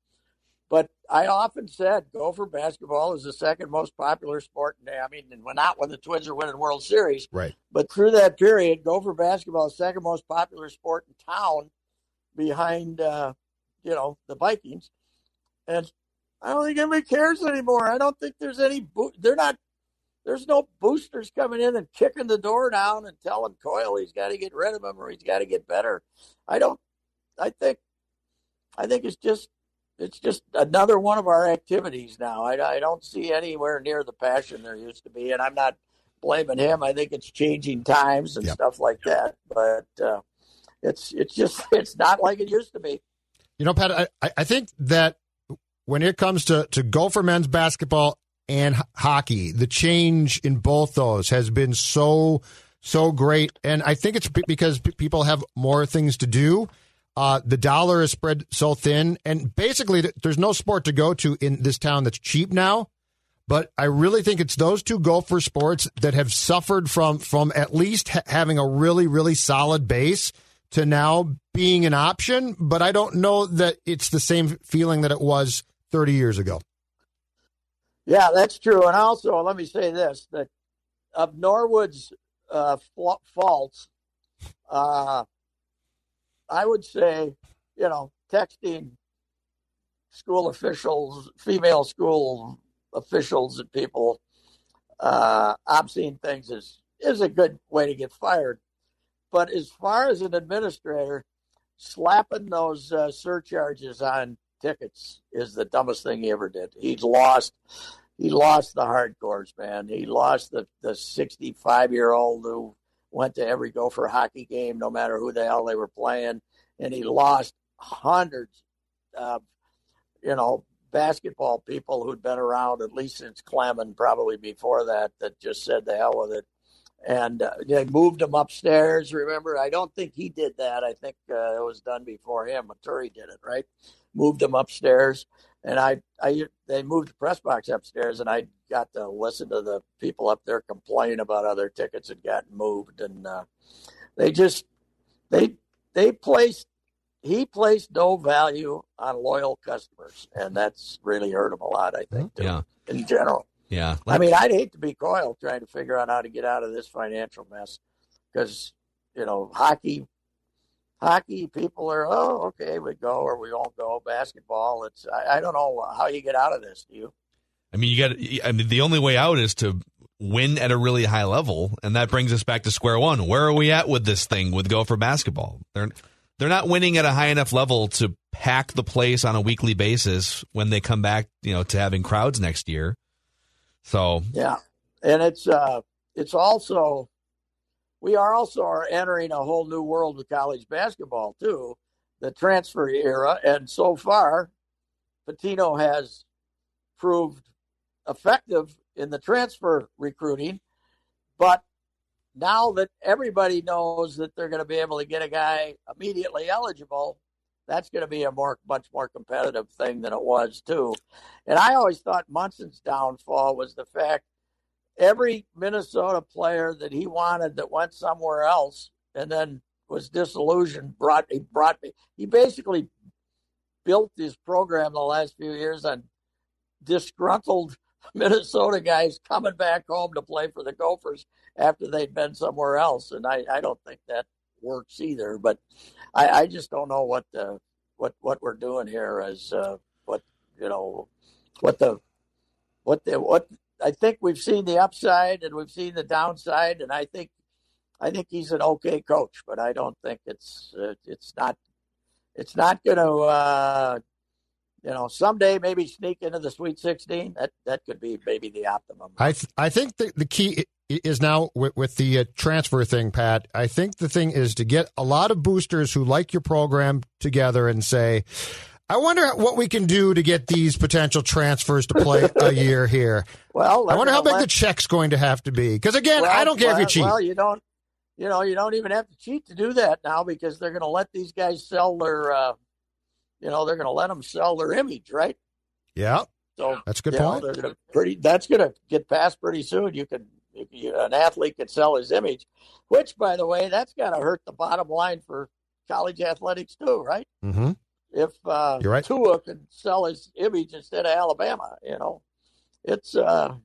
Speaker 13: But I often said Gopher basketball is the second most popular sport. in- I mean, and when not when the Twins are winning World Series,
Speaker 7: Right.
Speaker 13: but through that period, Gopher basketball is second most popular sport in town, behind uh, you know the Vikings. And I don't think anybody cares anymore. I don't think there's any. Bo- they're not. There's no boosters coming in and kicking the door down and telling Coyle he's got to get rid of him or he's got to get better. I don't. I think. I think it's just. It's just another one of our activities now. I, I don't see anywhere near the passion there used to be, and I'm not blaming him. I think it's changing times and stuff like that. But uh, it's it's just it's not like it used to be.
Speaker 7: You know, Pat, I- I, I think that when it comes to, to Gopher men's basketball and h- hockey, the change in both those has been so, so great. And I think it's be- because pe- people have more things to do. Uh, the dollar is spread so thin. And basically, th- there's no sport to go to in this town that's cheap now. But I really think it's those two Gopher sports that have suffered from from at least ha- having a really really solid base to now being an option. But I don't know that it's the same feeling that it was 30 years ago.
Speaker 13: Yeah, that's true. And also, let me say this: that of Norwood's uh, fa- faults, uh, I would say, you know, texting school officials, female school officials, and people uh, obscene things is is a good way to get fired. But as far as an administrator, slapping those uh, surcharges on tickets is the dumbest thing he ever did. He's lost. He lost the hardcores, man. He lost the the sixty five year old who went to every Gopher hockey game, no matter who the hell they were playing, and he lost hundreds of you know basketball people who'd been around at least since Clem and probably before that that just said the hell with it. And uh, they moved him upstairs. Remember, I don't think he did that. I think uh, it was done before him. Maturi did it, right? Moved him upstairs, and I, I, they moved the press box upstairs, and I got to listen to the people up there complain about other tickets had gotten moved, and uh, they just, they, they placed, he placed no value on loyal customers, and that's really hurt him a lot. I think
Speaker 6: Yeah,
Speaker 13: in general.
Speaker 6: yeah.
Speaker 13: I mean, I'd hate to be Coyle trying to figure out how to get out of this financial mess because, you know, hockey, hockey people are, oh, okay, we go or we won't go. Basketball, it's, I, I don't know how you get out of this, do you?
Speaker 6: I mean, you got. I mean, the only way out is to win at a really high level, and that brings us back to square one. Where are we at with this thing with Gopher basketball? They're they're not winning at a high enough level to pack the place on a weekly basis when they come back, you know, to having crowds next year. So
Speaker 13: Yeah. And it's, uh, it's also, we are also are entering a whole new world with college basketball too, the transfer era. And so far, Patino has proved effective in the transfer recruiting, but now that everybody knows that they're going to be able to get a guy immediately eligible, that's going to be a more much more competitive thing than it was too. And I always thought Munson's downfall was the fact every Minnesota player that he wanted that went somewhere else and then was disillusioned. Brought he brought me. He basically built this program the last few years on disgruntled Minnesota guys coming back home to play for the Gophers after they'd been somewhere else, and I, I don't think that works either. But I, I just don't know what the what what we're doing here is uh, what you know what the what the what I think we've seen the upside and we've seen the downside, and I think I think he's an okay coach, but I don't think it's uh, it's not it's not going to uh, you know someday maybe sneak into the Sweet 16. That that could be maybe the optimum.
Speaker 7: I th- I think the, the key i- is now with, with the uh, transfer thing, Pat. I think the thing is to get a lot of boosters who like your program together and say, "I wonder what we can do to get these potential transfers to play a year here."
Speaker 13: Well,
Speaker 7: I wonder how big
Speaker 13: let-
Speaker 7: the check's going to have to be. Because again,
Speaker 13: Well,
Speaker 7: I don't care if
Speaker 13: well,
Speaker 7: you cheat.
Speaker 13: Well, you don't. You know, you don't even have to cheat to do that now because they're going to let these guys sell their. Uh, you know, they're going to let them sell their image, right?
Speaker 7: yeah,
Speaker 13: So
Speaker 7: that's a good
Speaker 13: you know,
Speaker 7: point.
Speaker 13: they're gonna pretty, that's going to get passed pretty soon. You can you, you- an athlete could sell his image, which, by the way, that's got to hurt the bottom line for college athletics too, right?
Speaker 7: Mm-hmm.
Speaker 13: If uh,
Speaker 7: You're right.
Speaker 13: Tua could sell his image instead of Alabama, you know, it's uh,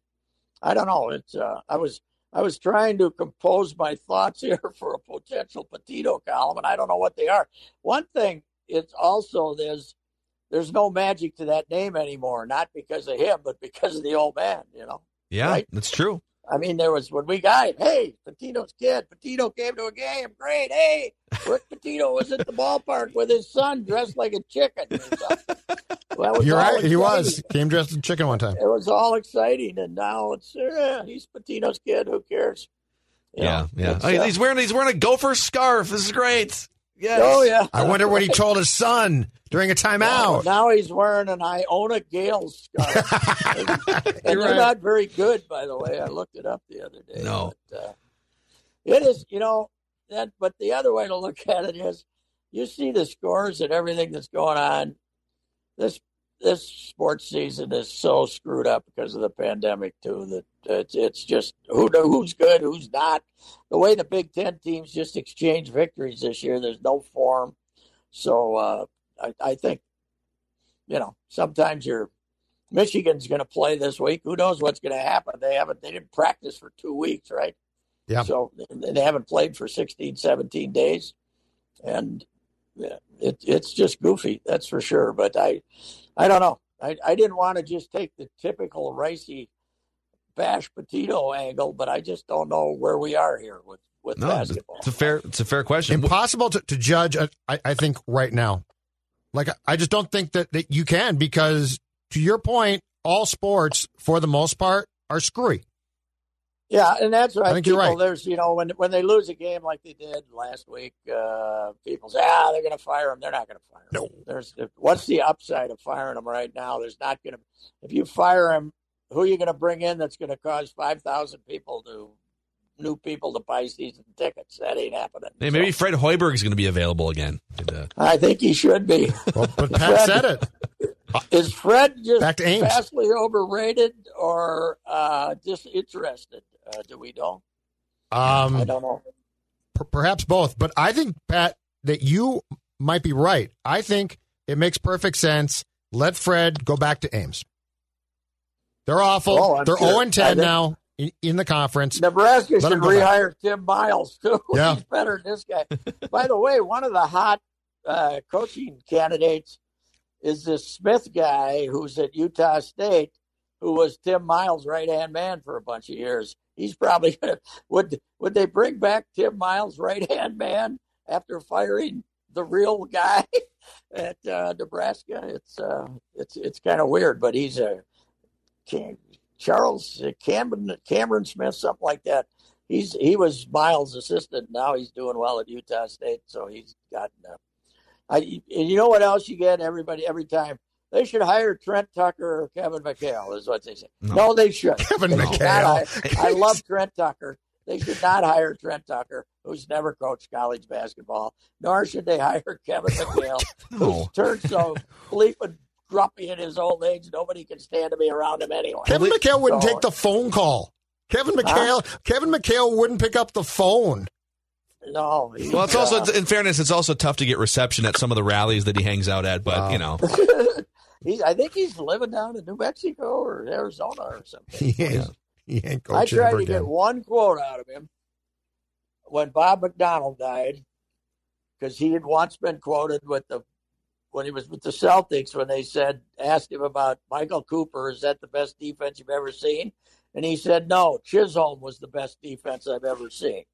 Speaker 13: I don't know. It's uh, I was I was trying to compose my thoughts here for a potential Petito column, and I don't know what they are. One thing it's also there's there's no magic to that name anymore, not because of him, but because of the old man. You know,
Speaker 6: Yeah,
Speaker 13: Right.
Speaker 6: that's true.
Speaker 13: I mean, there was when we got him. Hey, Petito's kid. Petito came to a game. Great. Hey, Rick Petito was at the ballpark with his son, dressed like a chicken. or something. That was
Speaker 7: You're
Speaker 13: all
Speaker 7: right. He
Speaker 13: exciting.
Speaker 7: was came dressed as a chicken one time.
Speaker 13: It was all exciting, and now it's eh, he's Petito's kid. Who cares?
Speaker 6: Yeah, yeah.
Speaker 13: it's,
Speaker 6: Oh,
Speaker 13: uh,
Speaker 6: he's wearing he's wearing a gopher scarf. This is great. Yes.
Speaker 13: Oh yeah.
Speaker 7: I wonder what he told his son during a timeout.
Speaker 13: Now he's wearing an Iona Gale scarf. and they're
Speaker 7: right.
Speaker 13: not very good, by the way. I looked it up the other day.
Speaker 6: No.
Speaker 13: But, uh, it is, you know, that. But the other way to look at it is, you see the scores and everything that's going on. This this sports season is so screwed up because of the pandemic too. That it's it's just who kno- who's good, who's not. The way the Big Ten teams just exchange victories this year, there's no form. So uh, I, I think you know sometimes you're Michigan's going to play this week. Who knows what's going to happen? They haven't they didn't practice for two weeks, right?
Speaker 7: Yeah.
Speaker 13: So they they haven't played for 16, 17 days, and yeah, it, it's just goofy, that's for sure. But I, I don't know. I, I didn't want to just take the typical ricey bash potato angle, but I just don't know where we are here with with
Speaker 6: No, it's
Speaker 13: basketball.
Speaker 6: it's a fair it's a fair question.
Speaker 7: Impossible to, to judge, I, I I think, right now. Like, I- I just don't think that, that you can because, to your point, all sports, for the most part, are screwy.
Speaker 13: Yeah, and that's right.
Speaker 7: I think you're
Speaker 13: people,
Speaker 7: right.
Speaker 13: There's, you know, when when they lose a game like they did last week, uh, people say, ah, they're going to fire him. They're not going to fire him. No. There's what's the upside of firing him right now? There's not going to. If you fire him, who are you going to bring in that's going to cause five thousand people to new people to buy season tickets? That ain't happening.
Speaker 6: Hey, maybe Fred Hoiberg is going to be available again. And, uh,
Speaker 13: I think he should be.
Speaker 7: Well, but
Speaker 13: Fred-
Speaker 7: Pat said it.
Speaker 13: Is Fred just
Speaker 7: Back to Ames.
Speaker 13: vastly overrated or uh, disinterested? Uh, do we know? I
Speaker 7: Um,
Speaker 13: don't know.
Speaker 7: per- perhaps both. But I think, Pat, that you might be right. I think it makes perfect sense. Let Fred go back to Ames. They're awful.
Speaker 13: Oh, I'm
Speaker 7: They're
Speaker 13: sure.
Speaker 7: 0 and 10
Speaker 13: I think-
Speaker 7: now in, in the conference.
Speaker 13: Nebraska
Speaker 7: Let him
Speaker 13: should
Speaker 7: go back.
Speaker 13: rehire Tim Miles too.
Speaker 7: Yeah.
Speaker 13: He's better than this guy. By the way, one of the hot uh, coaching candidates is this Smith guy who's at Utah State, who was Tim Miles' right hand man for a bunch of years. He's probably gonna, would would they bring back Tim Miles' right hand man after firing the real guy at uh, Nebraska? It's uh, it's it's kind of weird, but he's a Cam- Charles uh, Cameron Cameron Smith, something like that. He's he was Miles' assistant. Now he's doing well at Utah State, so he's gotten up. I and you know what else you get everybody every time they should hire Trent Tucker or Kevin McHale is what they say. No, they should.
Speaker 7: Kevin
Speaker 13: They should not
Speaker 7: McHale.
Speaker 13: hire- I love Trent Tucker. They should not hire Trent Tucker, who's never coached college basketball, nor should they hire Kevin McHale, who's
Speaker 6: No.
Speaker 13: turned so bleeping grumpy in his old age. Nobody can stand to be around him anyway.
Speaker 7: Kevin McHale wouldn't
Speaker 13: So-
Speaker 7: take the phone call. Kevin McHale. Kevin McHale wouldn't pick up the phone.
Speaker 13: No. he's,
Speaker 6: Well, it's also,
Speaker 13: uh,
Speaker 6: in fairness, it's also tough to get reception at some of the rallies that he hangs out at. But you know,
Speaker 13: he's, I think he's living down in New Mexico or Arizona or something.
Speaker 7: He ain't, he ain't
Speaker 13: I
Speaker 7: coaching
Speaker 13: tried
Speaker 7: ever
Speaker 13: to
Speaker 7: again.
Speaker 13: get one quote out of him when Bob McDonald died, because he had once been quoted with the when he was with the Celtics when they said asked him about Michael Cooper, is that the best defense you've ever seen? And he said, No, Chisholm was the best defense I've ever seen.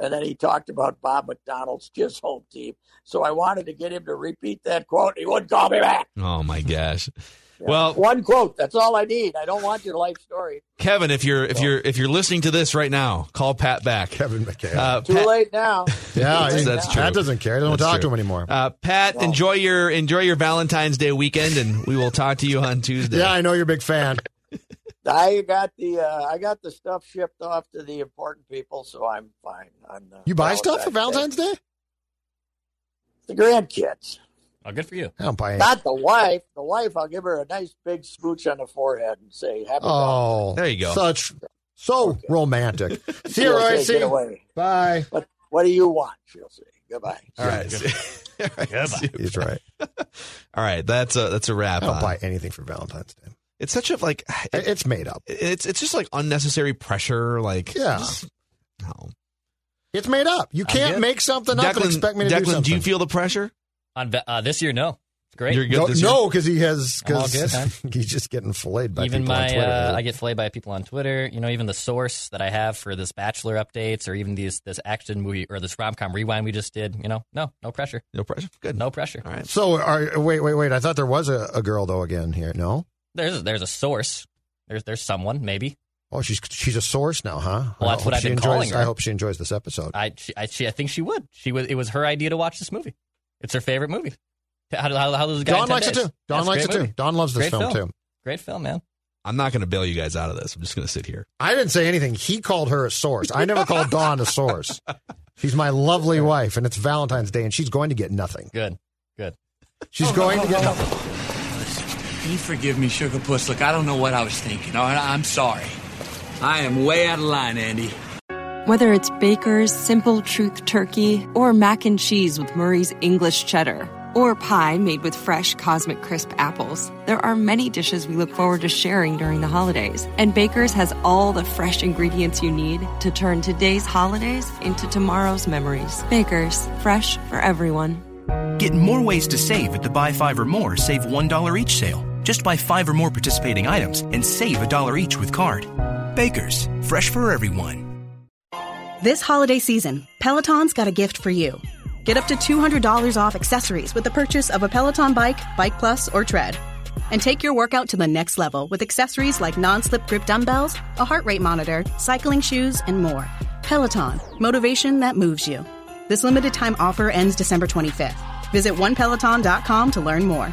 Speaker 13: And then he talked about Bob McDonald's Chisholm team. So I wanted to get him to repeat that quote. He wouldn't call me back.
Speaker 6: oh my gosh.
Speaker 7: Oh.
Speaker 6: Well,
Speaker 13: One quote. That's all I need. I don't want your life story.
Speaker 6: Kevin, if you're if you're if you're listening to this right now, call Pat back.
Speaker 7: Kevin McHale.
Speaker 6: Uh,
Speaker 13: Too late now.
Speaker 7: Yeah,
Speaker 6: That's-
Speaker 7: he-
Speaker 6: that's true.
Speaker 7: Pat doesn't care. They don't
Speaker 6: That's
Speaker 7: talk
Speaker 6: true.
Speaker 7: to him anymore.
Speaker 6: uh, Pat, enjoy your enjoy your Valentine's Day weekend, and we will talk to you on Tuesday.
Speaker 7: yeah, I know you're a big fan.
Speaker 13: I got the uh, I got the stuff shipped off to the important people, so I'm fine. I'm uh,
Speaker 7: You buy stuff for Valentine's Day?
Speaker 13: The grandkids,
Speaker 8: Oh, good for you.
Speaker 7: I don't buy anything.
Speaker 13: not the wife. The wife, I'll give her a nice big smooch on the forehead and say, "Happy."
Speaker 7: Oh,
Speaker 6: There you go.
Speaker 7: Such so romantic. See you,
Speaker 13: She'll
Speaker 7: Roy.
Speaker 13: say,
Speaker 7: See
Speaker 13: "Get
Speaker 7: you.
Speaker 13: away."
Speaker 7: Bye.
Speaker 13: What What do you want? She'll say, "Goodbye."
Speaker 6: All right.
Speaker 7: He's right. Oh,
Speaker 6: All right. That's a that's a wrap.
Speaker 7: I don't
Speaker 6: on-
Speaker 7: buy anything for Valentine's Day.
Speaker 6: It's such a like.
Speaker 7: It- It's made up.
Speaker 6: It's it's just like unnecessary pressure. Like
Speaker 7: Yeah.
Speaker 6: just- no.
Speaker 7: It's made up. You
Speaker 6: good.
Speaker 7: can't make something up and expect me to
Speaker 6: Declan,
Speaker 7: do something.
Speaker 6: you feel the pressure?
Speaker 8: On va- uh, this year, no. It's great.
Speaker 6: You're good
Speaker 7: no,
Speaker 6: this year?
Speaker 7: no, because he has
Speaker 8: I'm all
Speaker 7: because
Speaker 8: good, man.
Speaker 7: he's just getting filleted by
Speaker 8: even
Speaker 7: people
Speaker 8: my
Speaker 7: on Twitter.
Speaker 8: uh, I get flayed by people on Twitter. You know, even the source that I have for this Bachelor updates or even these this action movie or this rom com rewind we just did. You know, no, no pressure,
Speaker 6: No pressure. Good.
Speaker 8: no pressure.
Speaker 6: All right.
Speaker 7: so are, wait, wait, wait. I thought there was a, a girl though again here. No.
Speaker 8: There's there's a source. There's there's someone maybe.
Speaker 7: Oh, she's she's a source now, huh?
Speaker 8: Well,
Speaker 7: I
Speaker 8: that's what
Speaker 7: hope
Speaker 8: I've
Speaker 7: she
Speaker 8: been
Speaker 7: enjoys,
Speaker 8: calling her.
Speaker 7: I hope she enjoys this episode.
Speaker 8: I she, I she I think she would. She was it was her idea to watch this movie. It's her favorite movie. How how, how does the guy? in 10
Speaker 7: Don likes it
Speaker 8: days?
Speaker 7: too. Don
Speaker 8: That's a
Speaker 7: likes it
Speaker 8: great
Speaker 7: too.
Speaker 8: movie.
Speaker 7: Don loves this
Speaker 8: Great
Speaker 7: film, too.
Speaker 8: Great film, man.
Speaker 6: I'm not going to bail you guys out of this. I'm just going to sit here.
Speaker 7: I didn't say anything. He called her a source. I never called Dawn a source. She's my lovely wife, and it's Valentine's Day, and she's going to get nothing.
Speaker 8: Good, good.
Speaker 7: She's going to get nothing.
Speaker 9: Can you forgive me, Sugar Puss? Look, I don't know what I was thinking. All right, I'm sorry. I am way out of line, Andy.
Speaker 14: Whether it's Baker's Simple Truth Turkey or mac and cheese with Murray's English Cheddar or pie made with fresh Cosmic Crisp apples, there are many dishes we look forward to sharing during the holidays. And Baker's has all the fresh ingredients you need to turn today's holidays into tomorrow's memories. Baker's, fresh for everyone.
Speaker 15: Get more ways to save at the Buy Five or More Save $1 each sale. Just buy five or more participating items and save a dollar each with card. Baker's, fresh for everyone.
Speaker 16: This holiday season, Peloton's got a gift for you. Get up to $200 off accessories with the purchase of a Peloton bike, Bike Plus, or Tread. And take your workout to the next level with accessories like non slip grip dumbbells, a heart rate monitor, cycling shoes, and more. Peloton, motivation that moves you. This limited time offer ends December 25th. Visit onepeloton.com to learn more.